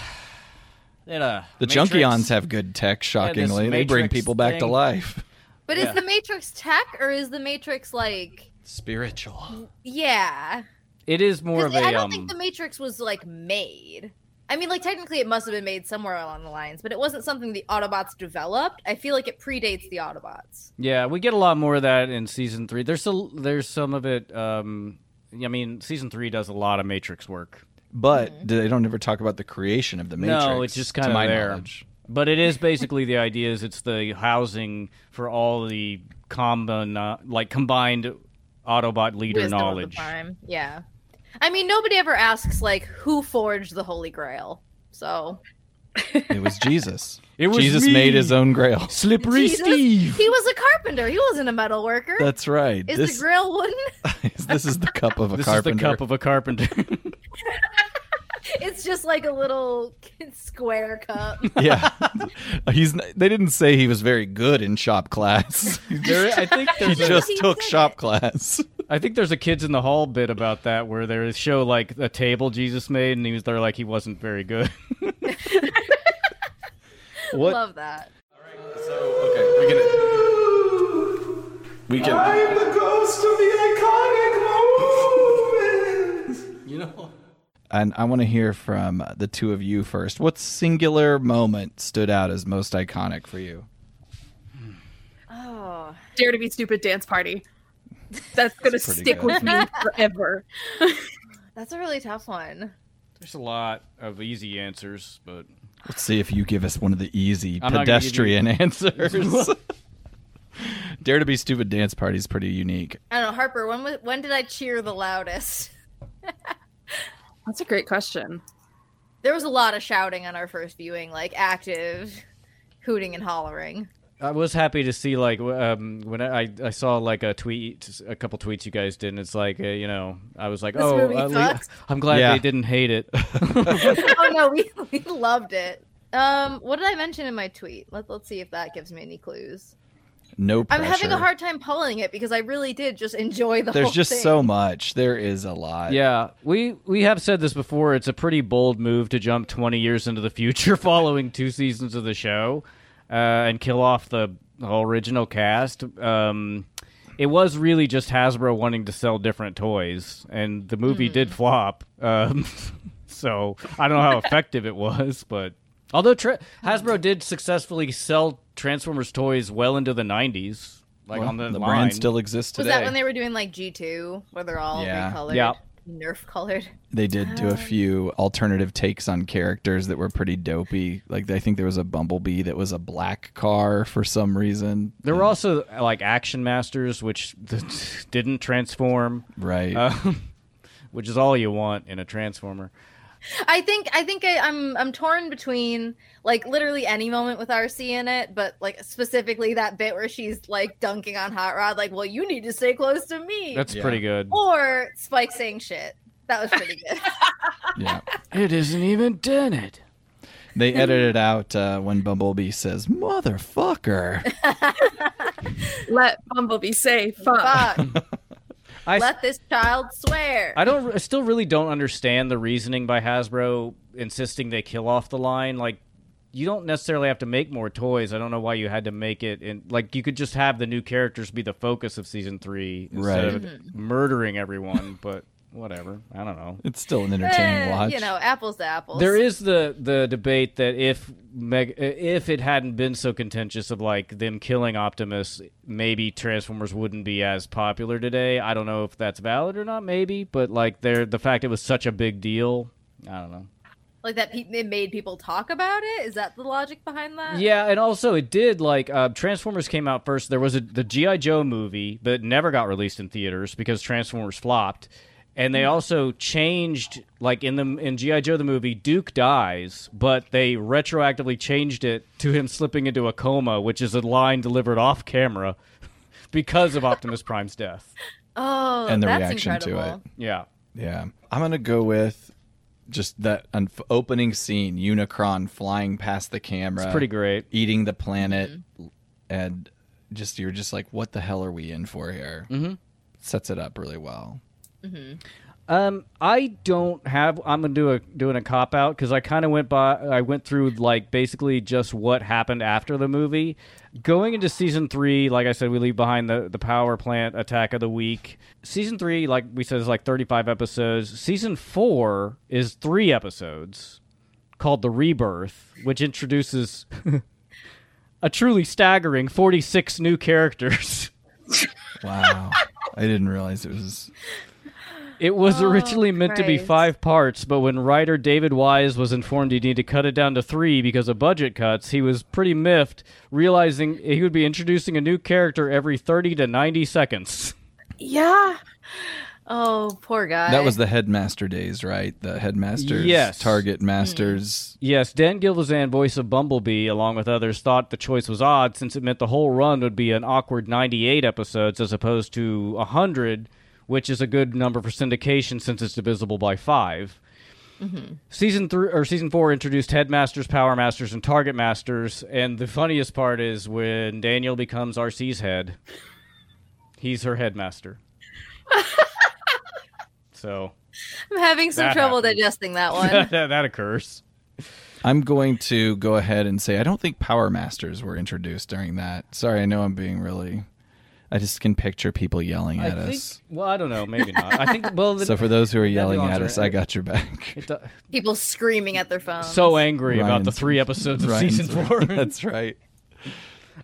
[SPEAKER 2] They had a.
[SPEAKER 4] The
[SPEAKER 2] Matrix-
[SPEAKER 4] Junkions have good tech, shockingly. they bring
[SPEAKER 2] Matrix
[SPEAKER 4] people back to
[SPEAKER 2] thing.
[SPEAKER 4] life.
[SPEAKER 5] But
[SPEAKER 2] Yeah.
[SPEAKER 5] is the Matrix tech or is the Matrix like
[SPEAKER 4] Spiritual.
[SPEAKER 5] yeah?
[SPEAKER 2] It is more
[SPEAKER 5] Because
[SPEAKER 2] of a.
[SPEAKER 5] I don't
[SPEAKER 2] um,
[SPEAKER 5] think the Matrix was like made. I mean, like technically it must have been made somewhere along the lines, but it wasn't something the Autobots developed. I feel like it predates the Autobots.
[SPEAKER 2] Yeah, we get a lot more of that in season three. There's a, there's some of it. Um, I mean, season three does a lot of Matrix work,
[SPEAKER 4] But they don't ever talk about the creation of the Matrix.
[SPEAKER 2] No, it's just
[SPEAKER 4] to
[SPEAKER 2] kinda
[SPEAKER 4] my
[SPEAKER 2] there.
[SPEAKER 4] knowledge.
[SPEAKER 2] but it is basically the idea is it's the housing for all the combo like combined Autobot leader
[SPEAKER 5] Wisdom of the
[SPEAKER 2] knowledge.
[SPEAKER 5] Prime. Yeah. I mean, nobody ever asks like who forged the Holy Grail. So
[SPEAKER 4] It was Jesus.
[SPEAKER 2] It was
[SPEAKER 4] Jesus
[SPEAKER 2] me.
[SPEAKER 4] made his own grail.
[SPEAKER 2] slippery
[SPEAKER 5] Jesus,
[SPEAKER 2] Steve.
[SPEAKER 5] He was a carpenter. He wasn't a metal worker.
[SPEAKER 4] That's right.
[SPEAKER 5] is
[SPEAKER 4] this
[SPEAKER 5] the grill wooden?
[SPEAKER 4] this is the cup of a
[SPEAKER 2] This
[SPEAKER 4] carpenter.
[SPEAKER 2] is the cup of a carpenter.
[SPEAKER 5] It's just like a little square cup.
[SPEAKER 4] yeah, he's. n- They didn't say he was very good in shop class.
[SPEAKER 2] there, I think
[SPEAKER 4] he
[SPEAKER 2] there's a-
[SPEAKER 4] just
[SPEAKER 5] He
[SPEAKER 4] took
[SPEAKER 5] said
[SPEAKER 4] shop
[SPEAKER 5] it.
[SPEAKER 4] class.
[SPEAKER 2] I think there's a kids in the hall bit about that where they show like a table Jesus made and he was there like he wasn't very good.
[SPEAKER 4] What?
[SPEAKER 5] Love that.
[SPEAKER 4] okay, we can. We can.
[SPEAKER 8] I'm the ghost of the iconic moment.
[SPEAKER 4] And I want to hear from the two of you first. What singular moment stood out as most iconic for you?
[SPEAKER 5] Oh,
[SPEAKER 6] Dare to be stupid dance party. That's
[SPEAKER 4] pretty
[SPEAKER 6] gonna stick
[SPEAKER 4] good.
[SPEAKER 6] with me forever.
[SPEAKER 5] that's a really tough one.
[SPEAKER 2] There's a lot of easy answers, but
[SPEAKER 4] Let's see if you give us one of the easy
[SPEAKER 2] I'm not gonna give you-
[SPEAKER 4] pedestrian answers. Dare to be stupid dance party is pretty unique.
[SPEAKER 5] I don't know, Harper. When was, when did I cheer the loudest?
[SPEAKER 6] That's a great question.
[SPEAKER 5] There was a lot of shouting on our first viewing, like active hooting and hollering.
[SPEAKER 2] I was happy to see like w- um, when I, I saw like a tweet, a couple tweets you guys did, and it's like uh, you know I was like,
[SPEAKER 5] This
[SPEAKER 2] oh,
[SPEAKER 5] movie
[SPEAKER 2] at lea-
[SPEAKER 5] sucks.
[SPEAKER 2] I'm glad
[SPEAKER 4] Yeah.
[SPEAKER 2] they didn't hate it.
[SPEAKER 5] oh no, we, we loved it. Um, what did I mention in my tweet? Let, let's see if that gives me any clues.
[SPEAKER 4] No pressure.
[SPEAKER 5] I'm having a hard time pulling it because I really did just enjoy the
[SPEAKER 4] There's
[SPEAKER 5] whole
[SPEAKER 4] just
[SPEAKER 5] thing.
[SPEAKER 4] so much. There is a lot.
[SPEAKER 2] yeah, we we have said this before. It's a pretty bold move to jump 20 years into the future, following two seasons of the show, uh, and kill off the whole original cast. Um, it was really just Hasbro wanting to sell different toys, and the movie did flop. Um, so I don't know how effective it was, but although tra- Hasbro did successfully sell Transformers toys well into the '90s, like
[SPEAKER 4] Well,
[SPEAKER 2] on the,
[SPEAKER 4] the
[SPEAKER 2] line.
[SPEAKER 4] brand still exists
[SPEAKER 5] Was
[SPEAKER 4] today.
[SPEAKER 5] that when they were doing like G2, where they're all
[SPEAKER 4] Yeah.
[SPEAKER 5] recolored,
[SPEAKER 2] Yeah.
[SPEAKER 5] Nerf colored?
[SPEAKER 4] They did do a few alternative takes on characters that were pretty dopey. Like I think there was a Bumblebee that was a black car for some reason.
[SPEAKER 2] There were also like Action Masters, which didn't transform,
[SPEAKER 4] Right.
[SPEAKER 2] um, which is all you want in a transformer.
[SPEAKER 5] I think I think I, I'm I'm torn between like literally any moment with RC in it, but like specifically that bit where she's like dunking on Hot Rod, like, well, you need to stay close to me,
[SPEAKER 2] That's
[SPEAKER 4] Yeah.
[SPEAKER 2] pretty good.
[SPEAKER 5] or Spike saying shit. That was pretty good.
[SPEAKER 4] yeah.
[SPEAKER 2] It isn't even dented.
[SPEAKER 4] They edited out uh, when Bumblebee says "motherfucker."
[SPEAKER 6] Let Bumblebee say fuck.
[SPEAKER 5] Fuck.
[SPEAKER 2] I,
[SPEAKER 5] Let this child swear.
[SPEAKER 2] I don't. I still really don't understand the reasoning by Hasbro insisting they kill off the line. Like, you don't necessarily have to make more toys. I don't know why you had to make it. And like, you could just have the new characters be the focus of season three instead
[SPEAKER 4] Right.
[SPEAKER 2] of murdering everyone. But whatever. I don't know.
[SPEAKER 4] It's still an entertaining
[SPEAKER 5] Eh,
[SPEAKER 4] watch.
[SPEAKER 5] you know, apples to apples.
[SPEAKER 2] There is the the debate that if Meg, if it hadn't been so contentious of like them killing Optimus, maybe Transformers wouldn't be as popular today. I don't know if that's valid or not. Maybe, but like there, the fact it was such a big deal. I don't know.
[SPEAKER 5] like that. Pe- it made people talk about it. Is that the logic behind that?
[SPEAKER 2] Yeah, and also it did like uh, Transformers came out first. There was a, the GI Joe movie, but it never got released in theaters because Transformers flopped. And they also changed like in the in GI Joe the movie, Duke dies, but they retroactively changed it to him slipping into a coma, which is a line delivered off camera because of Optimus Prime's death.
[SPEAKER 5] Oh,
[SPEAKER 4] And the
[SPEAKER 5] that's
[SPEAKER 4] reaction to
[SPEAKER 5] incredible.
[SPEAKER 4] it.
[SPEAKER 2] Yeah.
[SPEAKER 4] Yeah, I'm gonna go with just that un- opening scene: Unicron flying past the camera.
[SPEAKER 2] It's pretty great.
[SPEAKER 4] eating the planet and just you're just like what the hell are we in for here mm-hmm. sets it up really well
[SPEAKER 2] Um, I don't have. I'm gonna do a doing a cop out because I kind of went by. I went through like basically just what happened after the movie. Going into season three, like I said, we leave behind the the power plant attack of the week. Season three, like we said, is like 35 episodes. Season four is three episodes called the Rebirth, which introduces a truly staggering 46 new characters.
[SPEAKER 4] wow i didn't realize it was
[SPEAKER 2] It was
[SPEAKER 5] Oh,
[SPEAKER 2] originally meant to be
[SPEAKER 5] Christ.
[SPEAKER 2] five parts, but when writer David Wise was informed he needed to cut it down to three because of budget cuts, he was pretty miffed, realizing he would be introducing a new character every 30 to 90 seconds.
[SPEAKER 6] Yeah.
[SPEAKER 5] Oh, poor guy.
[SPEAKER 4] that was the headmaster days right the headmasters
[SPEAKER 2] Yes.
[SPEAKER 4] target masters
[SPEAKER 2] Yes, Dan Gilvezan, voice of Bumblebee, along with others, thought the choice was odd since it meant the whole run would be an awkward 98 episodes as opposed to 100, which is a good number for syndication since it's divisible by 5 Season three or season four introduced headmasters, power masters, and target masters. And the funniest part is when Daniel becomes RC's head, he's her headmaster. so
[SPEAKER 5] I'm having some
[SPEAKER 2] That
[SPEAKER 5] trouble
[SPEAKER 2] happened.
[SPEAKER 5] digesting that one.
[SPEAKER 2] that, that occurs.
[SPEAKER 4] i'm going to go ahead and say i don't think power masters were introduced during that sorry i know i'm being really i just can picture people yelling at
[SPEAKER 2] I think.
[SPEAKER 4] us
[SPEAKER 2] Well, I don't know. Maybe not. I think. Well, the,
[SPEAKER 4] so for those who are yelling
[SPEAKER 2] belongs
[SPEAKER 4] at
[SPEAKER 2] to
[SPEAKER 4] us
[SPEAKER 2] it.
[SPEAKER 4] i got your back
[SPEAKER 2] it do-
[SPEAKER 5] People screaming at their phones.
[SPEAKER 2] so angry about the
[SPEAKER 4] Ryan's-
[SPEAKER 2] three episodes of
[SPEAKER 4] Ryan's
[SPEAKER 2] season four.
[SPEAKER 4] that's right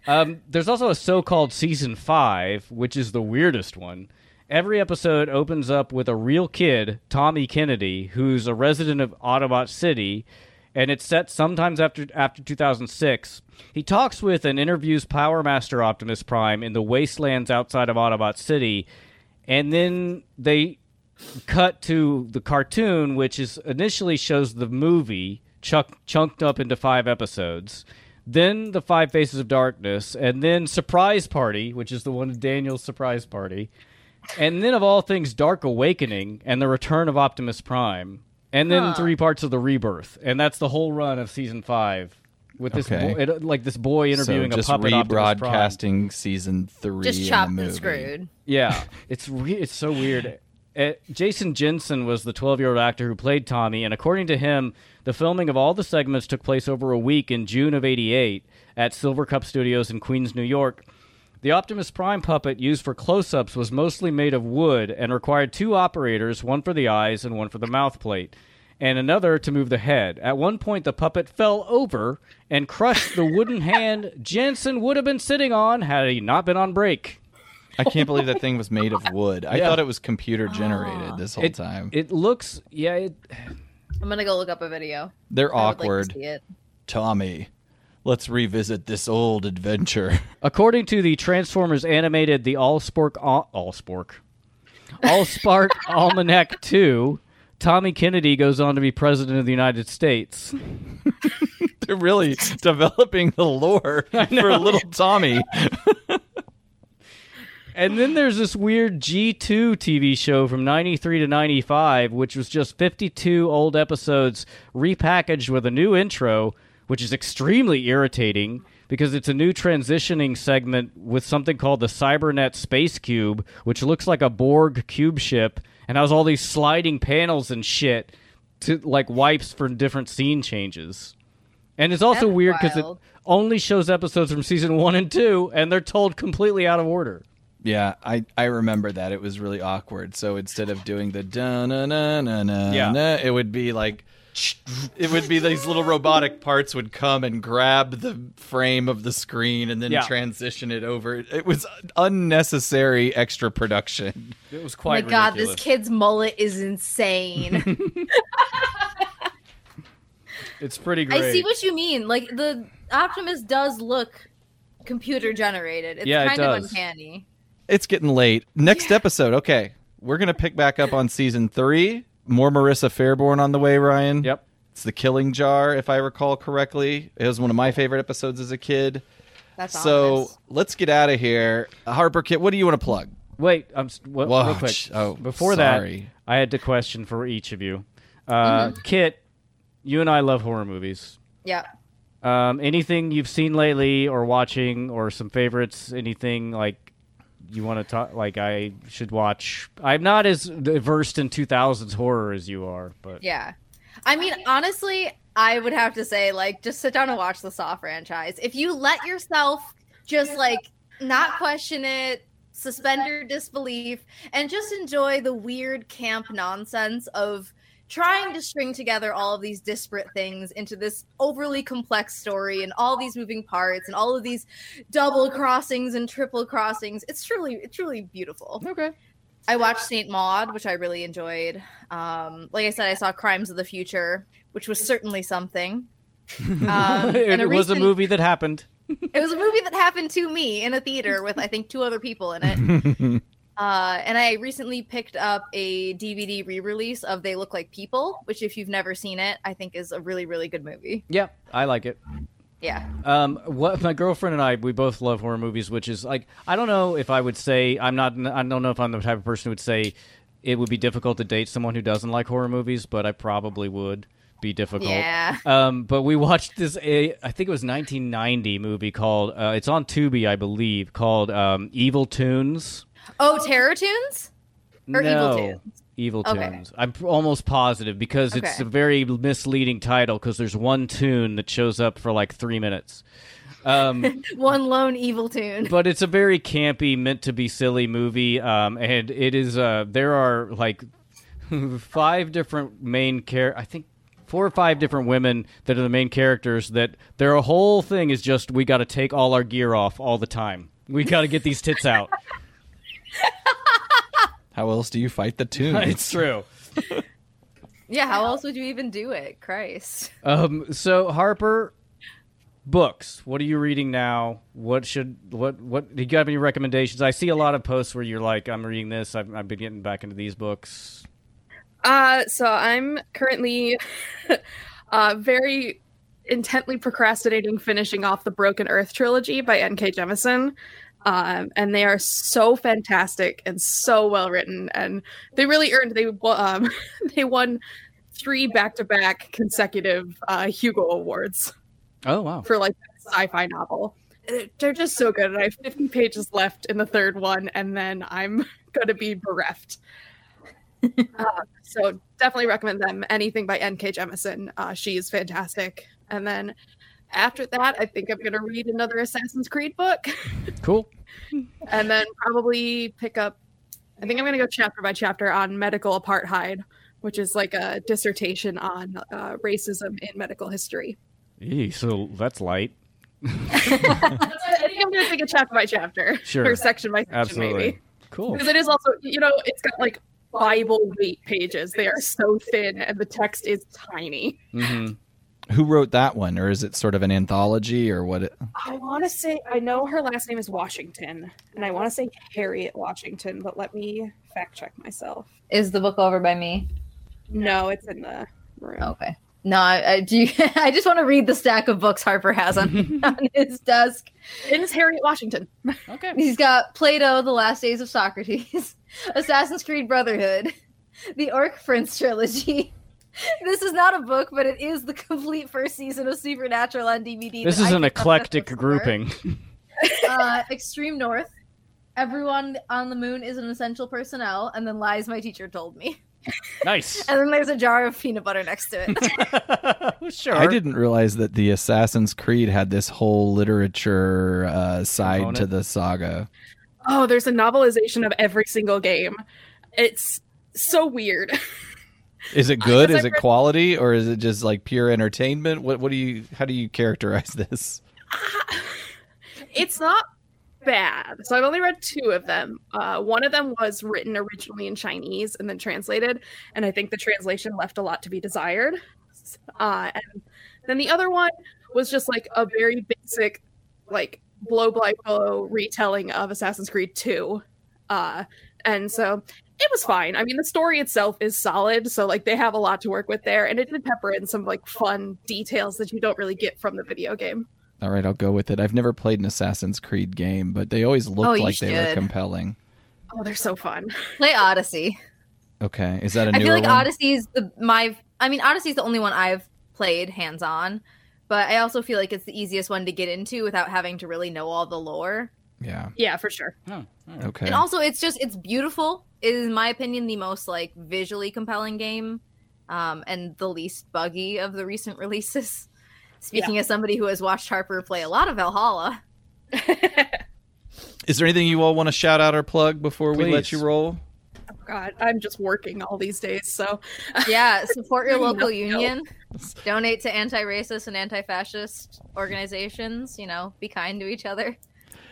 [SPEAKER 2] um, there's also a so-called season five, which is the weirdest one. Every episode opens up with a real kid, Tommy Kennedy, who's a resident of Autobot City, and it's set sometimes after after 2006. He talks with and interviews Power Master Optimus Prime in the wastelands outside of Autobot City, and then they cut to the cartoon, which is initially shows the movie chuck, chunked up into five episodes, then the Five Faces of Darkness, and then Surprise Party, which is the one of Daniel's surprise party, and then of all things, Dark Awakening and the Return of Optimus Prime, and then three parts of the Rebirth, and that's the whole run of season five. With this,
[SPEAKER 4] Okay.
[SPEAKER 2] boy, it, like this boy interviewing
[SPEAKER 4] so just
[SPEAKER 2] a puppet Optimus Prime.
[SPEAKER 4] rebroadcasting season three
[SPEAKER 5] just
[SPEAKER 4] in the
[SPEAKER 5] chopped and
[SPEAKER 4] movie.
[SPEAKER 5] screwed.
[SPEAKER 2] Yeah, it's re- it's so weird. Uh, Jason Jensen was the 12 year old actor who played Tommy, and according to him, the filming of all the segments took place over a week in June of '88 at Silver Cup Studios in Queens, New York. The Optimus Prime puppet used for close ups was mostly made of wood and required two operators, one for the eyes and one for the mouth plate, and another to move the head. At one point, the puppet fell over and crushed the wooden hand Jensen would have been sitting on had he not been on break.
[SPEAKER 4] I can't believe that thing was made of wood. I thought it was computer
[SPEAKER 5] Ah.
[SPEAKER 4] generated this whole
[SPEAKER 2] it,
[SPEAKER 4] time.
[SPEAKER 2] It looks, yeah, it,
[SPEAKER 5] I'm gonna go look up a video.
[SPEAKER 4] They're
[SPEAKER 5] I would like to
[SPEAKER 4] awkward.
[SPEAKER 5] see it.
[SPEAKER 4] Tommy, let's revisit this old adventure.
[SPEAKER 2] According to the Transformers animated The Allspork Al- Allspork Allspark Almanac 2, Tommy Kennedy goes on to be president of the United States.
[SPEAKER 4] They're really developing the lore for little Tommy.
[SPEAKER 2] And then there's this weird G2 TV show from 93 to 95, which was just 52 old episodes repackaged with a new intro, which is extremely irritating because it's a new transitioning segment with something called the Cybernet Space Cube, which looks like a Borg cube ship and has all these sliding panels and shit to like wipes for different scene changes. And it's also
[SPEAKER 5] That's
[SPEAKER 2] weird because it
[SPEAKER 5] wild.
[SPEAKER 2] only shows episodes from season one and two, and they're told completely out of order.
[SPEAKER 4] Yeah, I, I remember that. It was really awkward. So instead of doing the da na na na na
[SPEAKER 2] Yeah.
[SPEAKER 4] na, it would be like it would be these little robotic parts would come and grab the frame of the screen and then
[SPEAKER 2] Yeah.
[SPEAKER 4] transition it over. It was unnecessary extra production.
[SPEAKER 2] It was
[SPEAKER 5] Oh my
[SPEAKER 2] quite
[SPEAKER 5] god, this kid's mullet is insane.
[SPEAKER 2] It's pretty great.
[SPEAKER 5] I see what you mean. Like the Optimus does look computer generated. It's
[SPEAKER 2] Yeah, it
[SPEAKER 5] kind of
[SPEAKER 2] does.
[SPEAKER 5] uncanny.
[SPEAKER 4] It's getting late. Next episode, okay. We're gonna pick back up on season three. More Marissa Fairborn on the way, Ryan.
[SPEAKER 2] Yep.
[SPEAKER 4] It's the Killing Jar, if I recall correctly. It was one of my favorite episodes as a kid.
[SPEAKER 5] That's
[SPEAKER 4] so
[SPEAKER 5] ominous.
[SPEAKER 4] let's get out of here. Harper Kit, what do you want to plug?
[SPEAKER 2] Wait, I'm s- wha-
[SPEAKER 4] Whoa,
[SPEAKER 2] real quick.
[SPEAKER 4] sh- oh,
[SPEAKER 2] Before
[SPEAKER 4] sorry.
[SPEAKER 2] that, I had a question for each of you. Uh,
[SPEAKER 5] Mm-hmm.
[SPEAKER 2] Kit, you and I love horror movies.
[SPEAKER 5] Yeah.
[SPEAKER 2] Um, anything you've seen lately, or watching, or some favorites? Anything like you want to talk? Like I should watch. I'm not as versed in 2000s horror as you are, but
[SPEAKER 5] Yeah. I mean, honestly, I would have to say, like, just sit down and watch the Saw franchise. If you let yourself just, like, not question it, suspend your disbelief, and just enjoy the weird camp nonsense of trying to string together all of these disparate things into this overly complex story and all these moving parts and all of these double crossings and triple crossings. It's truly, it's truly beautiful.
[SPEAKER 2] okay.
[SPEAKER 5] I watched Saint Maud, which I really enjoyed. Um, like I said, I saw Crimes of the Future, which was certainly something. Um, and
[SPEAKER 2] it
[SPEAKER 5] a
[SPEAKER 2] was a
[SPEAKER 5] recent-
[SPEAKER 2] movie that happened.
[SPEAKER 5] It was a movie that happened to me in a theater with I think two other people in it. uh, and I recently picked up a DVD re-release of They Look Like People, which if you've never seen it, I think is a really really good movie.
[SPEAKER 2] Yeah, I like it.
[SPEAKER 5] Yeah,
[SPEAKER 2] Um, what my girlfriend and I, we both love horror movies, which is like I don't know if I would say I'm not. I don't know if I'm the type of person who would say it would be difficult to date someone who doesn't like horror movies, but I probably would be difficult.
[SPEAKER 5] Yeah.
[SPEAKER 2] Um, but we watched this. A, I think it was 1990 movie called. Uh, it's on Tubi, I believe, called um, Evil Tunes.
[SPEAKER 5] Oh, Terror Tunes or
[SPEAKER 2] no.
[SPEAKER 5] Evil Tunes.
[SPEAKER 2] Evil
[SPEAKER 5] Okay.
[SPEAKER 2] Tunes. I'm p- almost positive because it's
[SPEAKER 5] Okay.
[SPEAKER 2] a very misleading title because there's one tune that shows up for like three minutes. Um,
[SPEAKER 5] One lone evil tune.
[SPEAKER 2] but it's a very campy, meant to be silly movie, um, and it is. Uh, there are like five different main care. I think four or five different women that are the main characters. That their whole thing is just we got to take all our gear off all the time. We got to get these tits out.
[SPEAKER 4] How else do you fight the tune?
[SPEAKER 2] it's true.
[SPEAKER 5] yeah, how else would you even do it? Christ.
[SPEAKER 2] Um, so Harper, books. What are you reading now? What should what what? Do you have any recommendations? I see a lot of posts where you're like, I'm reading this. I've, I've been getting back into these books.
[SPEAKER 6] Uh, so I'm currently uh, very intently procrastinating finishing off the Broken Earth trilogy by N.K. Jemisin. Um, and they are so fantastic and so well written, and they really earned they wo- um, they won three back to back consecutive uh, Hugo awards
[SPEAKER 2] Oh wow.
[SPEAKER 6] for like sci-fi novel. Uh, They're just so good, and I have 50 pages left in the third one, and then I'm gonna be bereft. uh, so definitely recommend them. Anything by N.K. Jemisin, uh, she is fantastic. And then after that, I think I'm gonna read another Assassin's Creed book,
[SPEAKER 2] Cool.
[SPEAKER 6] and then probably pick up. I think I'm gonna go chapter by chapter on medical apartheid, which is like a dissertation on uh, racism in medical history.
[SPEAKER 2] Eee, so that's light.
[SPEAKER 6] I think I'm gonna take it chapter by chapter,
[SPEAKER 2] Sure.
[SPEAKER 6] or section by section,
[SPEAKER 2] Absolutely.
[SPEAKER 6] maybe,
[SPEAKER 2] Cool.
[SPEAKER 6] because it is also, you know, it's got like Bible weight pages. They are so thin, and the text is tiny.
[SPEAKER 5] Mm-hmm.
[SPEAKER 2] hmm
[SPEAKER 4] Who wrote that one, or is it sort of an anthology, or what? It,
[SPEAKER 6] I want to say I know her last name is Washington, and I want to say Harriet Washington, but let me fact check myself.
[SPEAKER 5] Is the book over by me?
[SPEAKER 6] No, it's in the room.
[SPEAKER 5] Okay. No, I, I do. I just want to read the stack of books Harper has on, on his desk.
[SPEAKER 6] In is Harriet Washington.
[SPEAKER 2] Okay.
[SPEAKER 5] He's got Plato, The Last Days of Socrates, Assassin's Creed Brotherhood, The Orc Prince Trilogy. This is not a book, but it is the complete first season of Supernatural on DVD.
[SPEAKER 2] This
[SPEAKER 5] that I
[SPEAKER 2] is an
[SPEAKER 5] picked up at the
[SPEAKER 2] eclectic
[SPEAKER 5] store.
[SPEAKER 2] grouping.
[SPEAKER 5] Uh, Extreme North, Everyone on the Moon is an Essential Personnel, and then Lies My Teacher Told Me.
[SPEAKER 2] nice.
[SPEAKER 5] And then there's a jar of peanut butter next to it.
[SPEAKER 2] sure.
[SPEAKER 4] I didn't realize that the Assassin's Creed had this whole literature uh, side to
[SPEAKER 2] Component.
[SPEAKER 4] the saga.
[SPEAKER 6] Oh, there's a novelization of every single game. It's so weird.
[SPEAKER 4] Is it good?
[SPEAKER 6] guess
[SPEAKER 4] Is
[SPEAKER 6] I
[SPEAKER 4] it
[SPEAKER 6] read-
[SPEAKER 4] quality? Or is it just like pure entertainment? What what do you how do you characterize this?
[SPEAKER 6] it's not bad. So I've only read two of them. Uh, one of them was written originally in Chinese and then translated, and I think the translation left a lot to be desired. Uh, and then the other one was just like a very basic, like blow by blow retelling of Assassin's Creed 2. Uh, and so it was fine. I mean, the story itself is solid, so like they have a lot to work with there, and it did pepper in some like fun details that you don't really get from the video game.
[SPEAKER 4] All right, I'll go with it. I've never played an Assassin's Creed game, but they always
[SPEAKER 5] Oh,
[SPEAKER 4] looked
[SPEAKER 5] you
[SPEAKER 4] like they were
[SPEAKER 5] should.
[SPEAKER 4] compelling.
[SPEAKER 6] Oh, they're so fun.
[SPEAKER 5] Play Odyssey.
[SPEAKER 4] Okay, is that a
[SPEAKER 5] I
[SPEAKER 4] newer
[SPEAKER 5] feel like
[SPEAKER 4] one?
[SPEAKER 5] Odyssey is the my. I mean, Odyssey is the only one I've played hands on, but I also feel like it's the easiest one to get into without having to really know all the lore.
[SPEAKER 4] yeah.
[SPEAKER 6] Yeah, for sure.
[SPEAKER 4] Okay.
[SPEAKER 5] And also, it's just it's beautiful. It is, in my opinion, the most like visually compelling game, um, and the least buggy of the recent releases. Speaking as somebody who has watched Harper play a lot of Valhalla,
[SPEAKER 4] Is there anything you all want to shout out or plug before we let
[SPEAKER 2] Please.
[SPEAKER 4] you roll?
[SPEAKER 6] Oh God, I'm just working all these days, so
[SPEAKER 5] yeah, support your
[SPEAKER 6] Really
[SPEAKER 5] local
[SPEAKER 6] nothing
[SPEAKER 5] union, donate to anti-racist and anti-fascist organizations. You know, be kind to each other.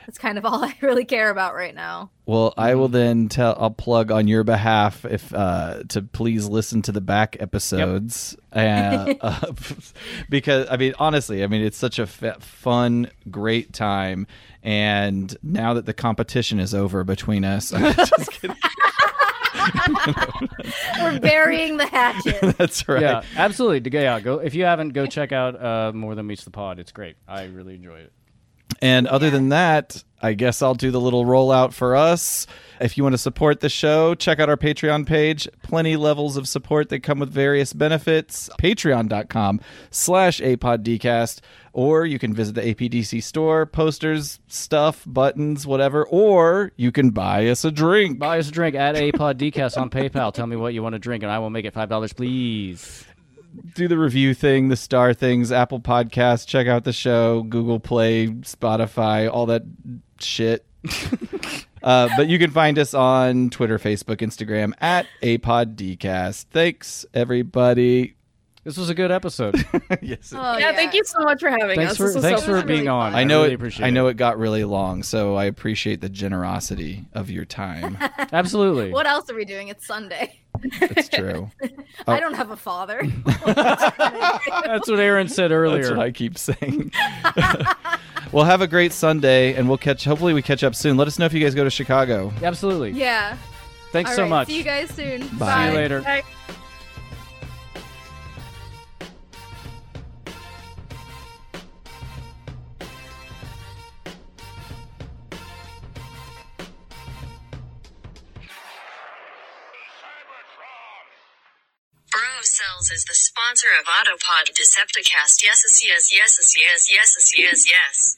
[SPEAKER 5] That's kind of all I really care about right now.
[SPEAKER 4] Well, I will then tell. I'll plug on your behalf if uh, to please listen to the back episodes, uh, uh, because I mean, honestly, I mean, it's such a f- fun, great time. And now that the competition is over between us, Just kidding.
[SPEAKER 5] We're burying the hatchet.
[SPEAKER 4] that's right.
[SPEAKER 2] Yeah, absolutely. D- Yeah, go if you haven't, go check out uh, More Than Meets the Pod. It's great. I really enjoy it.
[SPEAKER 4] And other than that, I guess I'll do the little rollout for us. If you want to support the show, check out our Patreon page. Plenty levels of support that come with various benefits. Patreon.com slash apoddcast. Or you can visit the APDC store, posters, stuff, buttons, whatever. Or you can buy us a drink.
[SPEAKER 2] Buy us a drink at Apod Decast on PayPal. Tell me what you want to drink, and I will make it five dollars, please.
[SPEAKER 4] do the review thing, the star things, Apple Podcasts, check out the show, Google Play, Spotify, all that shit. uh, but you can find us on Twitter, Facebook, Instagram at APODcast. Thanks, everybody.
[SPEAKER 2] This was a good episode.
[SPEAKER 4] yes.
[SPEAKER 5] Oh,
[SPEAKER 6] yeah, Thank you so much for having
[SPEAKER 2] thanks
[SPEAKER 6] us.
[SPEAKER 2] for
[SPEAKER 6] This was
[SPEAKER 2] thanks
[SPEAKER 6] so
[SPEAKER 2] for
[SPEAKER 6] much fun.
[SPEAKER 2] being on.
[SPEAKER 4] I know
[SPEAKER 2] really
[SPEAKER 4] it,
[SPEAKER 2] appreciate
[SPEAKER 4] I know it got really long, so I appreciate the generosity of your time.
[SPEAKER 2] it. Absolutely.
[SPEAKER 5] What else are we doing? It's Sunday.
[SPEAKER 4] It's true.
[SPEAKER 6] Oh.
[SPEAKER 5] I don't have a father.
[SPEAKER 2] That's what Aaron said earlier.
[SPEAKER 4] That's what I keep saying. well, have a great Sunday, and we'll catch. Hopefully, we catch up soon. Let us know if you guys go to Chicago.
[SPEAKER 2] Absolutely.
[SPEAKER 5] yeah.
[SPEAKER 2] Thanks
[SPEAKER 5] All
[SPEAKER 2] so
[SPEAKER 5] right,
[SPEAKER 2] much.
[SPEAKER 5] See you guys soon.
[SPEAKER 4] Bye.
[SPEAKER 2] See you later.
[SPEAKER 6] Bye.
[SPEAKER 9] Burrow Cells is the sponsor of Autopod Decepticast. Yes, yes, yes, yes, yes, yes, yes, yes.